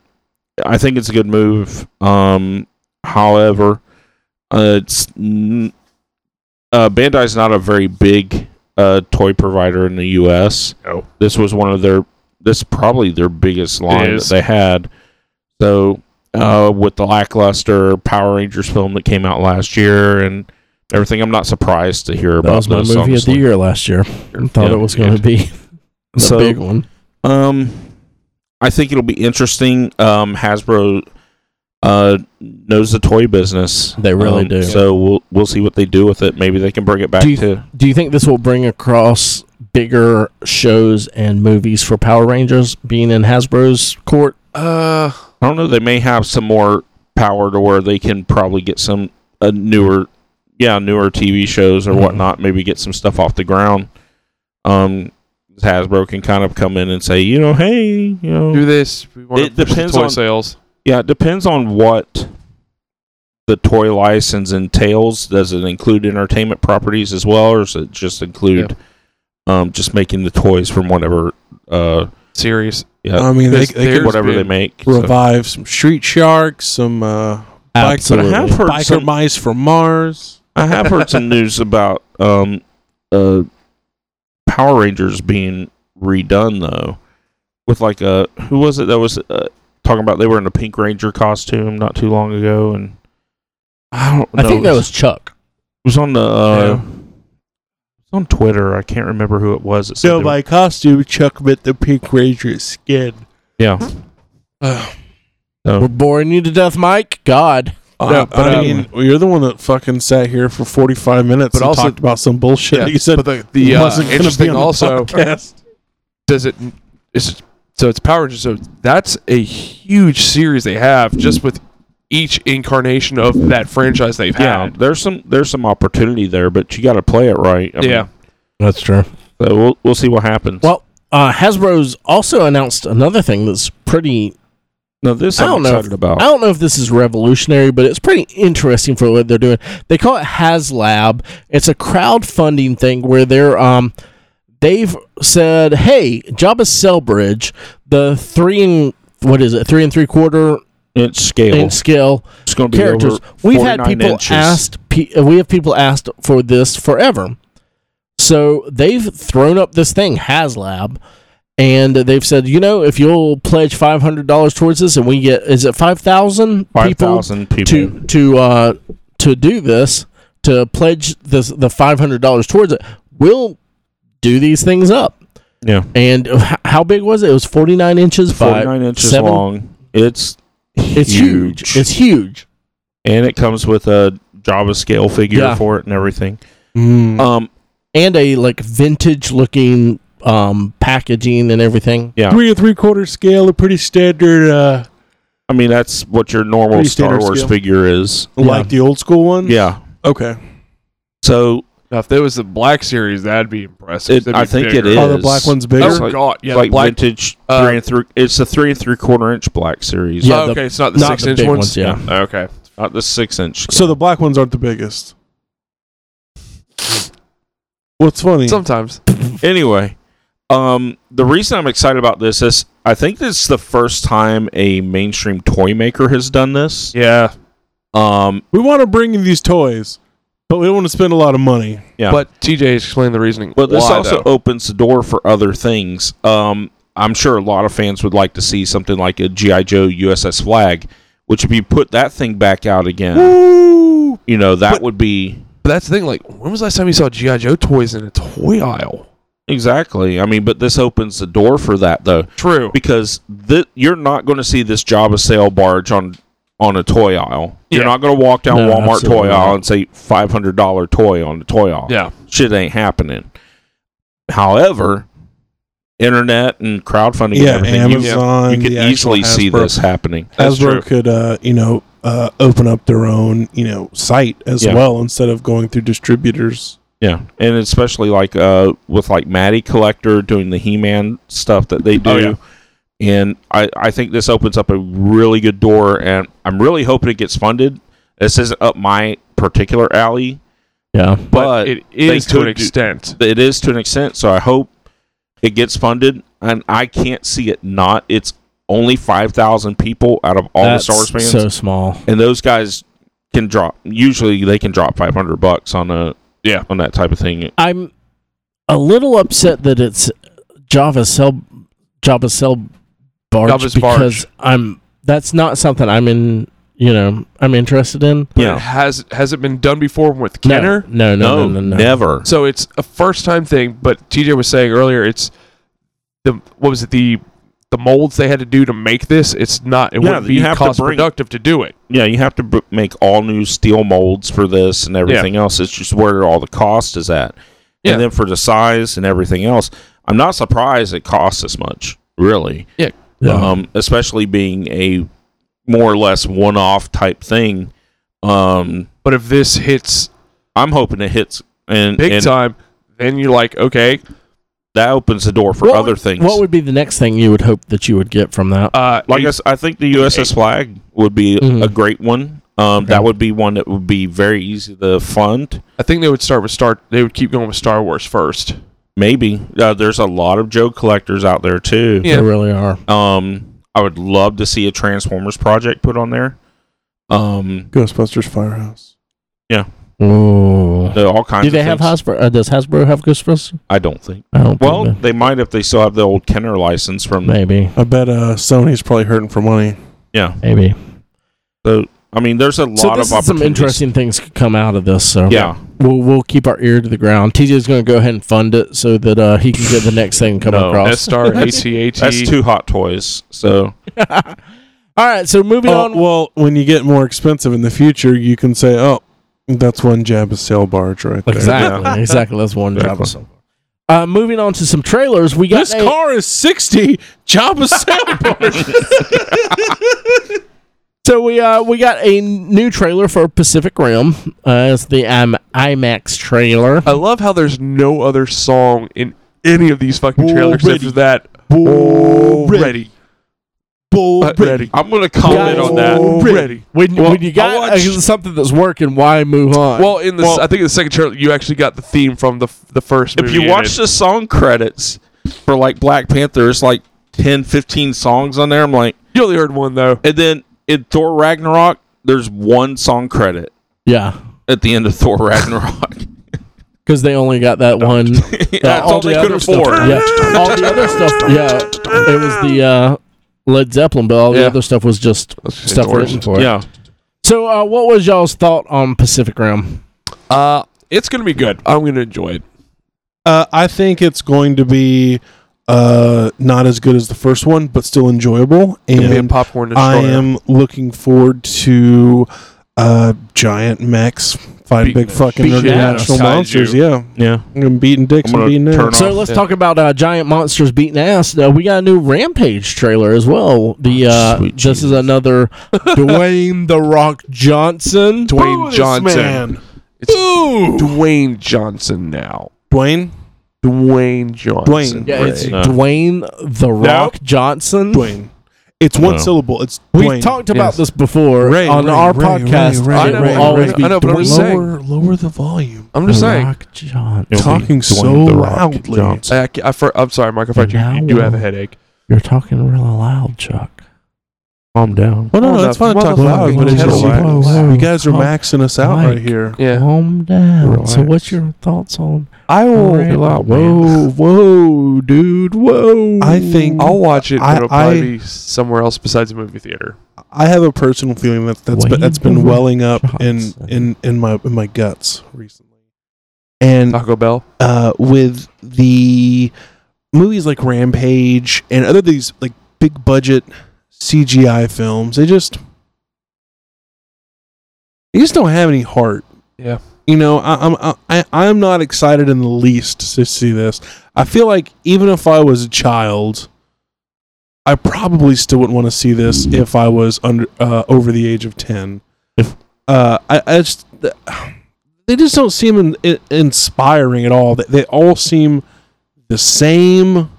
Speaker 3: I think it's a good move. Um, however, uh, it's n- uh, Bandai's not a very big uh, toy provider in the U.S.
Speaker 4: No.
Speaker 3: This was one of their. This is probably their biggest line that
Speaker 4: is.
Speaker 3: they had. So uh, with the lackluster Power Rangers film that came out last year and everything, I'm not surprised to hear
Speaker 1: That
Speaker 3: about
Speaker 1: was my
Speaker 3: this,
Speaker 1: movie of the
Speaker 3: honestly.
Speaker 1: year last year. I thought
Speaker 3: Yeah.
Speaker 1: it was going to be the
Speaker 3: So-
Speaker 1: big one.
Speaker 3: Um, I think it'll be interesting. Um, Hasbro uh knows the toy business.
Speaker 1: They really
Speaker 3: Um,
Speaker 1: do.
Speaker 3: So we'll we'll see what they do with it. Maybe they can bring it back
Speaker 1: Do you-
Speaker 3: to
Speaker 1: Do you think this will bring across bigger shows and movies for Power Rangers being in Hasbro's court?
Speaker 4: Uh,
Speaker 3: I don't know. They may have some more power to where they can probably get some uh, newer, yeah, newer TV shows or
Speaker 1: Mhm.
Speaker 3: whatnot. Maybe get some stuff off the ground. Um, Hasbro can kind of come in and say, you know, hey, you know,
Speaker 4: do this. We want
Speaker 3: It
Speaker 4: to push the
Speaker 3: depends
Speaker 4: toy
Speaker 3: on-
Speaker 4: sales.
Speaker 3: yeah. It depends on what the toy license entails. Does it include entertainment properties as well, or does it just include um, just making the toys from whatever, uh,
Speaker 4: Series.
Speaker 3: yeah,
Speaker 1: Um,
Speaker 2: I mean, they,
Speaker 4: There's-
Speaker 2: they
Speaker 4: there's
Speaker 2: could
Speaker 3: whatever
Speaker 4: been
Speaker 3: they make? so.
Speaker 2: revive some Street Sharks, some uh, Like-
Speaker 3: But I have
Speaker 1: Absolutely.
Speaker 3: heard
Speaker 2: biker
Speaker 3: some-
Speaker 2: mice from Mars.
Speaker 3: I have heard some news about um, uh, Power Rangers being redone though, with like a who was it that was uh, talking about they were in a Pink Ranger costume not too long ago, and I don't.
Speaker 1: I
Speaker 3: know,
Speaker 1: think
Speaker 3: it
Speaker 1: that was Chuck.
Speaker 3: it was on the uh, it was on Twitter. I can't remember who it was. That said
Speaker 2: So
Speaker 3: they
Speaker 2: by costume, Chuck meant the Pink Ranger's skin.
Speaker 3: were- yeah,
Speaker 1: We're boring you to death, Mike. God.
Speaker 2: Uh,
Speaker 1: but,
Speaker 2: I
Speaker 1: uh,
Speaker 2: mean, well, you're the one that fucking sat here for 45 minutes
Speaker 4: um, But
Speaker 2: and
Speaker 4: also-
Speaker 2: talked about some bullshit.
Speaker 4: Yeah,
Speaker 2: you said
Speaker 4: but the, the
Speaker 2: it
Speaker 4: uh,
Speaker 2: wasn't gonna
Speaker 4: interesting
Speaker 2: be on the
Speaker 4: also
Speaker 2: podcast.
Speaker 4: does it is so it's Power Rangers. So that's a huge series they have just with each incarnation of that franchise they've
Speaker 3: yeah.
Speaker 4: had.
Speaker 3: There's some there's some opportunity there, but you got to play it right. I mean,
Speaker 4: yeah,
Speaker 1: That's true.
Speaker 3: so we'll we'll see what happens.
Speaker 1: Well, uh, Hasbro's also announced another thing that's pretty.
Speaker 3: no, this
Speaker 1: I
Speaker 3: I'm
Speaker 1: don't know if-
Speaker 3: excited about.
Speaker 1: I don't know if this is revolutionary, but it's pretty interesting for what they're doing. They call it HasLab. It's a crowdfunding thing where they're um, they've said, "Hey, Jabba Selbridge, the three and what is it, three and three quarter
Speaker 3: It's scale.
Speaker 1: inch scale
Speaker 3: it's going to be
Speaker 1: characters.
Speaker 3: over
Speaker 1: We've had
Speaker 3: 49
Speaker 1: people
Speaker 3: inches.
Speaker 1: asked. Pe- uh, we have people asked for this forever. So they've thrown up this thing, HasLab, and they've said, you know, if you'll pledge five hundred dollars towards this, and we get is it five thousand
Speaker 3: Five
Speaker 1: people
Speaker 3: thousand people.
Speaker 1: to to uh, to do this to pledge this the five hundred dollars towards it, we'll do these things up.
Speaker 3: Yeah.
Speaker 1: And h- how big was it? It was forty nine inches by
Speaker 3: 49 inches
Speaker 1: seven-
Speaker 3: long. It's
Speaker 1: It's huge. It's huge.
Speaker 3: and it comes with a Java scale figure
Speaker 1: Yeah.
Speaker 3: for it and everything.
Speaker 2: Mm.
Speaker 3: Um,
Speaker 1: and a like vintage looking um packaging and everything.
Speaker 3: yeah.
Speaker 2: three and three quarter scale, a pretty standard, uh,
Speaker 3: I mean, that's what your normal
Speaker 2: Pretty
Speaker 3: Star
Speaker 2: standard
Speaker 3: Wars
Speaker 2: scale.
Speaker 3: figure is.
Speaker 2: like the old school
Speaker 1: Mm-hmm.
Speaker 2: one.
Speaker 3: Yeah.
Speaker 2: Okay.
Speaker 3: So
Speaker 4: now, if there was the Black series, that'd be impressive.
Speaker 3: It-
Speaker 4: That'd be
Speaker 3: I think it
Speaker 4: bigger.
Speaker 3: is.
Speaker 2: Oh, the black one's bigger.
Speaker 4: Oh
Speaker 3: It's like-
Speaker 4: God, yeah,
Speaker 3: it's
Speaker 4: the
Speaker 3: like
Speaker 4: black.
Speaker 3: vintage
Speaker 4: uh,
Speaker 3: three and three. It's the three and three quarter inch black series.
Speaker 1: Yeah,
Speaker 4: oh,
Speaker 1: the-
Speaker 4: okay, it's not the
Speaker 1: not
Speaker 4: six
Speaker 1: the
Speaker 4: inch
Speaker 1: big
Speaker 4: ones.
Speaker 1: ones, yeah.
Speaker 4: Oh, okay,
Speaker 3: not the six inch.
Speaker 2: So the black ones aren't the biggest. What's funny?
Speaker 4: sometimes
Speaker 3: anyway, um, the reason I'm excited about this is I think this is the first time a mainstream toy maker has done this.
Speaker 4: yeah,
Speaker 3: Um,
Speaker 2: we want to bring you these toys, but we don't want to spend a lot of money.
Speaker 3: Yeah.
Speaker 4: But TJ explained the reasoning.
Speaker 3: But this
Speaker 4: why,
Speaker 3: also
Speaker 4: though.
Speaker 3: opens the door for other things. Um, I'm sure a lot of fans would like to see something like a GI Joe USS Flag, Which if you put that thing back out again, you know that
Speaker 4: But-
Speaker 3: would be
Speaker 4: But that's the thing. Like, when was the last time you saw GI Joe toys in a toy aisle?
Speaker 3: exactly. I mean, but this opens the door for that though,
Speaker 4: True.
Speaker 3: because th- you're not going to see this Java sale barge on on a toy aisle. You're
Speaker 4: Yeah.
Speaker 3: not going to walk down
Speaker 1: No,
Speaker 3: Walmart toy
Speaker 1: absolutely
Speaker 3: aisle
Speaker 1: not.
Speaker 3: and say five hundred dollar toy on the toy aisle.
Speaker 4: Yeah.
Speaker 3: shit ain't happening. However, internet and crowdfunding,
Speaker 2: Yeah,
Speaker 3: and everything, you,
Speaker 2: Amazon,
Speaker 3: you
Speaker 2: the
Speaker 3: can
Speaker 2: actual
Speaker 3: easily see
Speaker 2: Hasbro.
Speaker 3: this happening.
Speaker 4: That's
Speaker 2: Hasbro
Speaker 4: true.
Speaker 2: could, uh, you know, uh, open up their own, you know, site as
Speaker 3: Yeah.
Speaker 2: well instead of going through distributors.
Speaker 3: Yeah, and especially like uh, with like Maddie Collector doing the He-Man stuff that they do,
Speaker 4: Oh, yeah.
Speaker 3: and I I think this opens up a really good door, and I'm really hoping it gets funded. This isn't up my particular alley,
Speaker 1: Yeah.
Speaker 3: but,
Speaker 4: But it is to
Speaker 3: could
Speaker 4: an
Speaker 3: do-
Speaker 4: extent.
Speaker 3: it is to an extent. So I hope it gets funded, and I can't see it not. It's only five thousand people out of all
Speaker 1: That's
Speaker 3: the Star Wars fans,
Speaker 1: so small.
Speaker 3: and those guys can drop. Usually, they can drop five hundred bucks on a yeah on that type of thing.
Speaker 1: I'm a little upset that it's Java Cell Java Cell Barge
Speaker 4: Java's Barge.
Speaker 1: because I'm that's not something I'm in. You know, I'm interested in.
Speaker 4: But it has has it been done before with Kenner?
Speaker 1: No, no, no,
Speaker 3: No,
Speaker 1: no, no. no.
Speaker 3: never.
Speaker 4: So it's a first time thing, but TJ was saying earlier it's the what was it the the molds they had to do to make this. It's not it
Speaker 3: Yeah,
Speaker 4: wouldn't
Speaker 3: you
Speaker 4: be
Speaker 3: have to
Speaker 4: cost
Speaker 3: bring-
Speaker 4: productive to do it.
Speaker 3: Yeah, you have to b- make all new steel molds for this and everything else. It's just where all the cost is at,
Speaker 4: Yeah.
Speaker 3: and then for the size and everything else. I'm not surprised it costs this much, really.
Speaker 4: Yeah.
Speaker 1: Yeah.
Speaker 3: Um, especially being a more or less one-off type thing. Um,
Speaker 4: But if this hits
Speaker 3: I'm hoping it hits and,
Speaker 4: big
Speaker 3: and
Speaker 4: time, then you're like, okay,
Speaker 3: that opens the door for
Speaker 1: What
Speaker 3: other
Speaker 1: would-
Speaker 3: things.
Speaker 1: What would be the next thing you would hope that you would get from that?
Speaker 4: uh,
Speaker 3: like I, s- I think the USS flag would be
Speaker 1: Mhm.
Speaker 3: a great one. Um,
Speaker 1: Okay.
Speaker 3: That would be one that would be very easy to fund.
Speaker 4: I think they would start with Star. They would keep going with Star Wars first.
Speaker 3: Maybe uh, there's a lot of Joe collectors out there too.
Speaker 4: yeah.
Speaker 1: They really are.
Speaker 3: Um, I would love to see a Transformers project put on there. Um,
Speaker 2: Ghostbusters Firehouse.
Speaker 1: Ooh.
Speaker 3: there are all kinds.
Speaker 1: Do they have
Speaker 3: of things.
Speaker 1: Hasbro? Uh, does Hasbro have Ghostbusters?
Speaker 3: I don't think.
Speaker 1: I don't.
Speaker 3: Well,
Speaker 1: think
Speaker 3: they might if they still have the old Kenner license
Speaker 1: they-
Speaker 3: from.
Speaker 1: maybe,
Speaker 2: I bet uh, Sony's probably hurting for money.
Speaker 3: Yeah.
Speaker 1: maybe.
Speaker 3: So I mean, there's a lot
Speaker 1: So this is
Speaker 3: of
Speaker 1: some
Speaker 3: opportunities.
Speaker 1: interesting things could come out of this. So
Speaker 3: Yeah.
Speaker 1: we'll we'll keep our ear to the ground. TJ's going to go ahead and fund it so that uh, he can get the next thing coming
Speaker 3: No,
Speaker 1: across.
Speaker 4: S Star ATAT.
Speaker 3: That's two hot toys. So
Speaker 1: All right, so moving
Speaker 2: Oh,
Speaker 1: on.
Speaker 2: well, when you get more expensive in the future, you can say, "Oh, that's one Jabba sail barge right there."
Speaker 1: Exactly, exactly. That's one
Speaker 3: Exactly.
Speaker 1: job. Uh, moving on to some trailers, we got
Speaker 2: This
Speaker 1: a-
Speaker 2: car is sixty Jabba sail barge.
Speaker 1: so we uh, we got a new trailer for Pacific Rim. Uh, it's the um, IMAX trailer.
Speaker 4: I love how there's no other song in any of these fucking trailers except for that. Already. Already.
Speaker 3: I'm gonna comment
Speaker 1: Guys,
Speaker 3: on that.
Speaker 4: Already.
Speaker 1: When,
Speaker 4: Well,
Speaker 1: when you got
Speaker 4: I
Speaker 1: uh,
Speaker 4: watched-
Speaker 1: something that's working, why move on?
Speaker 4: Well, in the I think in the second trailer you actually got the theme from the f- the first.
Speaker 3: If
Speaker 4: Movie
Speaker 3: you
Speaker 4: in
Speaker 3: watch
Speaker 4: it.
Speaker 3: the song credits for like Black Panther, it's like 10, 15 songs on there. I'm like,
Speaker 4: you only heard one though.
Speaker 3: and then in Thor Ragnarok, there's one song credit
Speaker 1: yeah,
Speaker 3: at the end of Thor Ragnarok.
Speaker 1: because they only got that one.
Speaker 3: That's all
Speaker 1: the
Speaker 3: they could
Speaker 1: other stuff-
Speaker 3: afford.
Speaker 1: yeah, all the other stuff. Yeah, it was the uh, Led Zeppelin, but all the
Speaker 4: Yeah.
Speaker 1: other stuff was just stuff
Speaker 4: Doors.
Speaker 1: written for it.
Speaker 3: Yeah.
Speaker 1: So, uh, what was y'all's thought on Pacific Rim?
Speaker 4: Uh, it's gonna be good. I'm gonna enjoy it.
Speaker 2: Uh, I think it's going to be uh, not as good as the first one, but still enjoyable.
Speaker 4: Gonna be a
Speaker 2: And
Speaker 4: popcorn destroyer.
Speaker 2: I am looking forward to uh, giant mechs fighting
Speaker 4: Beating
Speaker 2: big fucking
Speaker 1: beating the
Speaker 2: international
Speaker 4: ass out of
Speaker 2: monsters.
Speaker 4: you.
Speaker 2: Yeah,
Speaker 3: Yeah.
Speaker 2: I'm gonna beating dicks
Speaker 3: I'm gonna
Speaker 2: and beating
Speaker 3: turn
Speaker 2: ass.
Speaker 1: So
Speaker 3: off.
Speaker 1: let's talk about uh, giant monsters beating ass. Uh, we got a new Rampage trailer as well. The uh,
Speaker 3: Sweet
Speaker 1: this is another Dwayne the Rock Johnson.
Speaker 4: Dwayne
Speaker 2: this
Speaker 4: Johnson.
Speaker 2: man.
Speaker 4: It's Dwayne Johnson now.
Speaker 2: Dwayne,
Speaker 4: Dwayne Johnson.
Speaker 2: Dwayne.
Speaker 1: Yeah, it's
Speaker 3: No.
Speaker 1: Dwayne the Rock Johnson.
Speaker 2: Dwayne. It's one
Speaker 3: No.
Speaker 2: syllable. It's
Speaker 1: We've
Speaker 2: Dwayne.
Speaker 1: Hmm? talked about
Speaker 4: Yes.
Speaker 1: this before
Speaker 2: Ray,
Speaker 1: on
Speaker 2: Ray,
Speaker 1: our
Speaker 2: Ray,
Speaker 1: podcast.
Speaker 2: Ray, Ray,
Speaker 1: it will
Speaker 4: Ray, Ray,
Speaker 1: always
Speaker 4: Ray.
Speaker 1: be
Speaker 4: I know, but I'm
Speaker 1: Dwayne
Speaker 4: just saying.
Speaker 2: lower, lower the volume.
Speaker 4: I'm just
Speaker 1: the
Speaker 4: saying.
Speaker 1: Rock Johnson.
Speaker 3: It'll be
Speaker 2: Talking
Speaker 3: Dwayne
Speaker 2: so
Speaker 3: The Rock
Speaker 2: loudly.
Speaker 3: Johnson.
Speaker 4: I, I, for, I'm sorry, Michael.
Speaker 1: And
Speaker 4: Fred, you,
Speaker 1: now
Speaker 4: you do
Speaker 1: we'll-
Speaker 4: have a headache.
Speaker 1: You're talking really loud, Chuck.
Speaker 3: Calm down.
Speaker 2: Well, no,
Speaker 4: Hold
Speaker 2: no, it's
Speaker 4: up,
Speaker 2: fine to talk loud,
Speaker 1: motherfucking
Speaker 2: but it's just you,
Speaker 1: kettle wax.
Speaker 2: you guys are
Speaker 1: Come-
Speaker 2: maxing us out
Speaker 1: Mike.
Speaker 2: right here.
Speaker 4: Yeah.
Speaker 1: Calm down. So,
Speaker 4: Relax.
Speaker 1: what's your thoughts on?
Speaker 4: I will.
Speaker 1: Ray-
Speaker 4: whoa, whoa, dude, whoa.
Speaker 2: I think
Speaker 4: I'll watch it, but
Speaker 2: I-
Speaker 4: it'll probably
Speaker 2: I-
Speaker 4: be somewhere else besides a movie theater.
Speaker 2: I have a personal feeling that that's
Speaker 1: Wayne
Speaker 2: been, that's been
Speaker 1: Barone
Speaker 2: welling up in
Speaker 1: Johnson.
Speaker 2: in in my in my guts recently, and
Speaker 4: Taco Bell.
Speaker 2: uh, with the movies like Rampage and other these like big budget CGI films, they just they just don't have any heart.
Speaker 4: Yeah.
Speaker 2: you know, I, I'm I- I I'm not excited in the least to see this. I feel like even if I was a child, I probably still wouldn't want to see this if I was under uh, over the age of ten.
Speaker 1: If-
Speaker 2: uh, I, I just they just don't seem in, in, inspiring at all. They, they all seem the same,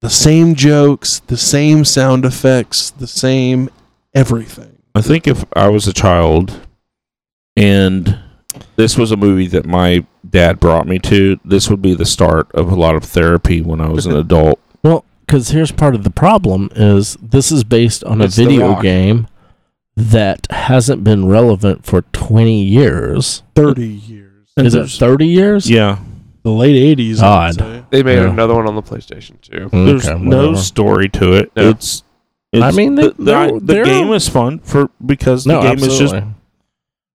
Speaker 2: the same jokes, the same sound effects, the same everything.
Speaker 3: I think if I was a child and this was a movie that my dad brought me to, this would be the start of a lot of therapy when I was an adult.
Speaker 1: Well, because here's part of the problem is this is based on
Speaker 3: It's
Speaker 1: a
Speaker 3: The
Speaker 1: video
Speaker 3: Rock.
Speaker 1: game that hasn't been relevant for 20 years.
Speaker 2: Thirty years,
Speaker 1: Is it
Speaker 3: there's-
Speaker 1: 30 years?
Speaker 3: Yeah.
Speaker 2: the late eighties.
Speaker 1: Odd.
Speaker 4: They made
Speaker 1: Yeah.
Speaker 4: another one on the PlayStation too.
Speaker 3: There's
Speaker 1: Okay,
Speaker 3: no
Speaker 1: whatever.
Speaker 3: story to it.
Speaker 4: No.
Speaker 3: It's, it's
Speaker 1: I mean, they-
Speaker 3: the, the,
Speaker 1: they're-
Speaker 3: the
Speaker 1: they're-
Speaker 3: game is fun for because the
Speaker 1: No,
Speaker 3: game is
Speaker 1: absolutely.
Speaker 3: just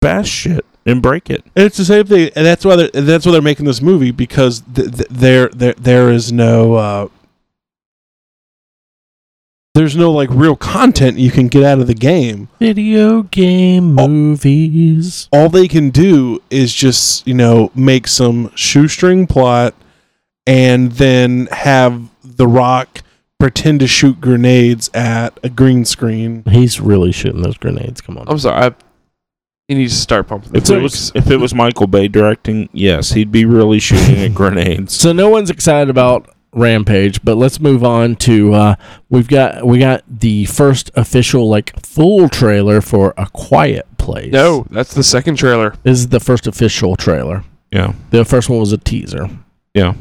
Speaker 3: bash shit and break it.
Speaker 2: It's the same thing, and that's why they're and that's why they're making this movie because th- th- there there there is no uh, there's no like real content you can get out of the game.
Speaker 1: video game
Speaker 2: Oh.
Speaker 1: movies.
Speaker 2: All they can do is just you know make some shoestring plot, and then have the Rock pretend to shoot grenades at a green screen.
Speaker 1: He's really shooting those grenades. Come on.
Speaker 4: I'm sorry. I, he needs to start pumping. The
Speaker 3: If it was if it was Michael Bay directing, yes, he'd be really shooting at grenades.
Speaker 1: So no one's excited about Rampage, but let's move on to uh, we've got we got the first official like full trailer for A Quiet Place.
Speaker 4: no, that's the second trailer.
Speaker 1: this is the first official trailer.
Speaker 3: Yeah.
Speaker 1: The first one was a teaser.
Speaker 4: It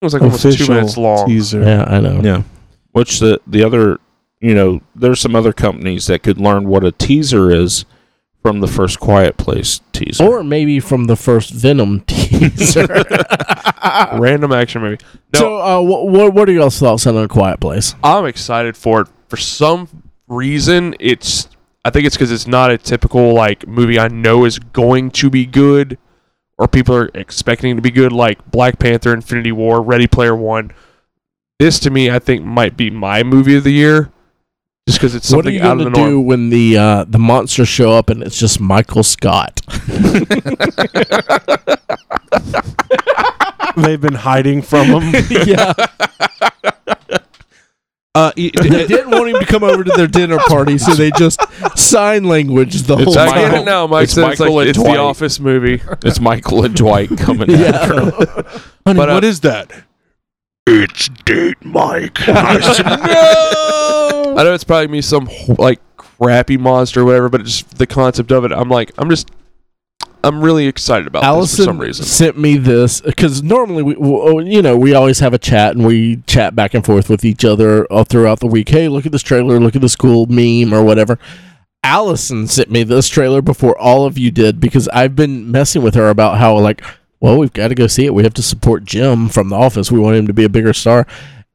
Speaker 4: was like almost two
Speaker 2: Official
Speaker 4: minutes long.
Speaker 2: teaser.
Speaker 1: Yeah, I know.
Speaker 3: Yeah. Which the the other you know, there's some other companies that could learn what a teaser is from the first Quiet Place teaser.
Speaker 1: Or maybe from the first Venom teaser.
Speaker 4: Ah, Random action movie. No,
Speaker 1: So, uh, what what are y'all's thoughts on A Quiet Place?
Speaker 4: I'm excited for it. For some reason, it's I think it's because it's not a typical like movie I know is going to be good or people are expecting to be good, like Black Panther, Infinity War, Ready Player One. This to me, I think might be my movie of the year, just because it's
Speaker 1: what are
Speaker 4: something
Speaker 1: you
Speaker 4: out of the
Speaker 1: gonna do
Speaker 4: norm.
Speaker 1: when the uh, the monsters show up and it's just Michael Scott?
Speaker 2: They've been hiding from them.
Speaker 1: yeah,
Speaker 2: Uh, y-
Speaker 1: they didn't want him to come over to their dinner party, so they just sign language the whole
Speaker 4: I get
Speaker 3: Michael-
Speaker 4: it now, Mike.
Speaker 3: it's
Speaker 4: so It's,
Speaker 3: Michael
Speaker 4: like,
Speaker 3: and
Speaker 4: it's the
Speaker 3: Dwight.
Speaker 4: Office movie.
Speaker 3: it's Michael and Dwight coming
Speaker 1: Yeah.
Speaker 3: after him.
Speaker 2: Honey,
Speaker 4: But, uh,
Speaker 2: what is that?
Speaker 7: It's date Mike.
Speaker 4: I know it's probably gonna be some wh- like crappy monster or whatever, but just the concept of it, I'm like, I'm just, I'm really excited about this
Speaker 1: Allison
Speaker 4: for some reason.
Speaker 1: sent me this because normally we, w- oh, you know, we always have a chat and we chat back and forth with each other all throughout the week. Hey, look at this trailer! Look at this cool meme or whatever. Allison sent me this trailer before all of you did because I've been messing with her about how like, well, we've got to go see it. We have to support Jim from The Office. We want him to be a bigger star.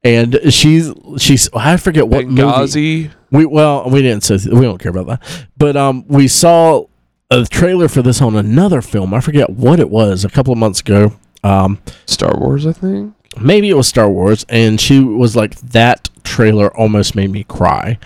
Speaker 1: And she's she's I forget what movie.
Speaker 4: Benghazi.
Speaker 1: We well, we didn't say we don't care about that. But um, we saw a trailer for this on another film. I forget what it was a couple of months ago. Um,
Speaker 4: Star Wars, I think.
Speaker 1: maybe it was Star Wars, and she was like, "That trailer almost made me cry."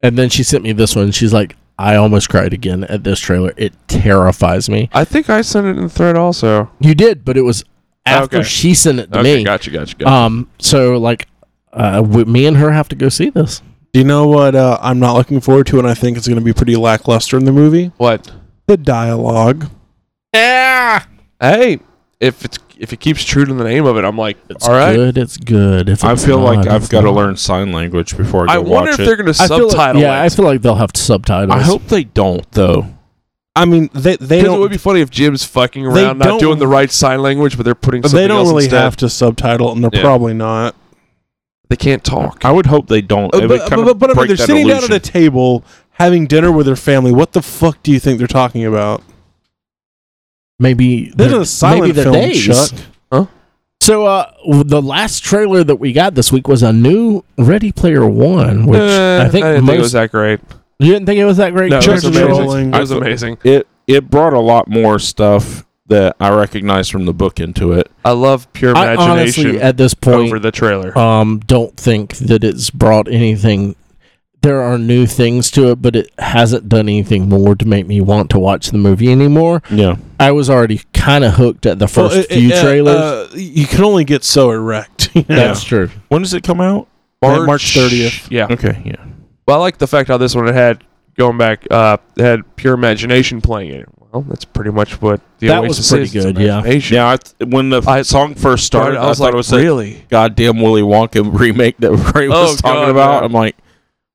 Speaker 1: And then she sent me this one. She's like, "I almost cried again at this trailer. It terrifies me."
Speaker 4: I think I sent it in the thread also.
Speaker 1: You did, but it was after
Speaker 4: Okay.
Speaker 1: she sent it to
Speaker 4: okay,
Speaker 1: me.
Speaker 4: gotcha, gotcha, gotcha.
Speaker 1: Um, so like, uh, w- me and her have to go see this.
Speaker 2: Do you know what uh, I'm not looking forward to, and I think it's going to be pretty lackluster in the movie?
Speaker 4: what?
Speaker 2: The dialogue.
Speaker 4: Hey, if it's if it keeps true to the name of it, I'm like,
Speaker 1: It's
Speaker 4: all right.
Speaker 1: good. It's good. If
Speaker 3: I
Speaker 1: it's
Speaker 3: feel like
Speaker 1: not,
Speaker 3: I've
Speaker 1: it's
Speaker 3: got to
Speaker 1: not.
Speaker 3: learn sign language before I
Speaker 4: I
Speaker 3: go
Speaker 4: wonder
Speaker 3: watch
Speaker 4: if
Speaker 3: it.
Speaker 4: they're gonna
Speaker 1: I feel like-
Speaker 4: subtitle
Speaker 1: yeah, I
Speaker 4: it.
Speaker 1: feel like they'll have subtitles.
Speaker 3: I hope they don't though.
Speaker 2: I mean, they they
Speaker 4: Because
Speaker 2: don't
Speaker 4: it would be funny if Jim's fucking
Speaker 2: They
Speaker 4: around, not
Speaker 2: don't-
Speaker 4: doing the right sign language, but they're putting something
Speaker 2: they don't
Speaker 4: else
Speaker 2: really
Speaker 4: instead.
Speaker 2: have to subtitle, it, and they're
Speaker 4: Yeah.
Speaker 2: probably not.
Speaker 4: They can't talk.
Speaker 3: I would hope they don't.
Speaker 2: Uh,
Speaker 3: It would
Speaker 2: but,
Speaker 3: kind
Speaker 2: but,
Speaker 3: of
Speaker 2: but I mean,
Speaker 3: break
Speaker 2: they're
Speaker 3: that
Speaker 2: sitting down
Speaker 3: illusion.
Speaker 2: at a table having dinner with their family. What the fuck do you think they're talking about?
Speaker 1: maybe
Speaker 2: This
Speaker 1: they're-
Speaker 2: is a silent
Speaker 1: they're
Speaker 2: film, Chuck.
Speaker 1: So uh, w- the last trailer that we got this week was a new Ready Player One, which
Speaker 4: Eh,
Speaker 1: I think
Speaker 4: I didn't
Speaker 1: most
Speaker 4: think it was that great.
Speaker 1: You didn't think it was that great?
Speaker 4: No, it was
Speaker 1: Church
Speaker 4: amazing.
Speaker 1: Troll?
Speaker 4: It was amazing.
Speaker 3: It it brought a lot more stuff that I recognize from the book into it.
Speaker 4: I love pure
Speaker 1: I
Speaker 4: imagination
Speaker 1: honestly, at this point,
Speaker 4: over the trailer.
Speaker 1: um, don't think that it's brought anything. There are new things to it, but it hasn't done anything more to make me want to watch the movie anymore.
Speaker 3: Yeah.
Speaker 1: I was already kind of hooked at the first few trailers.
Speaker 4: uh,
Speaker 2: uh, you can only get so erect.
Speaker 1: That's true.
Speaker 3: When does it come out?
Speaker 1: March- March 30th.
Speaker 4: yeah.
Speaker 3: Okay, yeah.
Speaker 4: But I like the fact how this one had going back uh it had pure imagination playing in it. Well, that's pretty much what the
Speaker 1: That
Speaker 4: Oasis
Speaker 1: was pretty
Speaker 4: is, is
Speaker 1: good, yeah.
Speaker 4: imagination.
Speaker 3: Yeah, I th- when the
Speaker 4: I-
Speaker 3: song first started, I,
Speaker 4: I was
Speaker 3: thought
Speaker 4: like,
Speaker 3: it was that
Speaker 4: really?
Speaker 3: goddamn Willy Wonka remake that Ray was
Speaker 4: Oh,
Speaker 3: talking
Speaker 4: God,
Speaker 3: about.
Speaker 4: yeah.
Speaker 3: I'm like,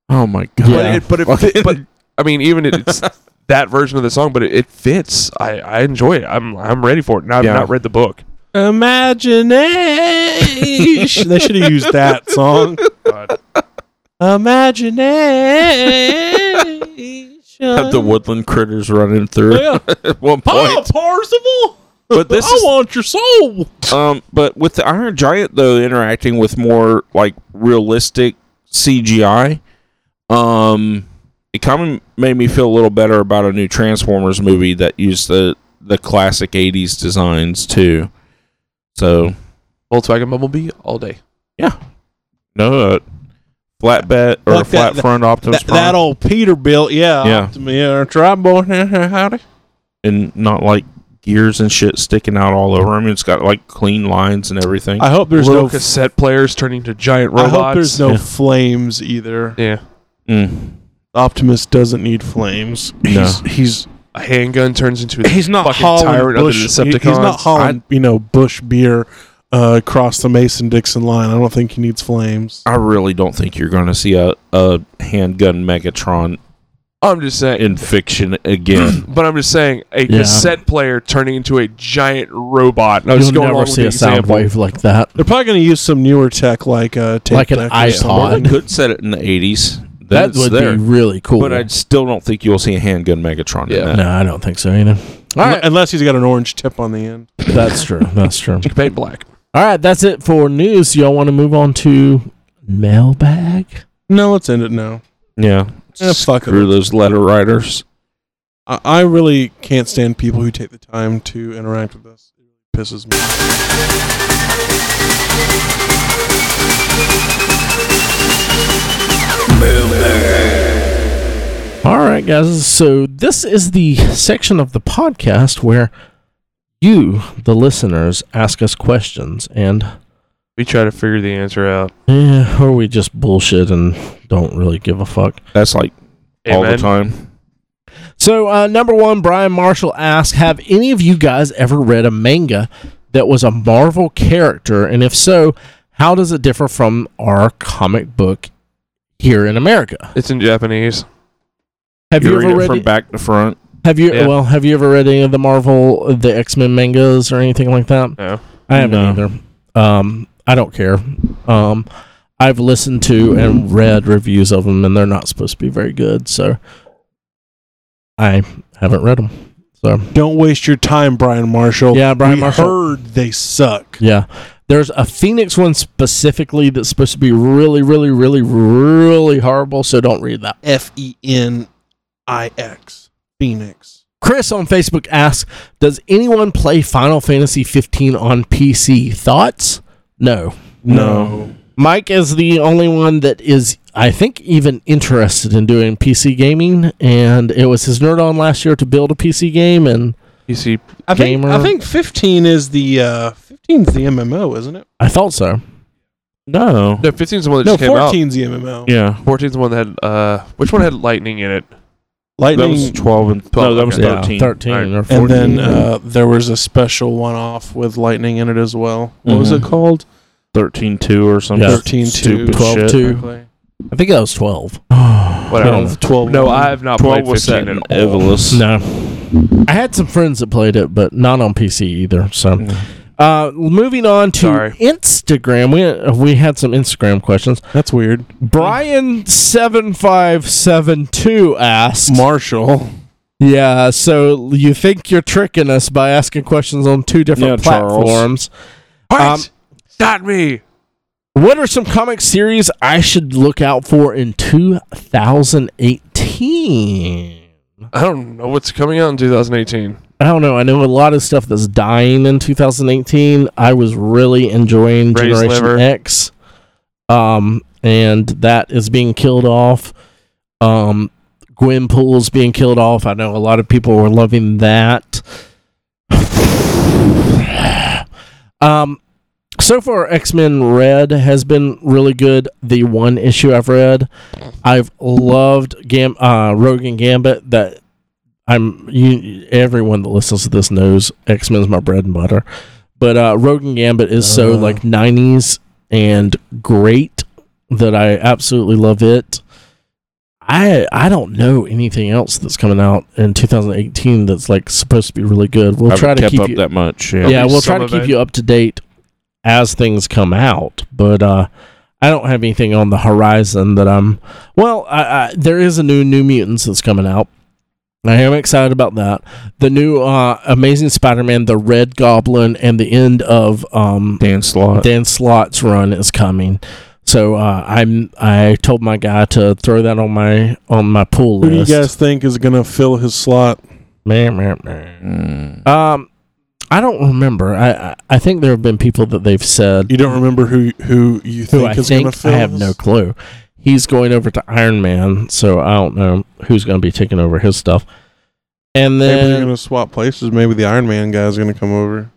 Speaker 3: oh my god.
Speaker 1: Yeah.
Speaker 4: But it, but, it, but I mean, even it, it's that version of the song, but it, it fits. I, I enjoy it. I'm I'm ready for it, and I've
Speaker 3: Yeah.
Speaker 4: not read the book.
Speaker 2: Imagination. they should have used that song.
Speaker 4: But
Speaker 2: Imagination.
Speaker 3: Had the woodland critters running through
Speaker 2: Yeah.
Speaker 3: at one
Speaker 2: Oh,
Speaker 3: point.
Speaker 2: Parzival!
Speaker 3: But this
Speaker 2: I
Speaker 3: is
Speaker 2: want your soul.
Speaker 3: Um, but with the Iron Giant though interacting with more like realistic CGI, um, it kind of made me feel a little better about a new Transformers movie that used the the classic '80s designs too. So
Speaker 4: Volkswagen Bumblebee all day.
Speaker 3: no, uh, flatbed or
Speaker 2: Like that-
Speaker 3: flat front Optimus
Speaker 2: That,
Speaker 3: Prime,
Speaker 2: that old Peterbilt, yeah.
Speaker 3: Yeah.
Speaker 2: Optima, yeah. Tribal, howdy.
Speaker 3: and not like gears and shit sticking out all over him. It's got like clean lines and everything.
Speaker 2: I hope there's
Speaker 4: Little
Speaker 2: no.
Speaker 4: cassette players turning to giant
Speaker 2: I
Speaker 4: robots.
Speaker 2: hope there's no
Speaker 3: Yeah.
Speaker 2: flames either.
Speaker 4: yeah,
Speaker 3: Mm.
Speaker 2: Optimus doesn't need flames. He's he's
Speaker 4: a handgun turns into a
Speaker 2: he's not
Speaker 4: fucking
Speaker 2: hauling
Speaker 4: tyrant of the
Speaker 2: Bush. he- he's not
Speaker 4: Decepticons.
Speaker 2: hauling you know Bush beer uh, across the Mason Dixon line. I don't think he needs flames.
Speaker 3: I really don't think you're going to see a, a handgun Megatron
Speaker 4: I'm just saying.
Speaker 3: in fiction again.
Speaker 4: But I'm just saying, a
Speaker 1: Yeah.
Speaker 4: cassette player turning into a giant robot. And I was
Speaker 1: You'll
Speaker 4: going
Speaker 1: never
Speaker 4: along with
Speaker 1: see
Speaker 4: the
Speaker 1: a sound
Speaker 4: example.
Speaker 1: wave like that.
Speaker 2: They're probably going to use some newer tech like uh, tape
Speaker 1: Like an
Speaker 2: deck or
Speaker 1: iPod.
Speaker 3: Well,
Speaker 2: something.
Speaker 3: they could set it in the 80s. Then
Speaker 1: That
Speaker 3: it's
Speaker 1: would
Speaker 3: there.
Speaker 1: be really cool.
Speaker 3: But I still don't think you'll see a handgun Megatron
Speaker 4: Yeah.
Speaker 3: in that.
Speaker 1: no, I don't think so either. All
Speaker 2: Unle-
Speaker 1: right,
Speaker 2: Unless he's got an orange tip on the end.
Speaker 1: that's true. That's true.
Speaker 4: You can paint black.
Speaker 1: All right, that's it for news. Y'all want to move on to mailbag?
Speaker 2: No, let's end it now.
Speaker 3: Yeah.
Speaker 2: Eh, fuck
Speaker 3: Screw
Speaker 2: it.
Speaker 3: those letter writers.
Speaker 2: I, I really can't stand people who take the time to interact with us. It pisses me. off.
Speaker 1: All right, guys. So this is the section of the podcast where you, the listeners, ask us questions, and
Speaker 4: We try to figure the answer out.
Speaker 1: eh, or we just bullshit and don't really give a fuck.
Speaker 3: That's like all the
Speaker 4: Amen.
Speaker 3: time.
Speaker 1: So uh, number one, Brian Marshall asks, "Have any of you guys ever read a manga that was a Marvel character, and if so, how does it differ from our comic book here in America?
Speaker 4: It's in Japanese.
Speaker 1: Have
Speaker 3: You
Speaker 1: you,
Speaker 3: read
Speaker 1: ever
Speaker 3: it
Speaker 1: read
Speaker 3: from
Speaker 1: it-
Speaker 3: back to front.
Speaker 1: Have you
Speaker 4: Yeah.
Speaker 1: well? Have you ever read any of the Marvel, the X Men mangas or anything like that?
Speaker 4: No.
Speaker 1: I haven't
Speaker 3: No.
Speaker 1: either. Um, I don't care. Um, I've listened to and read reviews of them, and they're not supposed to be very good. So I haven't read them. So
Speaker 2: Don't waste your time, Brian Marshall.
Speaker 1: Yeah, Brian
Speaker 2: We
Speaker 1: Marshall.
Speaker 2: Heard they suck.
Speaker 1: yeah, there's a Phoenix one specifically that's supposed to be really, really, really, really horrible. So don't read that.
Speaker 2: F E N I X Phoenix.
Speaker 1: Chris on Facebook asks, "Does anyone play Final Fantasy 15 on PC? Thoughts? No."
Speaker 2: No.
Speaker 1: Mike is the only one that is, I think, even interested in doing PC gaming, and it was his nerd on last year to build a PC game, and
Speaker 4: You see,
Speaker 2: I think
Speaker 1: Gamer.
Speaker 2: I think fifteen is the uh fifteen's the MMO, isn't it?
Speaker 1: I thought so.
Speaker 3: No.
Speaker 4: no, 15's the one that
Speaker 2: No,
Speaker 4: just came out.
Speaker 2: 14's the MMO.
Speaker 3: Yeah.
Speaker 4: 14's the one that had, uh, which one had lightning in it?
Speaker 3: That
Speaker 2: Lightning
Speaker 3: was 12 and 12. No, that was
Speaker 4: okay.
Speaker 3: 13.
Speaker 1: thirteen
Speaker 4: Alright.
Speaker 1: or fourteen.
Speaker 2: and then uh there was a special one off with lightning in it as well. What was
Speaker 3: Mhm.
Speaker 2: it called?
Speaker 3: 13 2 or something.
Speaker 1: Yeah.
Speaker 2: 13
Speaker 3: Stupid
Speaker 1: 12
Speaker 3: shit.
Speaker 1: two. I think that was twelve.
Speaker 4: Whatever.
Speaker 1: Yeah.
Speaker 2: 12
Speaker 4: No, I have not
Speaker 3: 12
Speaker 4: played
Speaker 3: was set Uh,
Speaker 4: 15
Speaker 3: in
Speaker 4: at all.
Speaker 3: Evilus.
Speaker 1: No, I had some friends that played it, but not on PC either. So,
Speaker 3: Mm.
Speaker 1: uh, moving on to
Speaker 4: Sorry.
Speaker 1: Instagram, we we had some Instagram questions.
Speaker 2: That's weird.
Speaker 1: Brian seven five seven two asks.
Speaker 2: Marshall.
Speaker 1: Yeah, so you think you're tricking us by asking questions on two different
Speaker 3: Yeah, Charles.
Speaker 1: platforms.
Speaker 4: What?
Speaker 1: Um,
Speaker 4: Not me.
Speaker 1: What are some comic series I should look out for in 2018? 2018.
Speaker 4: I don't know what's coming out in 2018.
Speaker 1: I don't know. I know a lot of stuff that's dying in 2018. I was really enjoying
Speaker 4: Raised
Speaker 1: Generation
Speaker 4: liver.
Speaker 1: X, um, and that is being killed off. Um, Gwenpool's being killed off. I know a lot of people were loving that. um, so far, X Men Red has been really good. The one issue I've read, I've loved Gam- uh, Rogue and Gambit. That I'm you. Everyone that listens to this knows X Men's my bread and butter, but uh, Rogue and Gambit is so
Speaker 2: Uh.
Speaker 1: like '90s and great that I absolutely love it. I I don't know anything else that's coming out in 2018 that's like supposed to be really good. We'll
Speaker 3: I
Speaker 1: try
Speaker 3: haven't
Speaker 1: to
Speaker 3: kept
Speaker 1: keep
Speaker 3: up
Speaker 1: you.
Speaker 3: that much. Yeah.
Speaker 1: yeah,
Speaker 4: least
Speaker 1: we'll try
Speaker 4: some
Speaker 1: to
Speaker 4: of
Speaker 1: keep
Speaker 4: it.
Speaker 1: you up to date as things come out, but uh, I don't have anything on the horizon that I'm. Well, I, I, there is a new New Mutants that's coming out. I am excited about that. The new uh, Amazing Spider-Man, the Red Goblin, and the end of um,
Speaker 3: Dan Slott.
Speaker 1: Dan Slott's run is coming. So uh, I'm. I told my guy to throw that on my on my pull
Speaker 2: Who do you
Speaker 1: list.
Speaker 2: guys think is gonna fill his slot?
Speaker 1: Meh, meh, meh.
Speaker 3: Mm.
Speaker 1: Um, I don't remember. I, I I think there have been people that they've said
Speaker 2: You don't remember who who
Speaker 1: who
Speaker 2: you think
Speaker 1: I
Speaker 2: is gonna
Speaker 1: think I
Speaker 2: fill?
Speaker 1: have no
Speaker 2: his-
Speaker 1: clue. He's going over to Iron Man, so I don't know who's going to be taking over his stuff. And
Speaker 2: Maybe they're
Speaker 1: then
Speaker 2: gonna swap places. Maybe the Iron Man guy is gonna come over.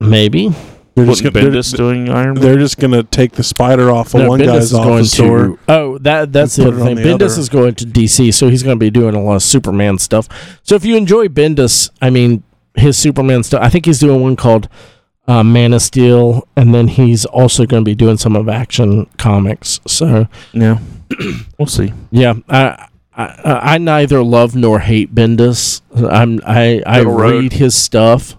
Speaker 1: maybe,
Speaker 2: They're just
Speaker 3: Wasn't
Speaker 2: gonna, they're,
Speaker 3: Bendis doing Iron Man?
Speaker 2: they're just gonna take the spider off of
Speaker 1: No,
Speaker 2: one
Speaker 1: Bendis
Speaker 2: guy's
Speaker 1: is
Speaker 2: off
Speaker 1: going
Speaker 2: and store.
Speaker 1: to. Oh, that that's
Speaker 2: and
Speaker 1: the
Speaker 2: put
Speaker 1: other
Speaker 2: it on
Speaker 1: thing.
Speaker 2: the
Speaker 1: Bendis
Speaker 2: other.
Speaker 1: is going to DC, so he's going to be doing a lot of Superman stuff. So if you enjoy Bendis, I mean his Superman stuff. I think he's doing one called uh, Man of Steel, and then he's also going to be doing some of Action Comics. So
Speaker 3: yeah. we'll see.
Speaker 1: yeah, I. I, I neither love nor hate Bendis. I'm I, I
Speaker 4: Middle road.
Speaker 1: read his stuff,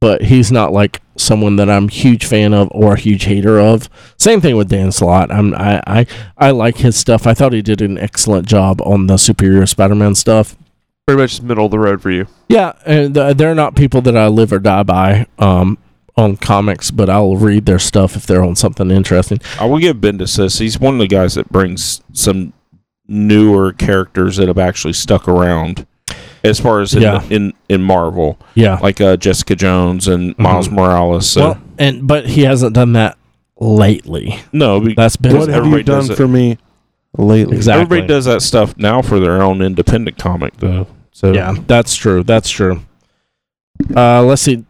Speaker 1: but he's not like someone that I'm huge fan of or a huge hater of. Same thing with Dan Slott. I'm I, I, I like his stuff. I thought he did an excellent job on the Superior Spider-Man stuff.
Speaker 4: Pretty much middle of the road for you.
Speaker 1: Yeah, and th- they're not people that I live or die by um, on comics, but I'll read their stuff if they're on something interesting.
Speaker 3: I will give Bendis this. He's one of the guys that brings some newer characters that have actually stuck around as far as in,
Speaker 1: Yeah.
Speaker 3: in, in Marvel,
Speaker 1: Yeah.
Speaker 3: like uh, Jessica Jones and Miles Morales. So,
Speaker 1: Well, and but he hasn't done that lately.
Speaker 3: no, be-
Speaker 1: That's been
Speaker 2: What have you
Speaker 3: Everybody does
Speaker 2: done
Speaker 3: it.
Speaker 2: for me lately?
Speaker 1: exactly.
Speaker 3: everybody does that stuff now for their own independent comic, though. So,
Speaker 1: Yeah, that's true. That's true. Uh, let's see.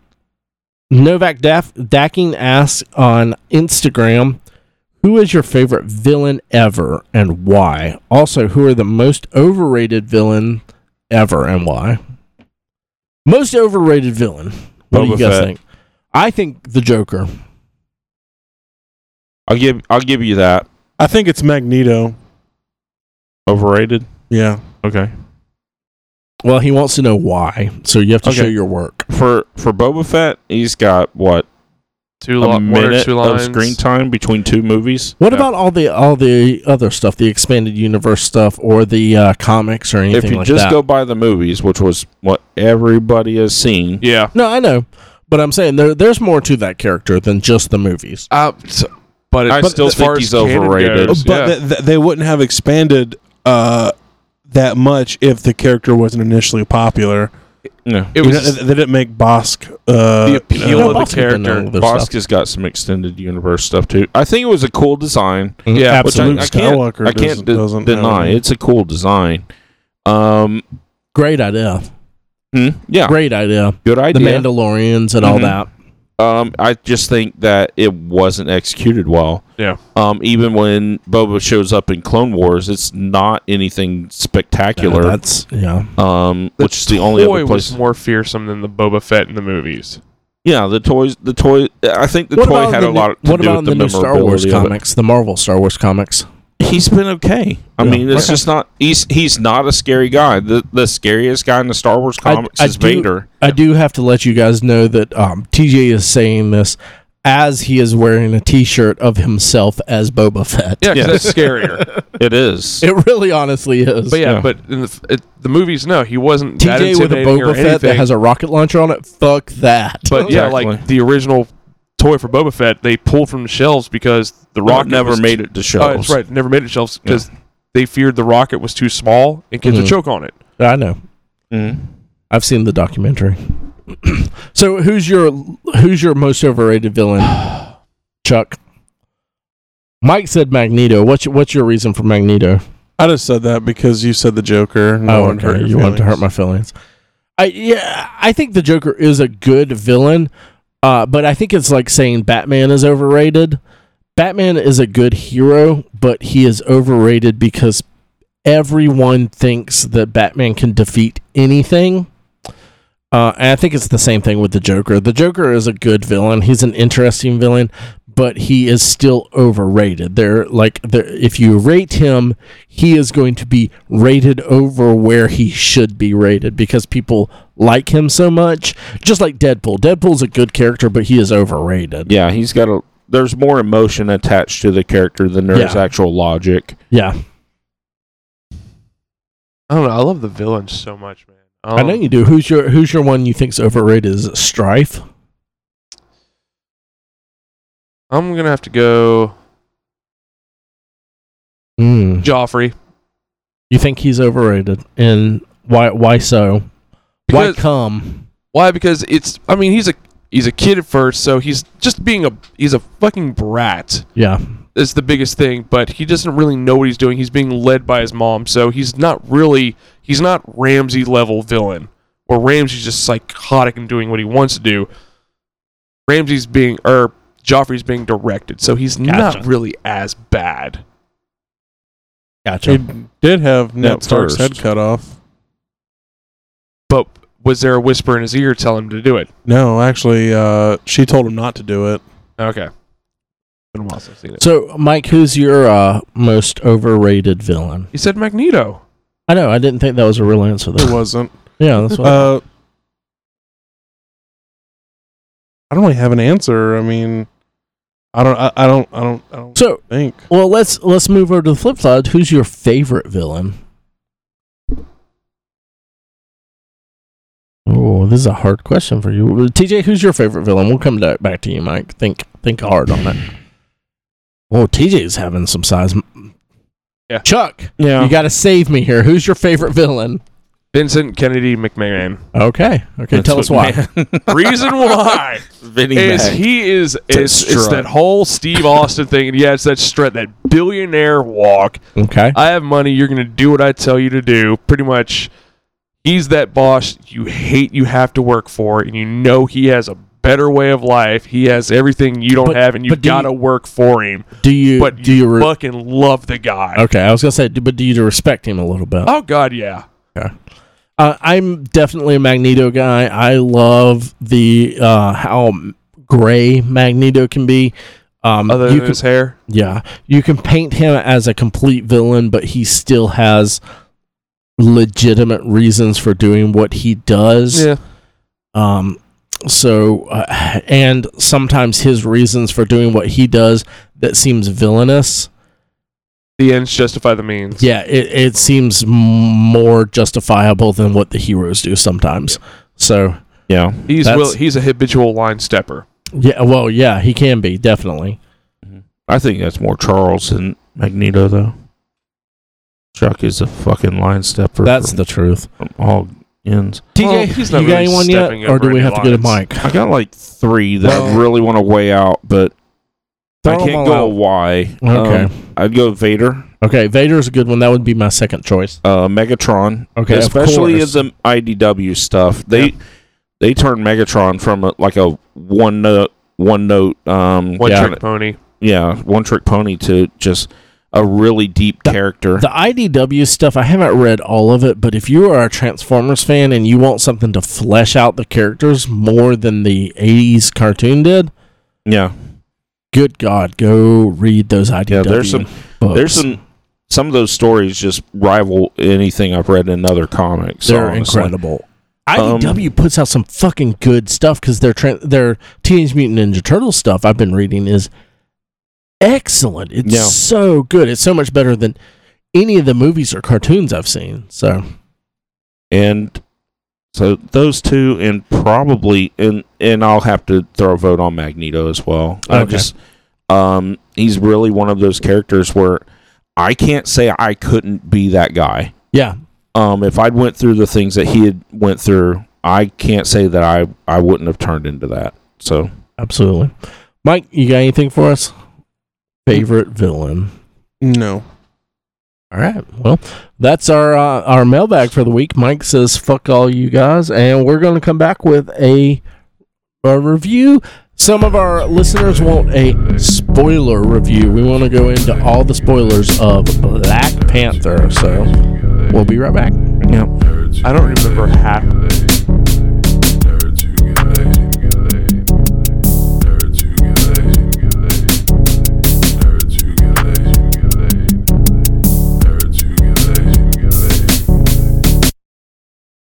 Speaker 1: Novak Daf- Daking asks on Instagram, "Who is your favorite villain ever and why? Also, who are the most overrated villain ever and why? Most overrated villain. What do you
Speaker 3: Boba
Speaker 1: guys
Speaker 3: Fett.
Speaker 1: think? I think the Joker.
Speaker 3: I'll give I'll give you that.
Speaker 2: I think it's Magneto.
Speaker 3: Overrated.
Speaker 2: Yeah.
Speaker 3: Okay.
Speaker 1: Well, he wants to know why, so you have to
Speaker 3: Okay.
Speaker 1: show your work.
Speaker 3: For for Boba Fett, he's got what a
Speaker 4: Two lo- one or
Speaker 3: minute
Speaker 4: two
Speaker 3: of
Speaker 4: lines.
Speaker 3: screen time between two movies.
Speaker 1: What
Speaker 3: Yeah.
Speaker 1: about all the all the other stuff, the expanded universe stuff, or the uh, comics, or anything
Speaker 3: if you
Speaker 1: like
Speaker 3: just
Speaker 1: that?
Speaker 3: go by the movies, which was what everybody has seen?
Speaker 4: Yeah.
Speaker 1: No, I know, but I'm saying there, there's more to that character than just the movies.
Speaker 4: Uh, s- but it,
Speaker 3: I
Speaker 4: but
Speaker 3: still
Speaker 4: as
Speaker 3: think
Speaker 4: far as
Speaker 3: he's
Speaker 4: canon
Speaker 3: overrated.
Speaker 4: goes,
Speaker 2: but
Speaker 4: yeah.
Speaker 2: th- th- they wouldn't have expanded uh, that much if the character wasn't initially popular.
Speaker 3: No.
Speaker 4: it
Speaker 2: You
Speaker 4: was
Speaker 2: know,
Speaker 4: just
Speaker 2: th- they didn't make Bosk. Uh,
Speaker 4: the appeal
Speaker 2: you know,
Speaker 4: of the
Speaker 1: Bosk didn't know
Speaker 4: character.
Speaker 1: this stuff.
Speaker 3: Bosk has got some extended universe stuff too. I think it was a cool design.
Speaker 1: Mhm.
Speaker 3: Yeah,
Speaker 1: Absolutely.
Speaker 3: which I, I can't,
Speaker 2: Skywalker
Speaker 3: I can't
Speaker 2: doesn't-
Speaker 3: de-
Speaker 2: doesn't
Speaker 3: deny.
Speaker 2: have-
Speaker 3: It's a cool design. Um,
Speaker 1: Great idea.
Speaker 3: hmm, yeah,
Speaker 1: Great idea.
Speaker 3: good
Speaker 1: The
Speaker 3: idea.
Speaker 1: Mandalorians and all
Speaker 3: Mhm.
Speaker 1: that.
Speaker 3: um, I just think that it wasn't executed well.
Speaker 4: Yeah.
Speaker 3: Um, even when Boba shows up in Clone Wars, it's not anything spectacular.
Speaker 1: that's yeah.
Speaker 3: um,
Speaker 4: the
Speaker 3: which is the only
Speaker 4: toy
Speaker 3: other place.
Speaker 4: was more fearsome than the Boba Fett in the movies.
Speaker 3: yeah, the toys. The toy. I think the toy
Speaker 1: about
Speaker 3: had
Speaker 1: the
Speaker 3: a
Speaker 1: new-
Speaker 3: lot to
Speaker 1: what
Speaker 3: do
Speaker 1: about
Speaker 3: with
Speaker 1: the,
Speaker 3: the,
Speaker 1: new Star Wars
Speaker 3: memorability of it.
Speaker 1: comics? The Marvel Star Wars comics.
Speaker 3: he's been okay. I
Speaker 1: Yeah.
Speaker 3: mean, it's just not he's he's not a scary guy. The the scariest guy in the Star Wars
Speaker 1: I-
Speaker 3: comics
Speaker 1: I
Speaker 3: is
Speaker 1: do-
Speaker 3: Vader.
Speaker 1: I do have to let you guys know that um, TJ is saying this as he is wearing a T-shirt of himself as Boba Fett.
Speaker 4: Yeah, 'cause
Speaker 3: Yeah.
Speaker 4: that's scarier.
Speaker 3: It is.
Speaker 1: It really, honestly is.
Speaker 4: But yeah,
Speaker 3: Yeah.
Speaker 4: but in the, f- it, the movies, no, he wasn't that
Speaker 1: TJ with a
Speaker 4: intimidating or
Speaker 1: Boba Fett that
Speaker 4: anything.
Speaker 1: has a rocket launcher on it. Fuck that.
Speaker 4: But yeah, like
Speaker 3: Exactly.
Speaker 4: the original toy for Boba Fett, they pulled from the shelves because the
Speaker 3: Rock
Speaker 4: rocket
Speaker 3: never
Speaker 4: was-
Speaker 3: made it to
Speaker 4: Oh,
Speaker 3: shelves.
Speaker 4: that's right, never made it to shelves because they feared the rocket was too small and kids would
Speaker 3: Mm-hmm.
Speaker 1: Mhm.
Speaker 4: choke on it.
Speaker 1: I know. Mm-hmm. I've seen the documentary. so who's your who's your most overrated villain? Chuck. Mike said Magneto. What's your, what's your reason for Magneto?
Speaker 2: I just said that because you said the Joker. No
Speaker 1: oh,
Speaker 2: one
Speaker 1: okay.
Speaker 2: hurt your
Speaker 1: you wanted to
Speaker 2: feelings.
Speaker 1: hurt my feelings. I yeah, I think the Joker is a good villain, uh, but I think it's like saying Batman is overrated. Batman is a good hero, but he is overrated because everyone thinks that Batman can defeat anything. Uh, and I think it's the same thing with the Joker. The Joker is a good villain. He's an interesting villain, but he is still overrated. There, like, there, if you rate him, he is going to be rated over where he should be rated because people like him so much. Just like Deadpool. Deadpool's a good character, but he is overrated.
Speaker 3: Yeah, he's got a. There's more emotion attached to the character than there is
Speaker 1: Yeah.
Speaker 3: actual logic.
Speaker 1: Yeah,
Speaker 4: I don't know. I love the villains so much, man. Um,
Speaker 1: I know you do. Who's your Who's your one you think's overrated? Is it Strife?
Speaker 4: I'm gonna have to go
Speaker 1: Mm.
Speaker 4: Joffrey.
Speaker 1: You think he's overrated, and why? Why so? Why
Speaker 4: Because,
Speaker 1: come?
Speaker 4: why? Because it's. I mean, he's a he's a kid at first, so he's just being a he's a fucking brat.
Speaker 1: Yeah.
Speaker 4: is the biggest thing, but he doesn't really know what he's doing. He's being led by his mom, so he's not really he's not Ramsey level villain. Where Ramsey's just psychotic and doing what he wants to do. Ramsey's being or Joffrey's being directed, so he's not
Speaker 1: Gotcha.
Speaker 4: really as bad.
Speaker 1: Gotcha.
Speaker 2: He did have Ned
Speaker 3: Not
Speaker 2: Stark's head
Speaker 3: first.
Speaker 2: cut off.
Speaker 4: But was there a whisper in his ear telling him to do it?
Speaker 2: No, actually, uh, she told him not to do it.
Speaker 4: Okay. Been a while since I've seen it.
Speaker 1: So, Mike, who's your uh, most overrated villain?
Speaker 4: He said Magneto.
Speaker 1: I know. I didn't think that was a real answer.
Speaker 2: It
Speaker 1: Though.
Speaker 2: wasn't.
Speaker 1: yeah, that's what.
Speaker 2: Uh, I don't really have an answer. I mean, I don't. I, I don't. I don't. I don't
Speaker 1: so,
Speaker 2: think.
Speaker 1: well, let's let's move over to the flip side. Who's your favorite villain? Oh, this is a hard question for you, TJ. Who's your favorite villain? We'll come da- back to you, Mike. Think think hard on that. Oh, TJ's having some size.
Speaker 4: Yeah.
Speaker 1: Chuck,
Speaker 3: Yeah.
Speaker 1: you got to save me here. Who's your favorite villain?
Speaker 4: Vincent Kennedy McMahon.
Speaker 1: Okay, okay. tell us why.
Speaker 4: Reason why
Speaker 3: Vinny
Speaker 4: is
Speaker 3: Mac.
Speaker 4: he is it's, it's
Speaker 3: strut.
Speaker 4: that whole Steve Austin thing, and yeah, it's that strut, that billionaire walk.
Speaker 1: Okay.
Speaker 4: I have money. You're gonna do what I tell you to do. Pretty much, he's that boss you hate. You have to work for, and you know he has a better way of life. He has everything you don't
Speaker 1: But-
Speaker 4: have, and you
Speaker 1: but do you-
Speaker 4: gotta work for him.
Speaker 1: Do you?
Speaker 4: But
Speaker 1: do you? re-
Speaker 4: fucking love the guy.
Speaker 1: okay, I was gonna say, do- but do you respect him a little bit?
Speaker 4: Oh God, yeah.
Speaker 1: Uh, I'm definitely a Magneto guy. I love the uh, how gray Magneto can be. Um,
Speaker 4: Other
Speaker 1: you
Speaker 4: than
Speaker 1: can,
Speaker 4: his hair,
Speaker 1: yeah, you can paint him as a complete villain, but he still has legitimate reasons for doing what he does.
Speaker 4: yeah.
Speaker 1: Um, so, uh, and sometimes his reasons for doing what he does that seems villainous.
Speaker 4: The ends justify the means.
Speaker 1: Yeah, it, it seems m- more justifiable than what the heroes do sometimes. So,
Speaker 3: yeah.
Speaker 4: He's
Speaker 1: That's-
Speaker 4: will, he's a habitual line stepper.
Speaker 1: yeah, well, yeah, he can be, definitely.
Speaker 3: I think that's more Charles than Magneto, though. Chuck is a fucking line stepper.
Speaker 1: That's
Speaker 3: from,
Speaker 1: the truth.
Speaker 3: from all ends.
Speaker 1: TJ,
Speaker 4: Well, he's
Speaker 1: you
Speaker 4: not
Speaker 1: got
Speaker 4: really
Speaker 1: anyone yet?
Speaker 4: stepping
Speaker 1: Or
Speaker 4: over
Speaker 1: do we
Speaker 4: any
Speaker 1: have to go to
Speaker 4: lines.
Speaker 1: Mike?
Speaker 3: I got like three that I
Speaker 2: Well-
Speaker 3: really want to weigh out, but
Speaker 1: Throw
Speaker 3: I
Speaker 1: 'em
Speaker 3: can't
Speaker 1: all
Speaker 3: go
Speaker 1: out.
Speaker 3: why.
Speaker 1: Okay.
Speaker 3: Um, I'd go Vader,
Speaker 1: Okay, Vader's a good one. That would be my second choice.
Speaker 3: uh, Megatron.
Speaker 1: Okay, of
Speaker 3: especially um, in
Speaker 1: course.
Speaker 3: the IDW stuff. They they turned Megatron from a, like a one note one note um
Speaker 4: One
Speaker 3: yeah,
Speaker 4: trick pony.
Speaker 3: yeah one trick pony to just a really deep character.
Speaker 1: The IDW stuff, I haven't read all of it, but if you are a Transformers fan and you want something to flesh out the characters more than the 80s cartoon did,
Speaker 3: yeah,
Speaker 1: good God, go read those IDW
Speaker 3: yeah. There's some
Speaker 1: books.
Speaker 3: there's some some of those stories just rival anything I've read in other comics.
Speaker 1: They're
Speaker 3: honestly.
Speaker 1: incredible.
Speaker 3: Um,
Speaker 1: IDW puts out some fucking good stuff because their tran their Teenage Mutant Ninja Turtle stuff I've been reading is excellent. It's
Speaker 3: Yeah.
Speaker 1: so good. It's so much better than any of the movies or cartoons I've seen. So
Speaker 3: And so those two, and probably, and and I'll have to throw a vote on Magneto as well. I
Speaker 1: Okay.
Speaker 3: just, um, he's really one of those characters where I can't say I couldn't be that guy.
Speaker 1: Yeah.
Speaker 3: Um, if I'd went through the things that he had went through, I can't say that I I wouldn't have turned into that. So
Speaker 1: Absolutely. Mike, you got anything for us? Favorite villain.
Speaker 2: No.
Speaker 1: All right. Well, that's our uh, our mailbag for the week. Mike says fuck all you guys and we're going to come back with a a review. Some of our listeners want a spoiler review. We want to go into all the spoilers of Black Panther, so we'll be right back.
Speaker 4: Yeah. I don't remember half.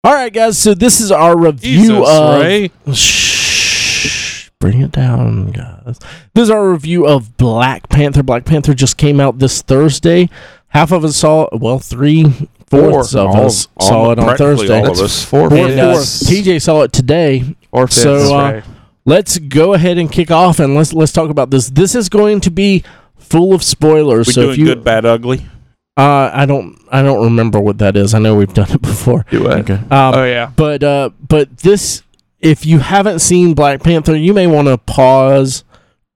Speaker 1: All right, guys. So this is our review
Speaker 2: Jesus,
Speaker 1: of
Speaker 2: Ray.
Speaker 1: Shh, bring it down, guys. This is our review of Black Panther. Black Panther just came out this Thursday. Half of us saw, well, three fourths of
Speaker 3: all-
Speaker 1: us
Speaker 3: all-
Speaker 1: saw it on
Speaker 3: practically
Speaker 1: Thursday.
Speaker 3: All of us.
Speaker 2: Four.
Speaker 1: and uh,
Speaker 2: fourths.
Speaker 1: TJ saw it today.
Speaker 4: Or fifth.
Speaker 1: So,
Speaker 4: that's
Speaker 1: uh,
Speaker 4: right.
Speaker 1: Let's go ahead and kick off, and let's let's talk about this. This is going to be full of spoilers.
Speaker 3: We
Speaker 1: so
Speaker 3: doing
Speaker 1: if you,
Speaker 3: good, bad, ugly.
Speaker 1: uh, I don't I don't remember what that is. I know we've done it before.
Speaker 4: Do it.
Speaker 3: Okay.
Speaker 1: Um,
Speaker 4: Oh yeah.
Speaker 1: but uh but this if you haven't seen black panther you may want to pause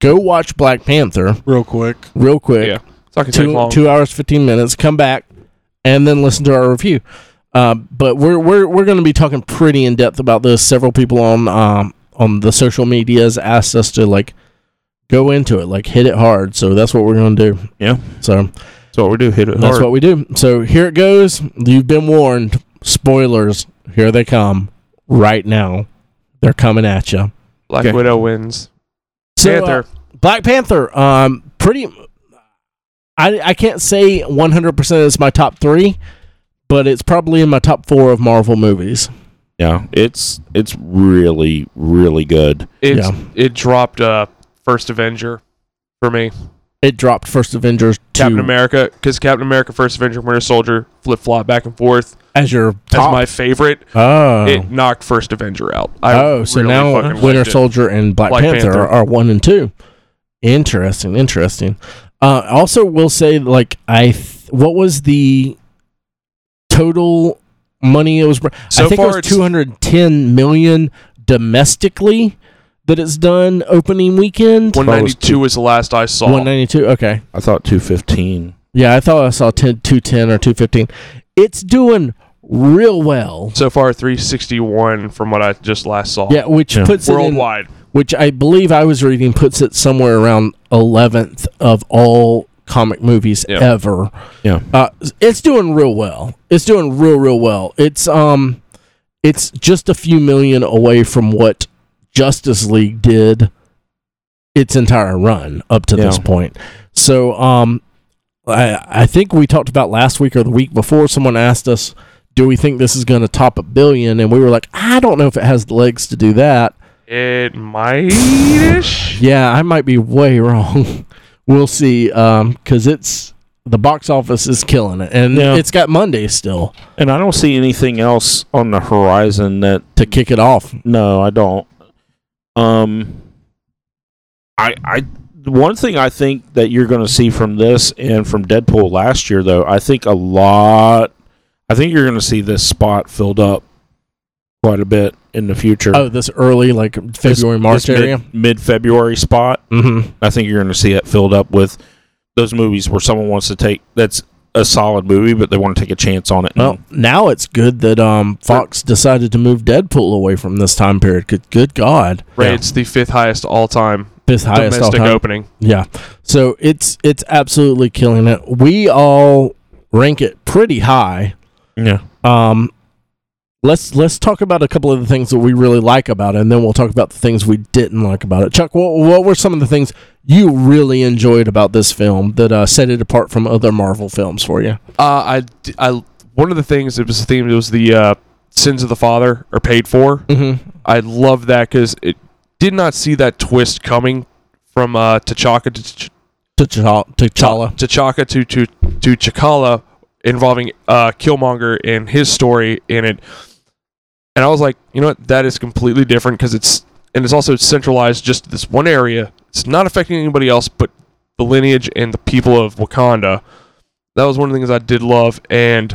Speaker 1: go watch black panther
Speaker 2: Real quick.
Speaker 1: real quick
Speaker 3: Yeah.
Speaker 4: It's not gonna take
Speaker 1: two,
Speaker 4: long.
Speaker 1: two hours 15 minutes come back and then listen to our review uh, but we're we're, we're going to be talking pretty in depth about this several people on um on the social medias asked us to like go into it like hit it hard so that's what we're going to do
Speaker 3: Yeah.
Speaker 1: so
Speaker 3: So what we do hit it
Speaker 1: that's
Speaker 3: hard.
Speaker 1: what we do. So here it goes. You've been warned. Spoilers. Here they come. Right now, they're coming at you.
Speaker 4: Black
Speaker 3: okay.
Speaker 4: Widow wins.
Speaker 1: So, uh,
Speaker 4: Panther.
Speaker 1: Black Panther. Um, pretty. I I can't say 100 percent it's my top three, but it's probably in my top four of Marvel movies.
Speaker 3: yeah, it's it's really really good.
Speaker 4: It's,
Speaker 1: yeah.
Speaker 4: It dropped uh, First Avenger for me.
Speaker 1: It dropped first Avengers to
Speaker 4: Captain America, because Captain America, First Avenger, Winter Soldier, flip flop back and forth.
Speaker 1: as your
Speaker 4: That's
Speaker 1: top.
Speaker 4: my favorite.
Speaker 1: oh,
Speaker 4: It knocked First Avenger out. I
Speaker 1: oh, so
Speaker 4: really
Speaker 1: now
Speaker 4: fucking
Speaker 1: Winter
Speaker 4: liked it.
Speaker 1: Soldier and Black,
Speaker 4: Black
Speaker 1: Panther,
Speaker 4: Panther.
Speaker 1: Are, are one and two. Interesting, interesting. Uh, also, will say like I, th- what was the total money it was? br-
Speaker 4: So
Speaker 1: I think
Speaker 4: far
Speaker 1: it was
Speaker 4: it's-
Speaker 1: two hundred ten million domestically that it's done opening weekend.
Speaker 3: was
Speaker 4: 192 was the last I saw.
Speaker 1: One ninety two. Okay,
Speaker 3: I thought two fifteen.
Speaker 1: yeah, I thought I saw 10, 210 or two fifteen. It's doing real well.
Speaker 4: So far, 361 from what I just last saw.
Speaker 1: Yeah, which
Speaker 3: Yeah.
Speaker 1: puts it in,
Speaker 4: Worldwide.
Speaker 1: which I believe I was reading puts it somewhere around eleventh of all comic movies
Speaker 3: Yeah.
Speaker 1: ever.
Speaker 3: Yeah.
Speaker 1: uh, it's doing real well. It's doing real, real well. It's um, it's just a few million away from what Justice League did its entire run up to this
Speaker 3: Yeah.
Speaker 1: point. So um, I I think we talked about last week or the week before. Someone asked us, "Do we think this is going to top a billion? And we were like, "I don't know if it has the legs to do that."
Speaker 4: It might ish.
Speaker 1: Yeah, I might be way wrong. we'll see, because it's the box office is killing it, and
Speaker 3: Yeah.
Speaker 1: it's got Monday still
Speaker 3: And I don't see anything else on the horizon that
Speaker 1: to kick it off.
Speaker 3: No, I don't. Um, I I the one thing I think that you're going to see from this and from Deadpool last year, though, I think a lot. I think you're going to see this spot filled up quite a bit in the future.
Speaker 1: Oh, this early like February March area.
Speaker 3: mid February spot.
Speaker 1: Mm-hmm.
Speaker 3: I think you're going to see it filled up with those movies where someone wants to take that's a solid movie, but they want to take a chance on it. and-
Speaker 1: Well, now it's good that um, Fox decided to move Deadpool away from this time period. Good, good God,
Speaker 4: Right, it's the fifth highest all time
Speaker 1: fifth highest all
Speaker 4: domestic
Speaker 1: time.
Speaker 4: opening.
Speaker 1: Yeah, so it's it's absolutely killing it. We all rank it pretty high.
Speaker 3: yeah,
Speaker 1: Um, let's let's talk about a couple of the things that we really like about it, and then we'll talk about the things we didn't like about it. Chuck, what what were some of the things you really enjoyed about this film that uh, set it apart from other Marvel films for you?
Speaker 4: Uh, I, d- I- one of the things that was the theme was the uh, sins of the father are paid for.
Speaker 1: Mm-hmm.
Speaker 4: I love that because it did not see that twist coming from uh, T'Chaka to T'Ch-
Speaker 1: T'Challa.
Speaker 4: T'Chaka to to to Chakala involving uh, Killmonger and his story in it. And I was like, you know what? That is completely different because it's and it's also centralized just to this one area. It's not affecting anybody else but the lineage and the people of Wakanda. That was one of the things I did love, and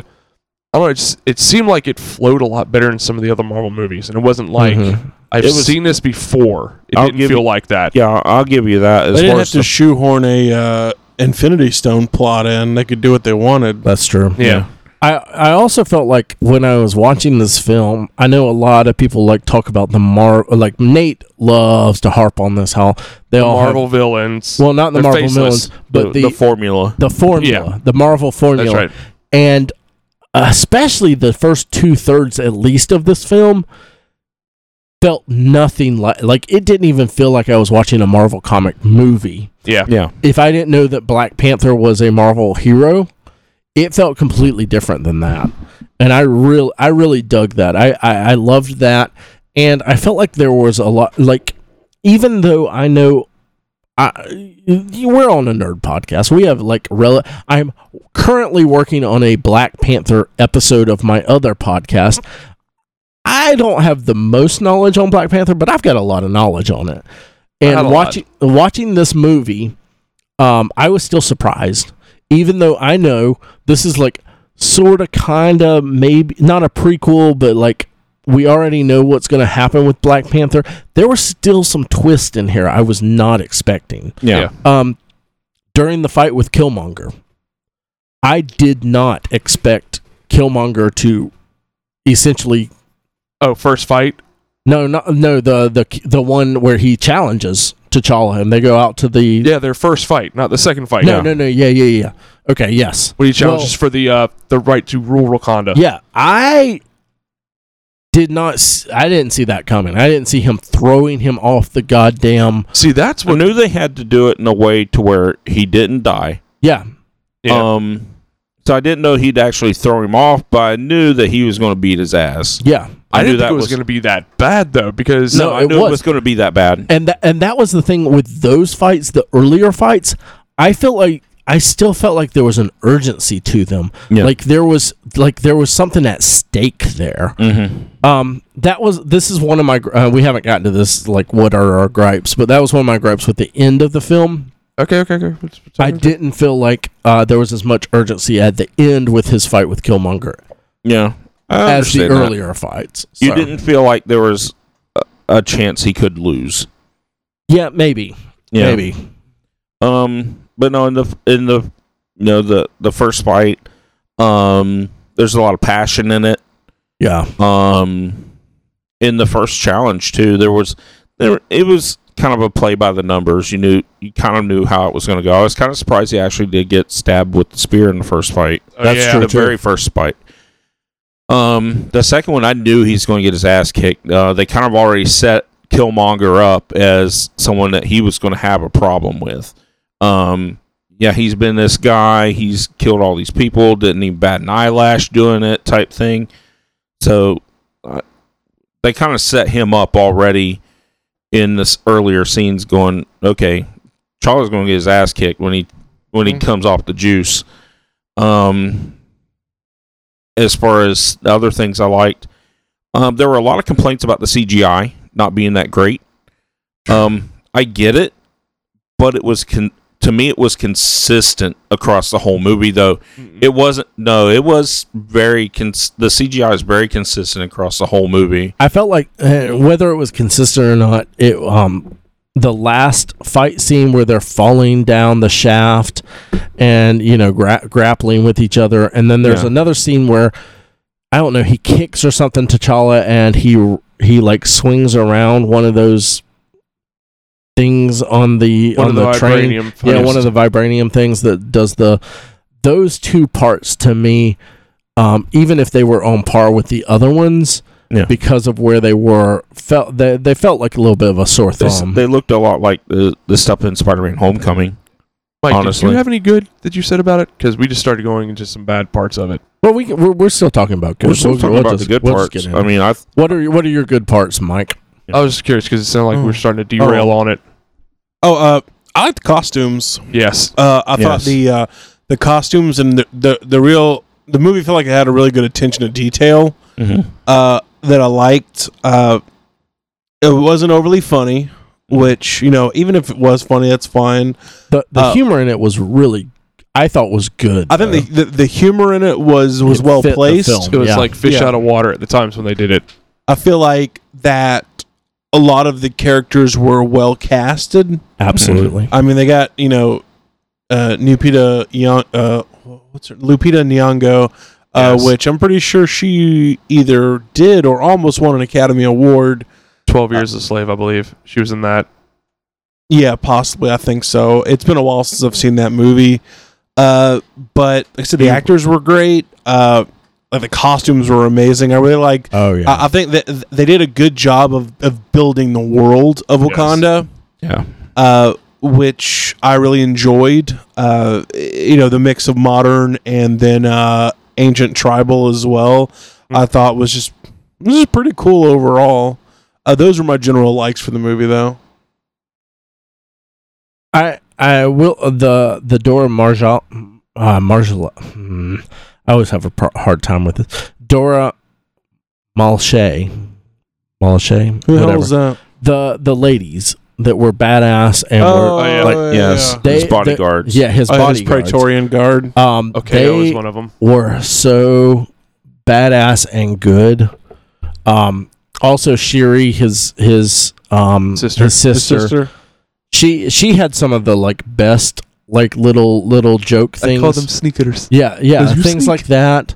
Speaker 4: I don't know. It, just, it seemed like it flowed a lot better in some of the other Marvel movies, and it wasn't like
Speaker 1: Mhm.
Speaker 4: I've
Speaker 3: It was-
Speaker 4: seen this before. It
Speaker 3: I'll
Speaker 4: didn't
Speaker 3: give
Speaker 4: feel like that.
Speaker 3: Yeah, I'll- I'll give you that. As
Speaker 2: They
Speaker 3: far
Speaker 2: didn't have
Speaker 3: as
Speaker 2: to
Speaker 3: the-
Speaker 2: shoehorn a uh, Infinity Stone plot in. They could do what they wanted.
Speaker 1: That's true.
Speaker 4: Yeah.
Speaker 1: I, I also felt like when I was watching this film, I know a lot of people like talk about the Mar like Nate loves to harp on this how they all have-
Speaker 4: Marvel villains.
Speaker 1: well not the
Speaker 4: they're
Speaker 1: Marvel
Speaker 4: faceless.
Speaker 1: villains but the
Speaker 3: the formula.
Speaker 1: the formula,
Speaker 4: Yeah.
Speaker 1: the Marvel formula,
Speaker 4: That's right.
Speaker 1: and especially the first two thirds, at least, of this film felt nothing like like it didn't even feel like I was watching a Marvel comic movie.
Speaker 4: Yeah.
Speaker 3: Yeah.
Speaker 1: If I didn't know that Black Panther was a Marvel hero, it felt completely different than that. And I real I really dug that. I, I I loved that, and I felt like there was a lot like even though I know I, you- we're on a nerd podcast. We have like rel- I'm currently working on a Black Panther episode of my other podcast. I don't have the most knowledge on Black Panther, but I've got a lot of knowledge on it.
Speaker 4: Not a
Speaker 1: And
Speaker 4: lot.
Speaker 1: watching watching this movie, um, I was still surprised, even though I know this is like sort of, kind of, maybe not a prequel, but like we already know what's going to happen with Black Panther. There were still some twists in here I was not expecting.
Speaker 3: Yeah.
Speaker 4: Yeah.
Speaker 1: Um, during the fight with Killmonger, I did not expect Killmonger to essentially
Speaker 4: Oh, first fight.
Speaker 1: no, not, no the the the one where he challenges T'Challa and they go out to the
Speaker 4: Yeah, their first fight, not the second fight.
Speaker 1: no
Speaker 4: Yeah.
Speaker 1: no no yeah yeah yeah okay yes
Speaker 4: When he challenges for the uh, the right to rule Wakanda.
Speaker 1: Yeah, I did not. s- I didn't see that coming. I didn't see him throwing him off the goddamn.
Speaker 4: See, that's
Speaker 3: I
Speaker 4: what.
Speaker 3: knew they had to do it in a way to where he didn't die.
Speaker 1: Yeah,
Speaker 4: Yeah.
Speaker 3: Um, so I didn't know he'd actually throw him off, but I knew that he was going to beat his ass.
Speaker 1: yeah,
Speaker 4: I,
Speaker 3: knew
Speaker 4: didn't think it was, going to be that bad though, because
Speaker 1: No,
Speaker 3: No, I
Speaker 1: it
Speaker 3: knew it
Speaker 1: was.
Speaker 3: was, going to be that bad.
Speaker 1: and that and that was the thing with those fights, the earlier fights. I felt like I still felt like there was an urgency to them.
Speaker 3: Yeah.
Speaker 1: Like there was like there was something at stake there.
Speaker 3: Mm-hmm.
Speaker 1: Um, that was this is one of my gr- uh, we haven't gotten to this like what are our gripes, but that was one of my gripes with the end of the film.
Speaker 4: okay, okay, okay. Let's- let's-
Speaker 1: I didn't feel like uh, there was as much urgency at the end with his fight with Killmonger
Speaker 3: Yeah, I
Speaker 1: as the
Speaker 3: understand that.
Speaker 1: earlier fights.
Speaker 3: You
Speaker 1: So-
Speaker 3: didn't feel like there was a, a chance he could lose.
Speaker 1: Yeah, maybe.
Speaker 3: Yeah.
Speaker 1: Maybe.
Speaker 3: Um, but no, in the in the you know the the first fight, um, there's a lot of passion in it.
Speaker 1: Yeah.
Speaker 3: um in the first challenge too there was there it was kind of a play by the numbers you knew you kind of knew how it was going to go i was kind of surprised he actually did get stabbed with the spear in the first fight
Speaker 4: Oh,
Speaker 1: that's
Speaker 4: yeah.
Speaker 1: true.
Speaker 3: the very first fight um the second one i knew he's going to get his ass kicked uh, they kind of already set killmonger up as someone that he was going to have a problem with um yeah he's been this guy he's killed all these people didn't even bat an eyelash doing it type thing so uh, they kind of set him up already in this earlier scenes, going, okay, Charlie's going to get his ass kicked when he when he
Speaker 4: Mhm.
Speaker 3: comes off the juice. Um, as far as the other things I liked, um, there were a lot of complaints about the CGI not being that great. Um, I get it, but it was con- to me it was consistent across the whole movie though.
Speaker 4: Mm-mm.
Speaker 3: It wasn't. No, it was very. Cons- the CGI is very consistent across the whole movie.
Speaker 1: I felt like uh, whether it was consistent or not, it um the last fight scene where they're falling down the shaft and you know gra- grappling with each other and then there's
Speaker 3: Yeah.
Speaker 1: another scene where I don't know he kicks or something T'Challa and he he like swings around one of those things on the
Speaker 4: one
Speaker 1: on
Speaker 4: of the,
Speaker 1: the train
Speaker 4: vibranium
Speaker 1: yeah,
Speaker 4: fights.
Speaker 1: one of the vibranium things that does the those two parts to me, um, even if they were on par with the other ones,
Speaker 3: Yeah.
Speaker 1: because of where they were, felt they, they felt like a little bit of a sore
Speaker 3: They, s-
Speaker 1: thumb.
Speaker 3: they looked a lot like the, the stuff in Spider-Man: Homecoming.
Speaker 4: Mike, did
Speaker 3: honestly.
Speaker 4: you have any good that you said about it? Because we just started going into some bad parts of it.
Speaker 1: well, we can, we're, we're still talking about good.
Speaker 3: We're still
Speaker 1: we'll-
Speaker 3: talking
Speaker 1: we'll
Speaker 3: about
Speaker 1: just-
Speaker 3: the good
Speaker 1: we'll just
Speaker 3: parts.
Speaker 1: get in.
Speaker 3: I mean, I th-
Speaker 1: what are what are your good parts, Mike?
Speaker 4: I was just curious because it sounded like we
Speaker 1: Mm.
Speaker 4: were starting to derail on it.
Speaker 2: Oh, uh, I like the costumes.
Speaker 4: Yes.
Speaker 2: Uh, I thought
Speaker 3: Yes.
Speaker 2: the uh, the costumes and the, the the real the movie felt like it had a really good attention to detail
Speaker 1: Mm-hmm.
Speaker 2: uh, that I liked. Uh, it wasn't overly funny, which you know, even if it was funny, that's fine.
Speaker 1: The the
Speaker 2: Uh,
Speaker 1: humor in it was really. I thought was good.
Speaker 2: I think
Speaker 1: though.
Speaker 2: the, the the humor in it was was
Speaker 1: Uh, It
Speaker 2: well
Speaker 1: fit the
Speaker 2: placed.
Speaker 1: film.
Speaker 4: It was
Speaker 1: Oh, Yeah.
Speaker 4: like fish
Speaker 2: Yeah.
Speaker 4: out of water at the times when they did it.
Speaker 2: I feel like that a lot of the characters were well casted.
Speaker 1: absolutely.
Speaker 2: I mean, they got you know, uh, Lupita Nyong- uh, what's her Lupita Nyong'o, uh,
Speaker 4: Yes.
Speaker 2: which I'm pretty sure she either did or almost won an Academy Award.
Speaker 1: Uh,
Speaker 4: Twelve Years a Slave, I believe she was in that.
Speaker 2: Yeah, possibly. I think so. It's been a while since I've seen that movie. Uh, but like I said, the
Speaker 1: Mm.
Speaker 2: actors were great. Uh, like the costumes were amazing. I really like.
Speaker 1: Oh yeah.
Speaker 2: I, I think that th- they did a good job of, of building the world of
Speaker 4: Yes.
Speaker 2: Wakanda.
Speaker 3: Yeah.
Speaker 2: Uh, which I really enjoyed. Uh, y- you know, the mix of modern and then uh, ancient tribal as well.
Speaker 1: Mm.
Speaker 2: I thought was just this is pretty cool overall. Uh, those were my general likes for the movie, though.
Speaker 1: I I will uh, the the Dora Marjal uh, Marjala. hmm, I always have a pro- hard time with this. Dora Malche, Malche,
Speaker 2: Who the
Speaker 1: whatever.
Speaker 2: hell is that?
Speaker 1: The the ladies that were badass and were
Speaker 4: Oh, yeah.
Speaker 1: like
Speaker 3: yes.
Speaker 1: They-
Speaker 3: His bodyguards.
Speaker 1: yeah his
Speaker 2: Oh, yeah, Oh, his
Speaker 1: body
Speaker 2: Praetorian guard.
Speaker 1: Um,
Speaker 4: Okay, that was
Speaker 1: they
Speaker 4: one of them.
Speaker 1: were so badass and good. Um, also Shiri, his his um
Speaker 4: Sister.
Speaker 1: his
Speaker 2: His
Speaker 1: sister, she she had some of the like best like little little joke things.
Speaker 4: sneakers.
Speaker 1: Yeah, yeah,
Speaker 4: Does you
Speaker 1: things
Speaker 4: sneak?
Speaker 1: like that.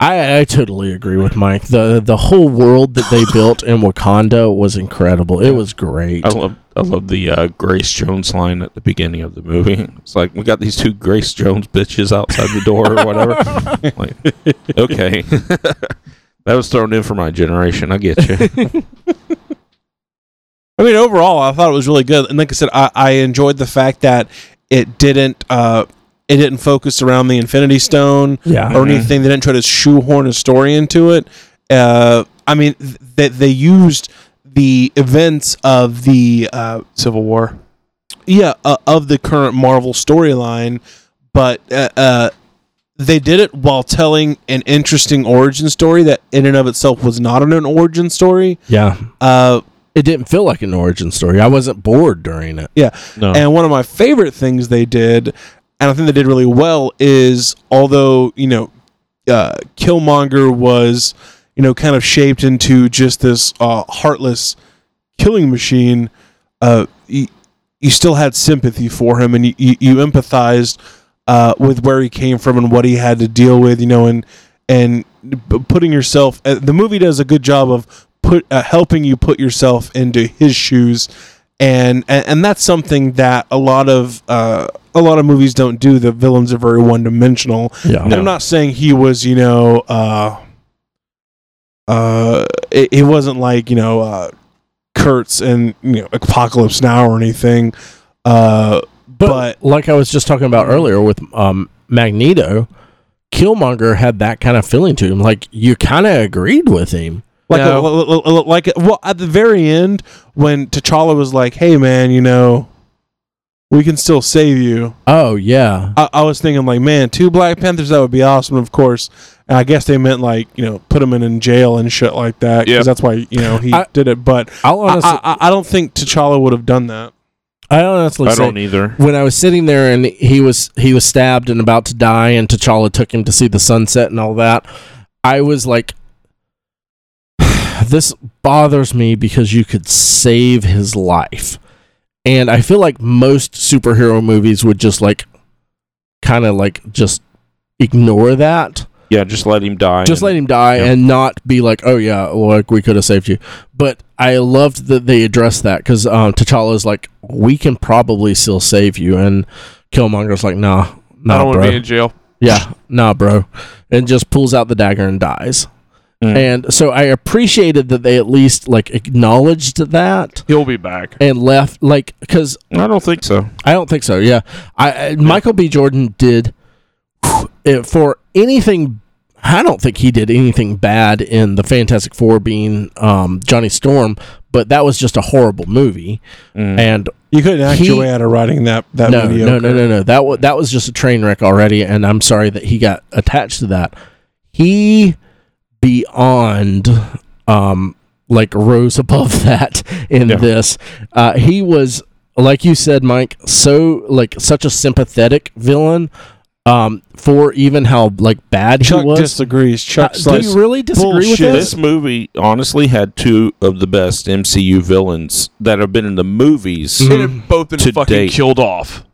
Speaker 1: I, I totally agree with Mike. the The whole world that they built in Wakanda was incredible. It was great.
Speaker 3: I love I love the uh, Grace Jones line at the beginning of the movie. It's like we got these two Grace Jones bitches outside the door or whatever. like, okay, that was thrown in for my generation. I get you.
Speaker 2: I mean, overall, I thought it was really good, and like I said, I, I enjoyed the fact that it didn't uh, it didn't focus around the Infinity Stone
Speaker 1: yeah,
Speaker 2: or anything. They didn't try to shoehorn a story into it. Uh, I mean, th- they, they used the events of the uh,
Speaker 4: Civil War.
Speaker 2: yeah uh, of the current Marvel storyline, but uh, uh, they did it while telling an interesting origin story that in and of itself was not an origin story.
Speaker 1: yeah.
Speaker 2: Uh,
Speaker 1: It didn't feel like an origin story. I wasn't bored during it.
Speaker 2: Yeah.
Speaker 3: No.
Speaker 2: And one of my favorite things they did, and I think they did really well, is although, you know, uh, Killmonger was, you know, kind of shaped into just this uh, heartless killing machine, uh, you, you still had sympathy for him and you, you, you empathized uh, with where he came from and what he had to deal with, you know, and, and p- putting yourself, uh, the movie does a good job of put uh, helping you put yourself into his shoes and and, and that's something that a lot of uh, a lot of movies don't do. The villains are very one dimensional.
Speaker 1: Yeah,
Speaker 2: I'm not saying he was, you know, uh, uh, it, it wasn't like you know uh, Kurtz and you know Apocalypse Now or anything. Uh,
Speaker 1: but, like I was just talking about earlier with um Magneto, Killmonger had that kind of feeling to him. Like you kind of agreed with him.
Speaker 2: like
Speaker 4: No.
Speaker 2: a- l- l- l- like well at the very end when T'Challa was like, "Hey man, you know, we can still save you."
Speaker 1: Oh yeah,
Speaker 2: I, I was thinking like, man, two Black Panthers that would be awesome, of course. And I guess they meant like you know put him in, in jail and shit like that because
Speaker 4: Yeah.
Speaker 2: that's why you know he
Speaker 1: I- Oh,
Speaker 2: did it. But
Speaker 1: I'll
Speaker 2: I,
Speaker 1: honestly,
Speaker 2: I, I don't think T'Challa would have done that.
Speaker 1: I, honestly
Speaker 3: I
Speaker 1: say-
Speaker 3: don't either.
Speaker 1: when I was sitting there and he was he was stabbed and about to die and T'Challa took him to see the sunset and all that, I was like this bothers me because you could save his life. And I feel like most superhero movies would just like kind of like just ignore that.
Speaker 3: Yeah, just let him die.
Speaker 1: Just
Speaker 3: and-
Speaker 1: let him die
Speaker 3: yeah.
Speaker 1: and not be like, oh yeah, like we could have saved you. But I loved that they addressed that because um, T'Challa is like, we can probably still save you, and Killmonger's like, nah,
Speaker 4: I
Speaker 1: nah,
Speaker 4: don't want
Speaker 1: bro,
Speaker 4: to be in jail.
Speaker 1: yeah, nah, bro, and just pulls out the dagger and dies.
Speaker 3: Mm.
Speaker 1: And so I appreciated that they at least like acknowledged that
Speaker 4: He'll be back.
Speaker 1: and left like because
Speaker 3: I don't think so.
Speaker 1: I don't think so. Yeah, I, I Michael B. Jordan did whew, it for anything. I don't think he did anything bad in the Fantastic Four being um, Johnny Storm, but that was just a horrible movie.
Speaker 3: Mm.
Speaker 1: And
Speaker 2: You couldn't act
Speaker 1: He-
Speaker 2: your way out of writing that that
Speaker 1: no,
Speaker 2: video.
Speaker 1: no, no, no, no. That was that was just a train wreck already, and I'm sorry that he got attached to that. He beyond um like rose above that in
Speaker 3: Yeah.
Speaker 1: this. Uh, he was like you said, Mike, so like such a sympathetic villain. um, for even how like bad
Speaker 2: Chuck
Speaker 1: he was.
Speaker 2: disagrees. Chuck
Speaker 1: Uh, do
Speaker 2: Slice.
Speaker 1: you really disagree with
Speaker 2: bullshit.
Speaker 1: this?
Speaker 3: This movie honestly had two of the best MCU villains that have been in the movies.
Speaker 1: Mhm.
Speaker 4: And it both been
Speaker 3: To
Speaker 4: fucking
Speaker 3: date.
Speaker 4: killed off.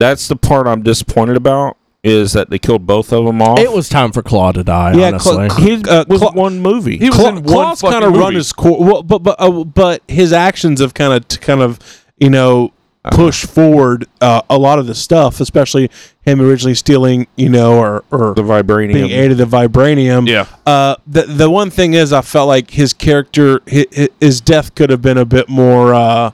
Speaker 3: That's the part I'm disappointed about is that they killed both of them off.
Speaker 1: It was time for Claw to die.
Speaker 2: Yeah, Claw-
Speaker 1: honestly,
Speaker 3: He
Speaker 2: Uh,
Speaker 3: was
Speaker 2: Cla-
Speaker 3: one movie.
Speaker 4: He was
Speaker 2: Cla-
Speaker 4: in one
Speaker 2: Claw's
Speaker 4: fucking
Speaker 2: kind of run
Speaker 4: movie.
Speaker 2: his course, well, but but uh, but his actions have kind of kind of you know pushed forward uh, a lot of the stuff, especially him originally stealing you know or or
Speaker 3: the vibranium.
Speaker 2: being aided the vibranium.
Speaker 4: Yeah.
Speaker 2: Uh, the the one thing is, I felt like his character, his, his death could have been a bit more, uh,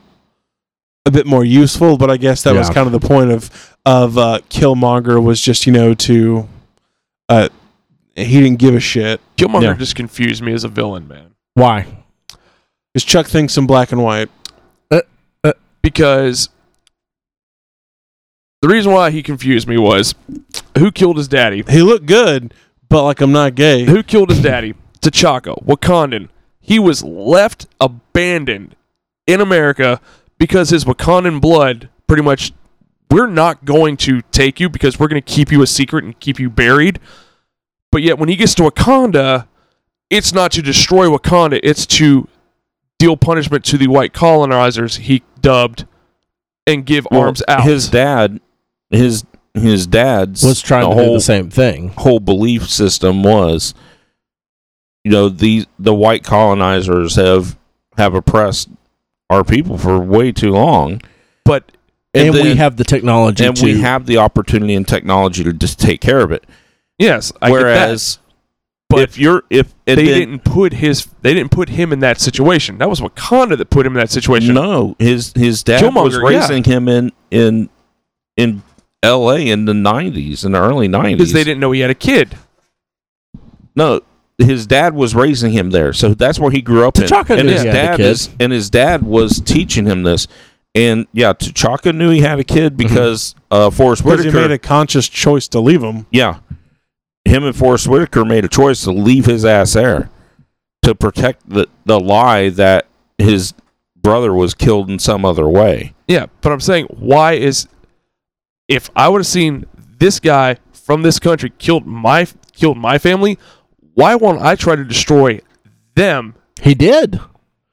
Speaker 2: a bit more useful. But I guess that was
Speaker 1: Yeah.
Speaker 2: kind of the point of of uh, Killmonger was just you know to, uh, he didn't give a shit.
Speaker 4: Killmonger
Speaker 3: Yeah.
Speaker 4: just confused me as a villain, man.
Speaker 1: why?
Speaker 2: Because Chuck thinks in black and white.
Speaker 4: Because the reason why he confused me was who killed his daddy?
Speaker 2: He looked good, but like I'm not gay.
Speaker 4: Who killed his daddy? T'Chaka, Wakandan. He was left abandoned in America because his Wakandan blood pretty much we're not going to take you because we're going to keep you a secret and keep you buried. But yet when he gets to Wakanda, it's not to destroy Wakanda, it's to deal punishment to the white colonizers he dubbed and give
Speaker 3: Well,
Speaker 4: arms out.
Speaker 3: His dad, his his dad's
Speaker 1: Was trying to do
Speaker 3: whole
Speaker 1: the same thing.
Speaker 3: whole belief system was, you know, the the white colonizers have have oppressed our people for way too long,
Speaker 4: but
Speaker 1: And, we
Speaker 3: then-
Speaker 1: have the technology
Speaker 3: and
Speaker 1: to
Speaker 3: we have the opportunity and technology to just take care of it.
Speaker 4: yes, I get that.
Speaker 3: Whereas,
Speaker 4: But
Speaker 3: if you're if and
Speaker 4: they
Speaker 3: then-
Speaker 4: didn't put his they didn't put him in that situation. That was Wakanda that put him in that situation.
Speaker 3: No, his his dad was
Speaker 4: Killmonger, yeah.
Speaker 3: raising him in in in L.A. in the '90s, in the early
Speaker 4: because
Speaker 3: '90s.
Speaker 4: they didn't know he had a kid.
Speaker 3: no, his dad was raising him there, so that's where he grew up. in.
Speaker 1: T'Chaka
Speaker 3: and
Speaker 1: knew
Speaker 3: his
Speaker 1: he had a
Speaker 3: dad
Speaker 1: kid.
Speaker 3: is and his dad was teaching him this. And yeah, T'Chaka knew he had a kid
Speaker 4: Mm-hmm.
Speaker 3: because uh, Forrest
Speaker 2: Because he
Speaker 3: Whitaker.
Speaker 2: made a conscious choice to leave him.
Speaker 3: yeah, him and Forrest Whitaker made a choice to leave his ass there to protect the the lie that his brother was killed in some other way.
Speaker 4: Yeah, but I'm saying why is if I would have seen this guy from this country killed my killed my family, why won't I try to destroy them?
Speaker 1: he did.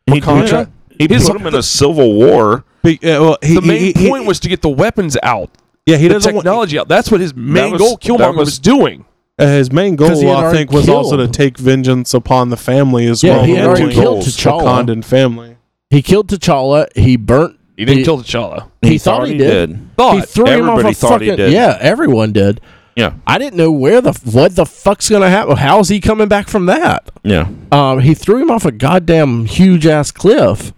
Speaker 3: He,
Speaker 4: Wakanda?
Speaker 3: he
Speaker 4: His-
Speaker 3: put him in a civil war.
Speaker 2: Be- uh, well, he,
Speaker 4: The
Speaker 2: he-
Speaker 4: main
Speaker 2: he- he-
Speaker 4: point was to get the weapons out,
Speaker 2: yeah, he
Speaker 4: the
Speaker 2: doesn't want
Speaker 4: technology out. That's what his main
Speaker 3: was-
Speaker 4: goal
Speaker 3: that
Speaker 4: Killmonger was,
Speaker 3: was-
Speaker 4: doing.
Speaker 2: Uh, his main
Speaker 1: 'Cause he
Speaker 2: goal,
Speaker 1: had
Speaker 2: I
Speaker 1: already
Speaker 2: think, was also to
Speaker 1: killed.
Speaker 2: take vengeance upon the family as
Speaker 1: Yeah,
Speaker 2: well.
Speaker 1: he
Speaker 2: the
Speaker 1: had already
Speaker 2: Wakandan-
Speaker 1: killed
Speaker 3: goals.
Speaker 1: T'Challa.
Speaker 2: Wakandan family.
Speaker 1: He killed T'Challa. He burnt.
Speaker 4: He didn't
Speaker 1: He-
Speaker 4: kill T'Challa.
Speaker 1: He, thought, he did. He
Speaker 4: Thought.
Speaker 1: threw him off
Speaker 3: Everybody
Speaker 1: a
Speaker 3: thought he
Speaker 1: fucking.
Speaker 3: did.
Speaker 1: Yeah, everyone did.
Speaker 3: Yeah,
Speaker 1: I didn't know where the what the fuck's gonna happen. How's he coming back from that?
Speaker 3: yeah.
Speaker 1: Um, he threw him off a goddamn huge ass cliff.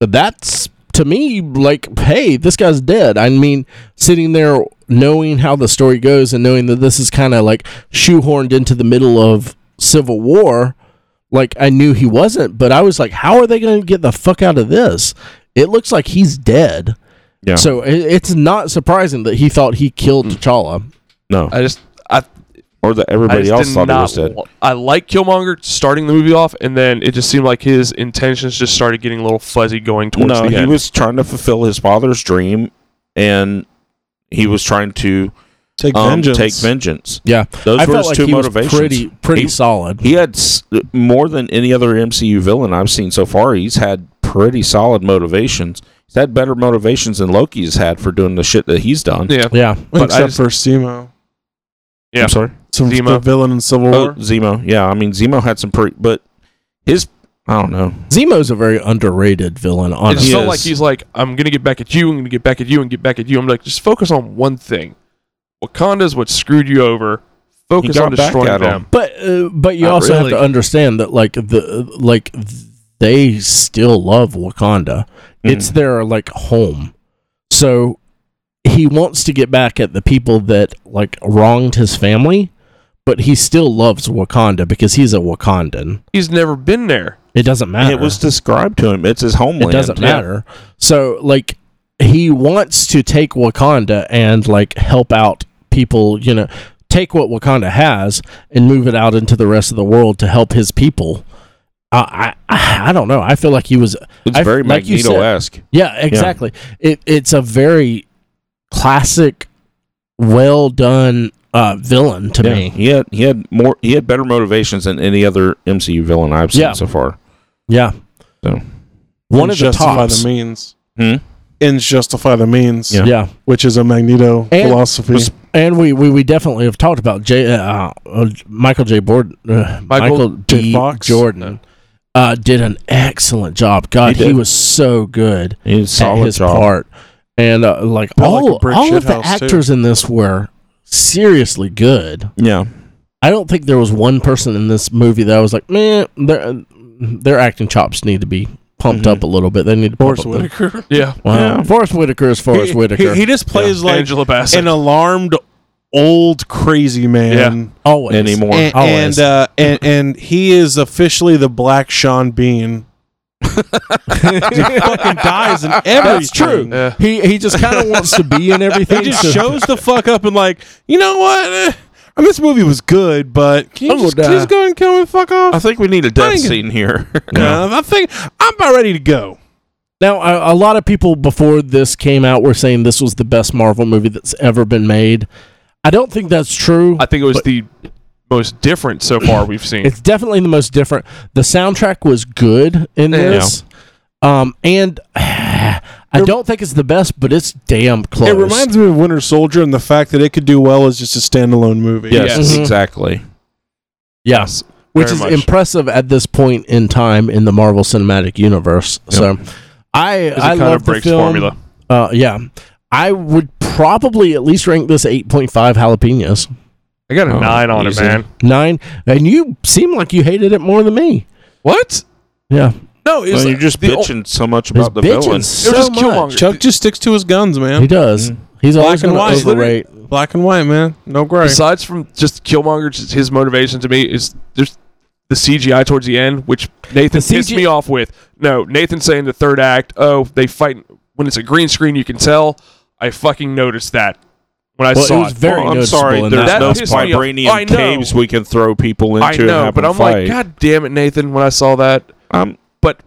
Speaker 1: That's to me like, hey, this guy's dead. I mean, sitting there knowing how the story goes and knowing that this is kind of like shoehorned into the middle of civil war. Like I knew he wasn't, but I was like, how are they going to get the fuck out of this? It looks like he's dead.
Speaker 3: Yeah. Hmm.
Speaker 1: So it, it's not surprising that he thought he killed T'Challa.
Speaker 3: No,
Speaker 4: I just I
Speaker 3: or that
Speaker 4: I
Speaker 3: everybody
Speaker 4: just
Speaker 3: else
Speaker 4: did
Speaker 3: thought he
Speaker 4: not
Speaker 3: was dead.
Speaker 4: wa- I like Killmonger starting the movie off, and then it just seemed like his intentions just started getting a little fuzzy going towards
Speaker 3: No,
Speaker 4: the
Speaker 3: he
Speaker 4: end.
Speaker 3: was trying to fulfill his father's dream, and he was trying to
Speaker 2: Take
Speaker 3: um,
Speaker 2: vengeance.
Speaker 3: take vengeance.
Speaker 1: Yeah,
Speaker 3: Those
Speaker 1: I
Speaker 3: were
Speaker 1: felt
Speaker 3: his
Speaker 1: like
Speaker 3: two
Speaker 1: he
Speaker 3: motivations.
Speaker 1: was pretty pretty
Speaker 3: He-
Speaker 1: solid.
Speaker 3: He had s- more than any other MCU villain I've seen so far. He's had pretty solid motivations. He's had better motivations than Loki's had for doing the shit that he's done.
Speaker 4: yeah,
Speaker 1: yeah,
Speaker 4: but I
Speaker 2: Except
Speaker 4: just-
Speaker 2: for Simo.
Speaker 4: yeah.
Speaker 3: I'm sorry.
Speaker 2: Some
Speaker 4: Zemo.
Speaker 2: the villain in Civil
Speaker 3: Oh,
Speaker 2: War.
Speaker 3: Zemo. Yeah, I mean Zemo had some pretty, but his I don't know.
Speaker 1: Zemo's a very underrated villain.
Speaker 4: It just
Speaker 1: Honestly,
Speaker 3: He
Speaker 4: felt
Speaker 3: is.
Speaker 4: like he's like, I'm gonna get back at you, I'm gonna get back at you, and get back at you. I'm like, just focus on one thing. Wakanda's what screwed you over. Focus
Speaker 3: got
Speaker 4: on
Speaker 3: back
Speaker 4: destroying
Speaker 3: at 'em.
Speaker 4: them.
Speaker 1: but uh, but you
Speaker 4: Not
Speaker 1: also
Speaker 4: really.
Speaker 1: have to understand that like the like th- they still love
Speaker 3: Mm.
Speaker 1: Wakanda. It's their like home. So he wants to get back at the people that like wronged his family, but he still loves Wakanda because he's a Wakandan.
Speaker 4: He's never been there.
Speaker 1: It doesn't matter.
Speaker 3: It was described to him. It's his homeland.
Speaker 1: it doesn't matter. So like he wants to take Wakanda and like help out people, you know, take what Wakanda has and move it out into the rest of the world to help his people. I I, I don't know. I feel like he was
Speaker 3: It's
Speaker 1: I-
Speaker 3: very
Speaker 1: like you said-
Speaker 3: Magneto-esque.
Speaker 1: yeah, exactly. It it's a very classic well done uh, villain to
Speaker 3: Yeah,
Speaker 1: me.
Speaker 3: he had he had more he had better motivations than any other MCU villain I've seen
Speaker 1: Yeah.
Speaker 3: so far.
Speaker 1: Yeah.
Speaker 3: So.
Speaker 1: One of
Speaker 2: Ends
Speaker 1: the
Speaker 2: justify
Speaker 1: tops.
Speaker 2: the means.
Speaker 3: Hmm?
Speaker 2: Ends justify the means.
Speaker 3: Yeah.
Speaker 1: yeah.
Speaker 2: Which is a Magneto
Speaker 1: And-
Speaker 2: philosophy.
Speaker 3: Was-
Speaker 1: And we, we, we definitely have talked about J, uh, uh, Michael J. Borden, uh, Michael,
Speaker 2: J.
Speaker 1: B.
Speaker 2: Fox?
Speaker 1: Jordan uh, did an excellent job. God,
Speaker 3: He
Speaker 1: he,
Speaker 3: did.
Speaker 1: was so good
Speaker 3: He did a
Speaker 1: at
Speaker 3: solid
Speaker 1: his
Speaker 3: job.
Speaker 1: part, and uh, like
Speaker 2: Kinda like
Speaker 1: all
Speaker 2: a brick
Speaker 1: all of the
Speaker 2: shithouse, too.
Speaker 1: actors in this were seriously good.
Speaker 3: Yeah,
Speaker 1: I don't think there was one person in this movie that I was like, man, their their acting chops need to be pumped
Speaker 3: Mhm.
Speaker 1: up a little bit. They need to pump
Speaker 2: Mm-hmm. Forrest
Speaker 1: up their-
Speaker 2: Whitaker.
Speaker 4: Yeah.
Speaker 1: Wow.
Speaker 3: Yeah.
Speaker 1: Forrest Whitaker is Forrest
Speaker 2: He-
Speaker 1: Whitaker.
Speaker 2: He, he just plays like
Speaker 4: Angela Bassett.
Speaker 2: an alarmed old crazy man.
Speaker 1: always
Speaker 3: anymore.
Speaker 2: And
Speaker 1: Always.
Speaker 2: and, uh, and and he is officially the black Sean Bean. he fucking dies in everything.
Speaker 1: That's true.
Speaker 4: Yeah.
Speaker 1: He he just kind of wants to be in everything.
Speaker 2: He just
Speaker 1: so-
Speaker 2: shows the fuck up and like, you know what? Eh, I mean, this movie was good, but can you
Speaker 1: I'm
Speaker 2: just,
Speaker 1: gonna
Speaker 2: can you
Speaker 1: die.
Speaker 2: just go and kill me? Fuck off.
Speaker 3: I think we need a
Speaker 2: Oh, I
Speaker 3: death
Speaker 2: think-
Speaker 3: scene here.
Speaker 2: Uh, I think I'm about ready to go.
Speaker 1: Now, a, a lot of people before this came out were saying this was the best Marvel movie that's ever been made. I don't think that's true.
Speaker 4: I think it was
Speaker 1: But-
Speaker 4: the most different so far we've seen.
Speaker 1: it's definitely the most different. The soundtrack was good in
Speaker 4: Yeah.
Speaker 1: this, um, and I don't think it's the best, but it's damn close.
Speaker 2: It reminds me of Winter Soldier and the fact that it could do well as just a standalone movie.
Speaker 3: yes,
Speaker 4: Mm-hmm.
Speaker 1: Mhm.
Speaker 3: exactly.
Speaker 1: yes, which
Speaker 4: very
Speaker 1: is
Speaker 4: much.
Speaker 1: impressive at this point in time in the Marvel Cinematic Universe. So, I
Speaker 4: Because it
Speaker 1: I
Speaker 4: kind
Speaker 1: love
Speaker 4: of breaks
Speaker 1: the film.
Speaker 4: formula.
Speaker 1: Uh, yeah, I would probably at least rank this eight point five jalapenos.
Speaker 4: I got a
Speaker 3: Oh,
Speaker 4: nine on
Speaker 3: easy.
Speaker 4: it, man.
Speaker 1: nine, and you seem like you hated it more than me.
Speaker 4: What?
Speaker 1: Yeah,
Speaker 4: No, it's
Speaker 3: Well, you're just bitching so much
Speaker 1: There's
Speaker 3: about the
Speaker 1: bitching
Speaker 3: villain.
Speaker 1: so
Speaker 4: just
Speaker 1: much.
Speaker 4: Killmonger.
Speaker 2: Chuck just sticks to his guns,
Speaker 1: He
Speaker 2: man.
Speaker 1: does. He's always
Speaker 2: and
Speaker 1: going to
Speaker 2: white.
Speaker 1: overrate.
Speaker 2: Black and white, man. No gray.
Speaker 4: Besides from just Killmonger, just his motivation to me is there's the CGI towards the end, which Nathan
Speaker 1: The
Speaker 4: pissed
Speaker 1: CG
Speaker 4: me off with. No, Nathan saying the third act, oh, they fight when it's a green screen, you can tell. I fucking noticed that when I
Speaker 1: Well, it
Speaker 4: saw
Speaker 1: was
Speaker 4: it.
Speaker 1: very
Speaker 3: Well, Oh, I'm
Speaker 1: noticeable
Speaker 3: sorry,
Speaker 1: in
Speaker 3: there's
Speaker 1: that
Speaker 3: no
Speaker 1: one.
Speaker 4: pissed me off. I
Speaker 3: vibranium
Speaker 4: know.
Speaker 3: caves we can throw people into.
Speaker 4: I
Speaker 3: and
Speaker 4: know,
Speaker 3: have
Speaker 4: but
Speaker 3: them
Speaker 4: I'm
Speaker 3: fight. Um,
Speaker 4: like, God damn it, Nathan! When I saw that,
Speaker 3: I'm-
Speaker 4: but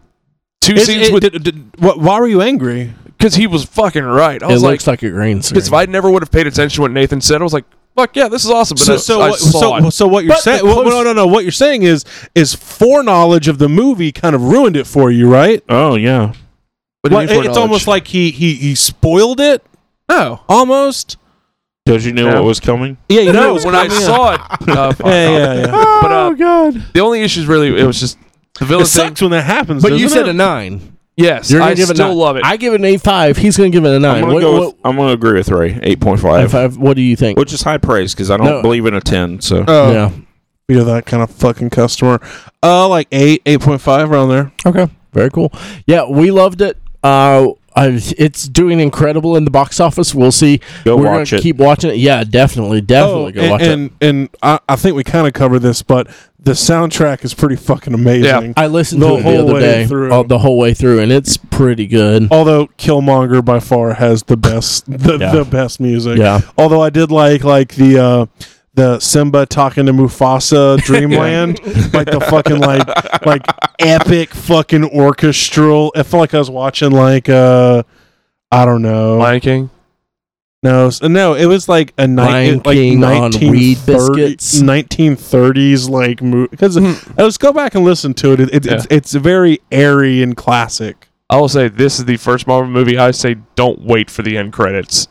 Speaker 4: two
Speaker 2: It-
Speaker 4: scenes
Speaker 2: it-
Speaker 4: with
Speaker 2: d- d- wh- why were you angry?
Speaker 4: because he was fucking right. I
Speaker 1: It
Speaker 4: was like,
Speaker 1: looks like a green screen.
Speaker 4: because if I never would have paid attention to what Nathan said, I was like, fuck yeah, this is awesome. But
Speaker 2: So,
Speaker 4: I-
Speaker 2: so,
Speaker 4: I
Speaker 2: what,
Speaker 4: saw
Speaker 2: so,
Speaker 4: it.
Speaker 2: so what you're
Speaker 1: But
Speaker 2: saying?
Speaker 1: the
Speaker 2: Well,
Speaker 1: close-
Speaker 2: no, no, no. What you're saying is is foreknowledge of the movie kind of ruined it for you, right?
Speaker 3: oh yeah,
Speaker 4: What do you
Speaker 2: Well,
Speaker 4: mean
Speaker 2: it-
Speaker 4: for
Speaker 2: it's
Speaker 4: knowledge?
Speaker 2: almost like he he he spoiled it.
Speaker 1: Oh.
Speaker 2: No, almost.
Speaker 3: because you knew
Speaker 4: Yeah.
Speaker 3: what was coming.
Speaker 2: Yeah, you know
Speaker 4: no,
Speaker 2: it's
Speaker 4: when I
Speaker 2: coming up.
Speaker 4: saw it, uh, fuck
Speaker 2: Yeah,
Speaker 4: off.
Speaker 2: yeah, yeah.
Speaker 4: But uh,
Speaker 1: Oh, god!
Speaker 4: the only issue is really it was just the villain
Speaker 2: It
Speaker 4: thing.
Speaker 2: sucks when that happens.
Speaker 1: But you
Speaker 2: doesn't
Speaker 1: said
Speaker 2: it?
Speaker 1: a nine.
Speaker 4: Yes,
Speaker 1: You're gonna
Speaker 4: I
Speaker 1: give it
Speaker 4: still
Speaker 1: a nine.
Speaker 4: love it.
Speaker 1: I give it an eight five. He's going to give it a
Speaker 3: I'm
Speaker 1: nine.
Speaker 3: gonna
Speaker 1: What,
Speaker 3: go.
Speaker 1: what,
Speaker 3: with, I'm gonna agree with Ray. Eight point five,
Speaker 1: five, what do you think?
Speaker 3: which is high praise because I don't
Speaker 1: No. Uh,
Speaker 3: believe in a ten. So
Speaker 2: Oh,
Speaker 1: yeah.
Speaker 2: you're that kind of fucking customer. Uh, like eight, eight point five around there.
Speaker 1: Okay. Very cool. Yeah, we loved it. Uh, I, it's doing incredible in the box office. We'll see.
Speaker 3: Go
Speaker 1: We're
Speaker 3: watch
Speaker 1: gonna
Speaker 3: it.
Speaker 1: Keep watching it. Yeah,
Speaker 4: Oh,
Speaker 1: definitely, definitely go
Speaker 2: and,
Speaker 1: watch it.
Speaker 2: Oh, and, and I, I think we kind of covered this, but the soundtrack is pretty fucking amazing.
Speaker 1: I listened
Speaker 2: the
Speaker 1: to it the
Speaker 2: whole
Speaker 1: other
Speaker 2: way
Speaker 1: day,
Speaker 2: through.
Speaker 1: uh, the whole way through, and it's pretty good.
Speaker 2: Although Killmonger by far has the best, the,
Speaker 1: Yeah.
Speaker 2: the best
Speaker 4: Oh,
Speaker 2: music.
Speaker 1: Yeah.
Speaker 2: Although I did like like the uh, the Simba talking to Mufasa Dreamland, like the fucking like like epic fucking orchestral. It felt like I was watching like uh, I don't know.
Speaker 4: Lion King.
Speaker 2: No, s- no, it was like a night,
Speaker 1: Lion
Speaker 2: it, like
Speaker 1: King on
Speaker 2: 1930,
Speaker 1: weed biscuits. Hmm.
Speaker 2: 1930s like movie. Because let's go back and listen to it. It, it it's, it's very airy and classic.
Speaker 4: I will say this is the first Marvel movie I say don't wait for the end credits.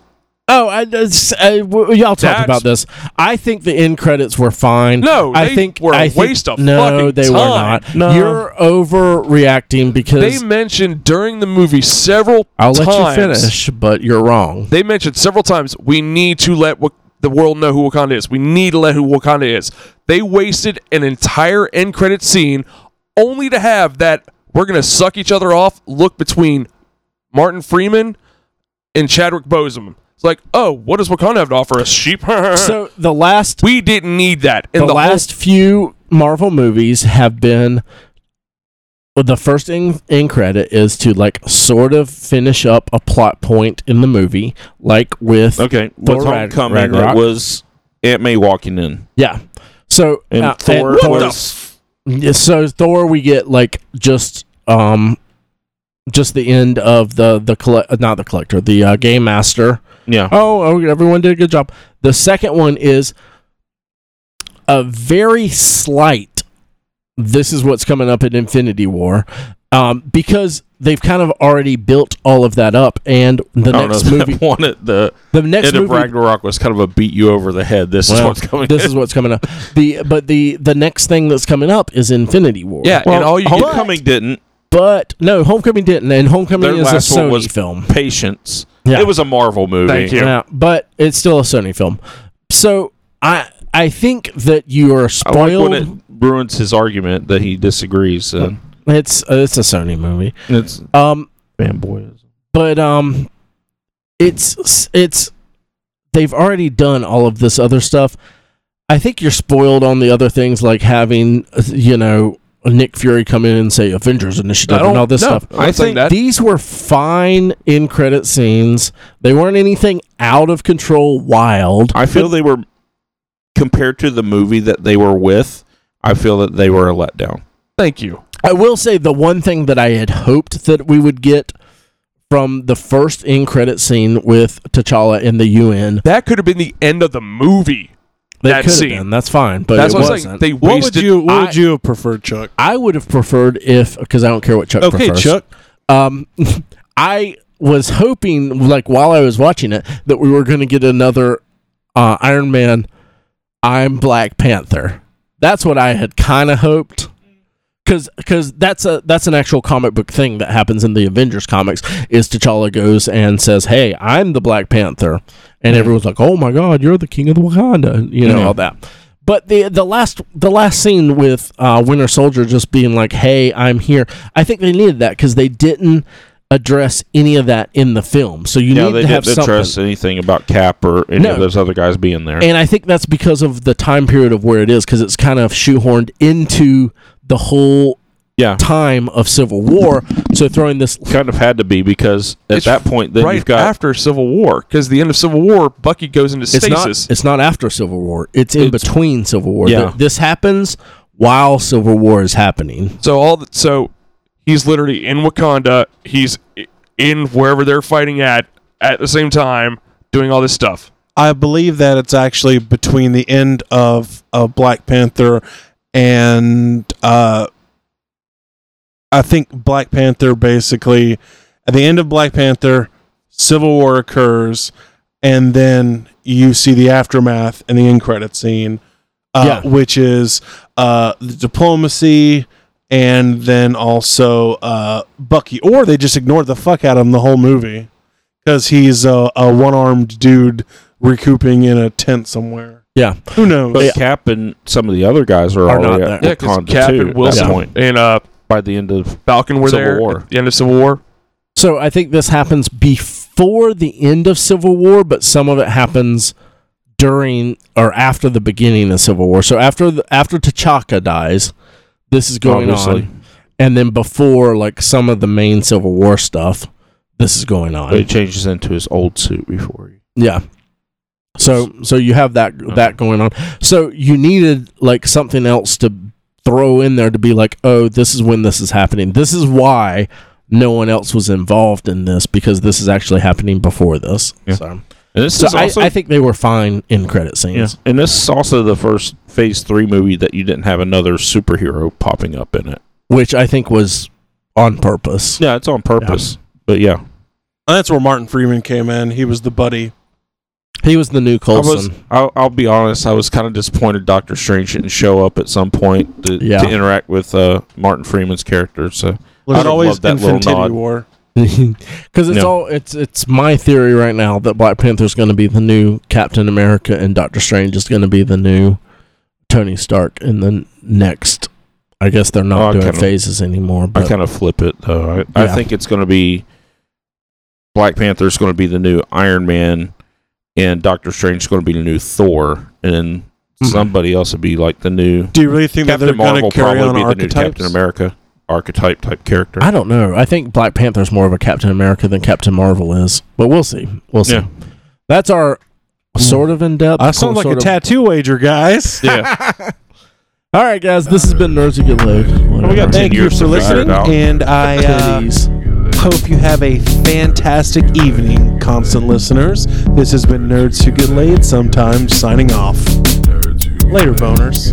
Speaker 1: Oh, I, it's- uh, w- y'all talked
Speaker 4: That's-
Speaker 1: about this. I think the end credits were fine.
Speaker 4: No,
Speaker 1: I
Speaker 4: they
Speaker 1: think
Speaker 4: were a
Speaker 1: I think-
Speaker 4: waste of
Speaker 1: no,
Speaker 4: fucking
Speaker 1: they were
Speaker 4: time.
Speaker 1: not. You're overreacting
Speaker 4: They
Speaker 1: because
Speaker 4: mentioned during the movie several
Speaker 1: I'll
Speaker 4: times.
Speaker 1: let you finish, but you're wrong.
Speaker 4: They mentioned several times we need to let Wak- the world know who Wakanda is. We need to let who Wakanda is. They wasted an entire end credit scene only to have that we're going to suck each other off look between Martin Freeman and Chadwick Boseman. It's like, oh, what does Wakanda have to offer us? Sheep?
Speaker 1: So the last
Speaker 4: we didn't need that. And
Speaker 1: the,
Speaker 4: the,
Speaker 1: last few Marvel movies have been well, the first in, in credit is to like sort of finish up a plot point in the movie, like with
Speaker 3: okay,
Speaker 1: Thor
Speaker 3: with
Speaker 1: Rag-
Speaker 3: Homecoming it
Speaker 1: Ragnarok.
Speaker 3: was Aunt May walking in,
Speaker 1: yeah. So
Speaker 3: and
Speaker 1: uh,
Speaker 3: Thor
Speaker 1: and Thor-
Speaker 3: was
Speaker 1: Yeah, so Thor, we get like just um, just the end of the the colle- uh, not the collector, the uh, game master,
Speaker 3: Yeah.
Speaker 1: Oh, oh, everyone did a good job. The second one is a very slight. This is what's coming up in Infinity War, um, because they've kind of already built all of that up, and the
Speaker 3: I don't
Speaker 1: next
Speaker 3: know.
Speaker 1: movie,
Speaker 3: That one at the
Speaker 1: the next
Speaker 3: end of
Speaker 1: movie
Speaker 3: Ragnarok was kind of a beat you over the head. This is
Speaker 1: Well,
Speaker 3: what's coming.
Speaker 1: This is what's coming up. The but the the next thing that's coming up is Infinity War.
Speaker 2: Yeah,
Speaker 3: well,
Speaker 2: and all you get,
Speaker 3: Homecoming didn't.
Speaker 1: but no, Homecoming didn't, and Homecoming
Speaker 3: Their
Speaker 1: is a
Speaker 3: last one
Speaker 1: Sony
Speaker 3: was-
Speaker 1: film.
Speaker 3: Patience.
Speaker 1: Yeah.
Speaker 3: It was a Marvel movie.
Speaker 4: Thank you.
Speaker 1: Yeah, but it's still a Sony film. So I I think that you are
Speaker 3: I like
Speaker 1: spoiled.
Speaker 3: when it ruins his argument that he disagrees. Uh,
Speaker 1: it's uh, it's a Sony movie.
Speaker 3: it's
Speaker 1: Um,
Speaker 3: fanboyism.
Speaker 1: but um, it's it's they've already done all of this other stuff. I think you're spoiled on the other things like having uh, you know Nick Fury come in and say Avengers Initiative and all this
Speaker 2: no,
Speaker 1: stuff.
Speaker 2: I think that
Speaker 1: These were fine in credit scenes. They weren't anything out of control, wild.
Speaker 3: I feel they were compared to the movie that they were with. I feel that they were a letdown.
Speaker 4: Thank you.
Speaker 1: I will say the one thing that I had hoped that we would get from the first in credit scene with T'Challa in the UN.
Speaker 4: That could have been the end of the movie.
Speaker 1: They
Speaker 4: That
Speaker 1: could have
Speaker 4: scene.
Speaker 1: been. That's fine, but
Speaker 4: That's
Speaker 1: it
Speaker 4: what I'm
Speaker 1: wasn't.
Speaker 4: saying. They
Speaker 2: what
Speaker 4: wasted.
Speaker 2: would you what
Speaker 1: I-
Speaker 2: would you have preferred, Chuck?
Speaker 1: I would have preferred if because I don't care what Chuck
Speaker 2: Okay,
Speaker 1: prefers.
Speaker 2: Chuck.
Speaker 1: Um, I was hoping, like while I was watching it, that we were going to get another uh, Iron Man. I'm Black Panther. That's what I had kind of hoped, because that's a that's an actual comic book thing that happens in the Avengers comics. Is T'Challa goes and says, "Hey, I'm the Black Panther," and everyone's like, "Oh my God, you're the king of the Wakanda," you know all that. But the the last the last scene with uh, Winter Soldier just being like, "Hey, I'm here." I think they needed that because they didn't address any of that in the film. So you
Speaker 3: yeah,
Speaker 1: need
Speaker 3: they
Speaker 1: to have
Speaker 3: didn't
Speaker 1: something.
Speaker 3: address anything about Cap or any of
Speaker 1: No.
Speaker 3: those other guys being there.
Speaker 1: And I think that's because of the time period of where it is, because it's kind of shoehorned into the whole
Speaker 3: yeah,
Speaker 1: time of Civil War. So throwing this,
Speaker 3: kind of had to be because at
Speaker 4: It's
Speaker 3: that point, then
Speaker 4: right
Speaker 3: you've got
Speaker 4: after Civil War, because the end of Civil War, Bucky goes into
Speaker 1: it's not,
Speaker 4: stasis.
Speaker 1: it's not after Civil War. It's in
Speaker 3: It's-
Speaker 1: between Civil War.
Speaker 3: Yeah.
Speaker 1: Th- This happens while Civil War is happening.
Speaker 4: so all the, so he's literally in Wakanda. He's i- in wherever they're fighting at at the same time, doing all this stuff.
Speaker 2: I believe that it's actually between the end of, of Black Panther and uh, I think Black Panther basically at the end of Black Panther, Civil War occurs, and then you see the aftermath and the end credit scene, uh, which is uh, the diplomacy and then also uh, Bucky. Or they just ignored the fuck out of him the whole movie because he's a, a one armed dude recouping in a tent somewhere.
Speaker 1: Yeah.
Speaker 2: Who knows?
Speaker 3: but Cap and some of the other guys are,
Speaker 1: Are
Speaker 3: already
Speaker 1: not
Speaker 3: at
Speaker 1: there.
Speaker 4: Yeah, 'cause
Speaker 3: Wakanda
Speaker 4: Cap
Speaker 3: too,
Speaker 4: and
Speaker 3: at that
Speaker 4: Wilson
Speaker 3: point
Speaker 4: and uh,
Speaker 3: by the end of
Speaker 4: Falcon were
Speaker 3: Civil
Speaker 4: there
Speaker 3: War.
Speaker 4: at the end of Civil War.
Speaker 1: So I think this happens before the end of Civil War, but some of it happens during or after the beginning of Civil War. So after the, after T'Chaka dies, this is going
Speaker 3: Obviously.
Speaker 1: on, and then before like some of the main Civil War stuff, this is going on.
Speaker 3: But he changes into his old suit before he.
Speaker 1: Yeah. So so you have that that going on. So you needed like something else to throw in there to be like, "Oh, this is when this is happening. This is why no one else was involved in this because this is actually happening before this."
Speaker 3: Yeah.
Speaker 1: So,
Speaker 3: And this
Speaker 1: so
Speaker 3: is
Speaker 1: I,
Speaker 3: also,
Speaker 1: I think they were fine in credit
Speaker 3: yeah.
Speaker 1: scenes.
Speaker 3: and this is also the first Phase Three movie that you didn't have another superhero popping up in it.
Speaker 1: Which I think was on purpose.
Speaker 3: Yeah, it's on purpose. But yeah,
Speaker 2: That's where Martin Freeman came in. He was the buddy.
Speaker 1: He was the new
Speaker 3: I
Speaker 1: Coulson.
Speaker 3: was. I'll, I'll be honest. I was kind of disappointed Doctor Strange didn't show up at some point to,
Speaker 1: Yeah.
Speaker 3: to interact with uh, Martin Freeman's character. So I'd
Speaker 2: But
Speaker 3: have
Speaker 2: always
Speaker 3: loved that little
Speaker 2: Infinity
Speaker 3: nod.
Speaker 2: War.
Speaker 1: Because it's
Speaker 3: No.
Speaker 1: all it's it's my theory right now that Black Panther's going to be the new Captain America and Doctor Strange is going to be the new Tony Stark in the n- next. I guess they're
Speaker 3: Oh, I
Speaker 1: not doing
Speaker 3: kinda-
Speaker 1: phases anymore,
Speaker 3: I
Speaker 1: but
Speaker 3: kind of flip it though. I, I
Speaker 1: Yeah.
Speaker 3: think it's going to be Black Panther's going to be the new Iron Man, and Doctor Strange's going to be the new Thor, and then
Speaker 1: Mhm.
Speaker 3: somebody else would be like the new
Speaker 2: Do you really think that
Speaker 3: Captain
Speaker 2: they're going
Speaker 3: Marvel.
Speaker 2: to carry
Speaker 3: Probably
Speaker 2: on
Speaker 3: be the new
Speaker 2: archetypes?
Speaker 3: Captain America archetype type character.
Speaker 1: I don't know. I think Black Panther's more of a Captain America than Captain Marvel is, but we'll see. We'll see.
Speaker 3: Yeah.
Speaker 1: That's our sort of in depth.
Speaker 2: I sound like a tattoo wager, guys.
Speaker 3: yeah,
Speaker 1: All right, guys. This has been Nerds Who Get Laid.
Speaker 3: we got
Speaker 1: Whatever.
Speaker 3: ten
Speaker 2: Thank you
Speaker 3: years
Speaker 2: for
Speaker 3: to figure it
Speaker 2: listening,
Speaker 3: out.
Speaker 2: and I. Uh,
Speaker 1: Titties.
Speaker 2: hope you have a fantastic evening, constant listeners. This has been Nerds Who Get Laid Sometimes signing off. Later, boners.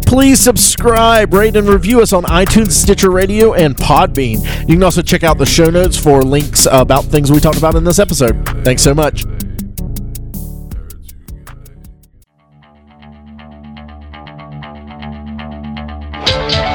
Speaker 1: Please subscribe, rate, and review us on iTunes, Stitcher Radio, and Podbean. You can also check out the show notes for links about things we talked about in this episode. Thanks so much.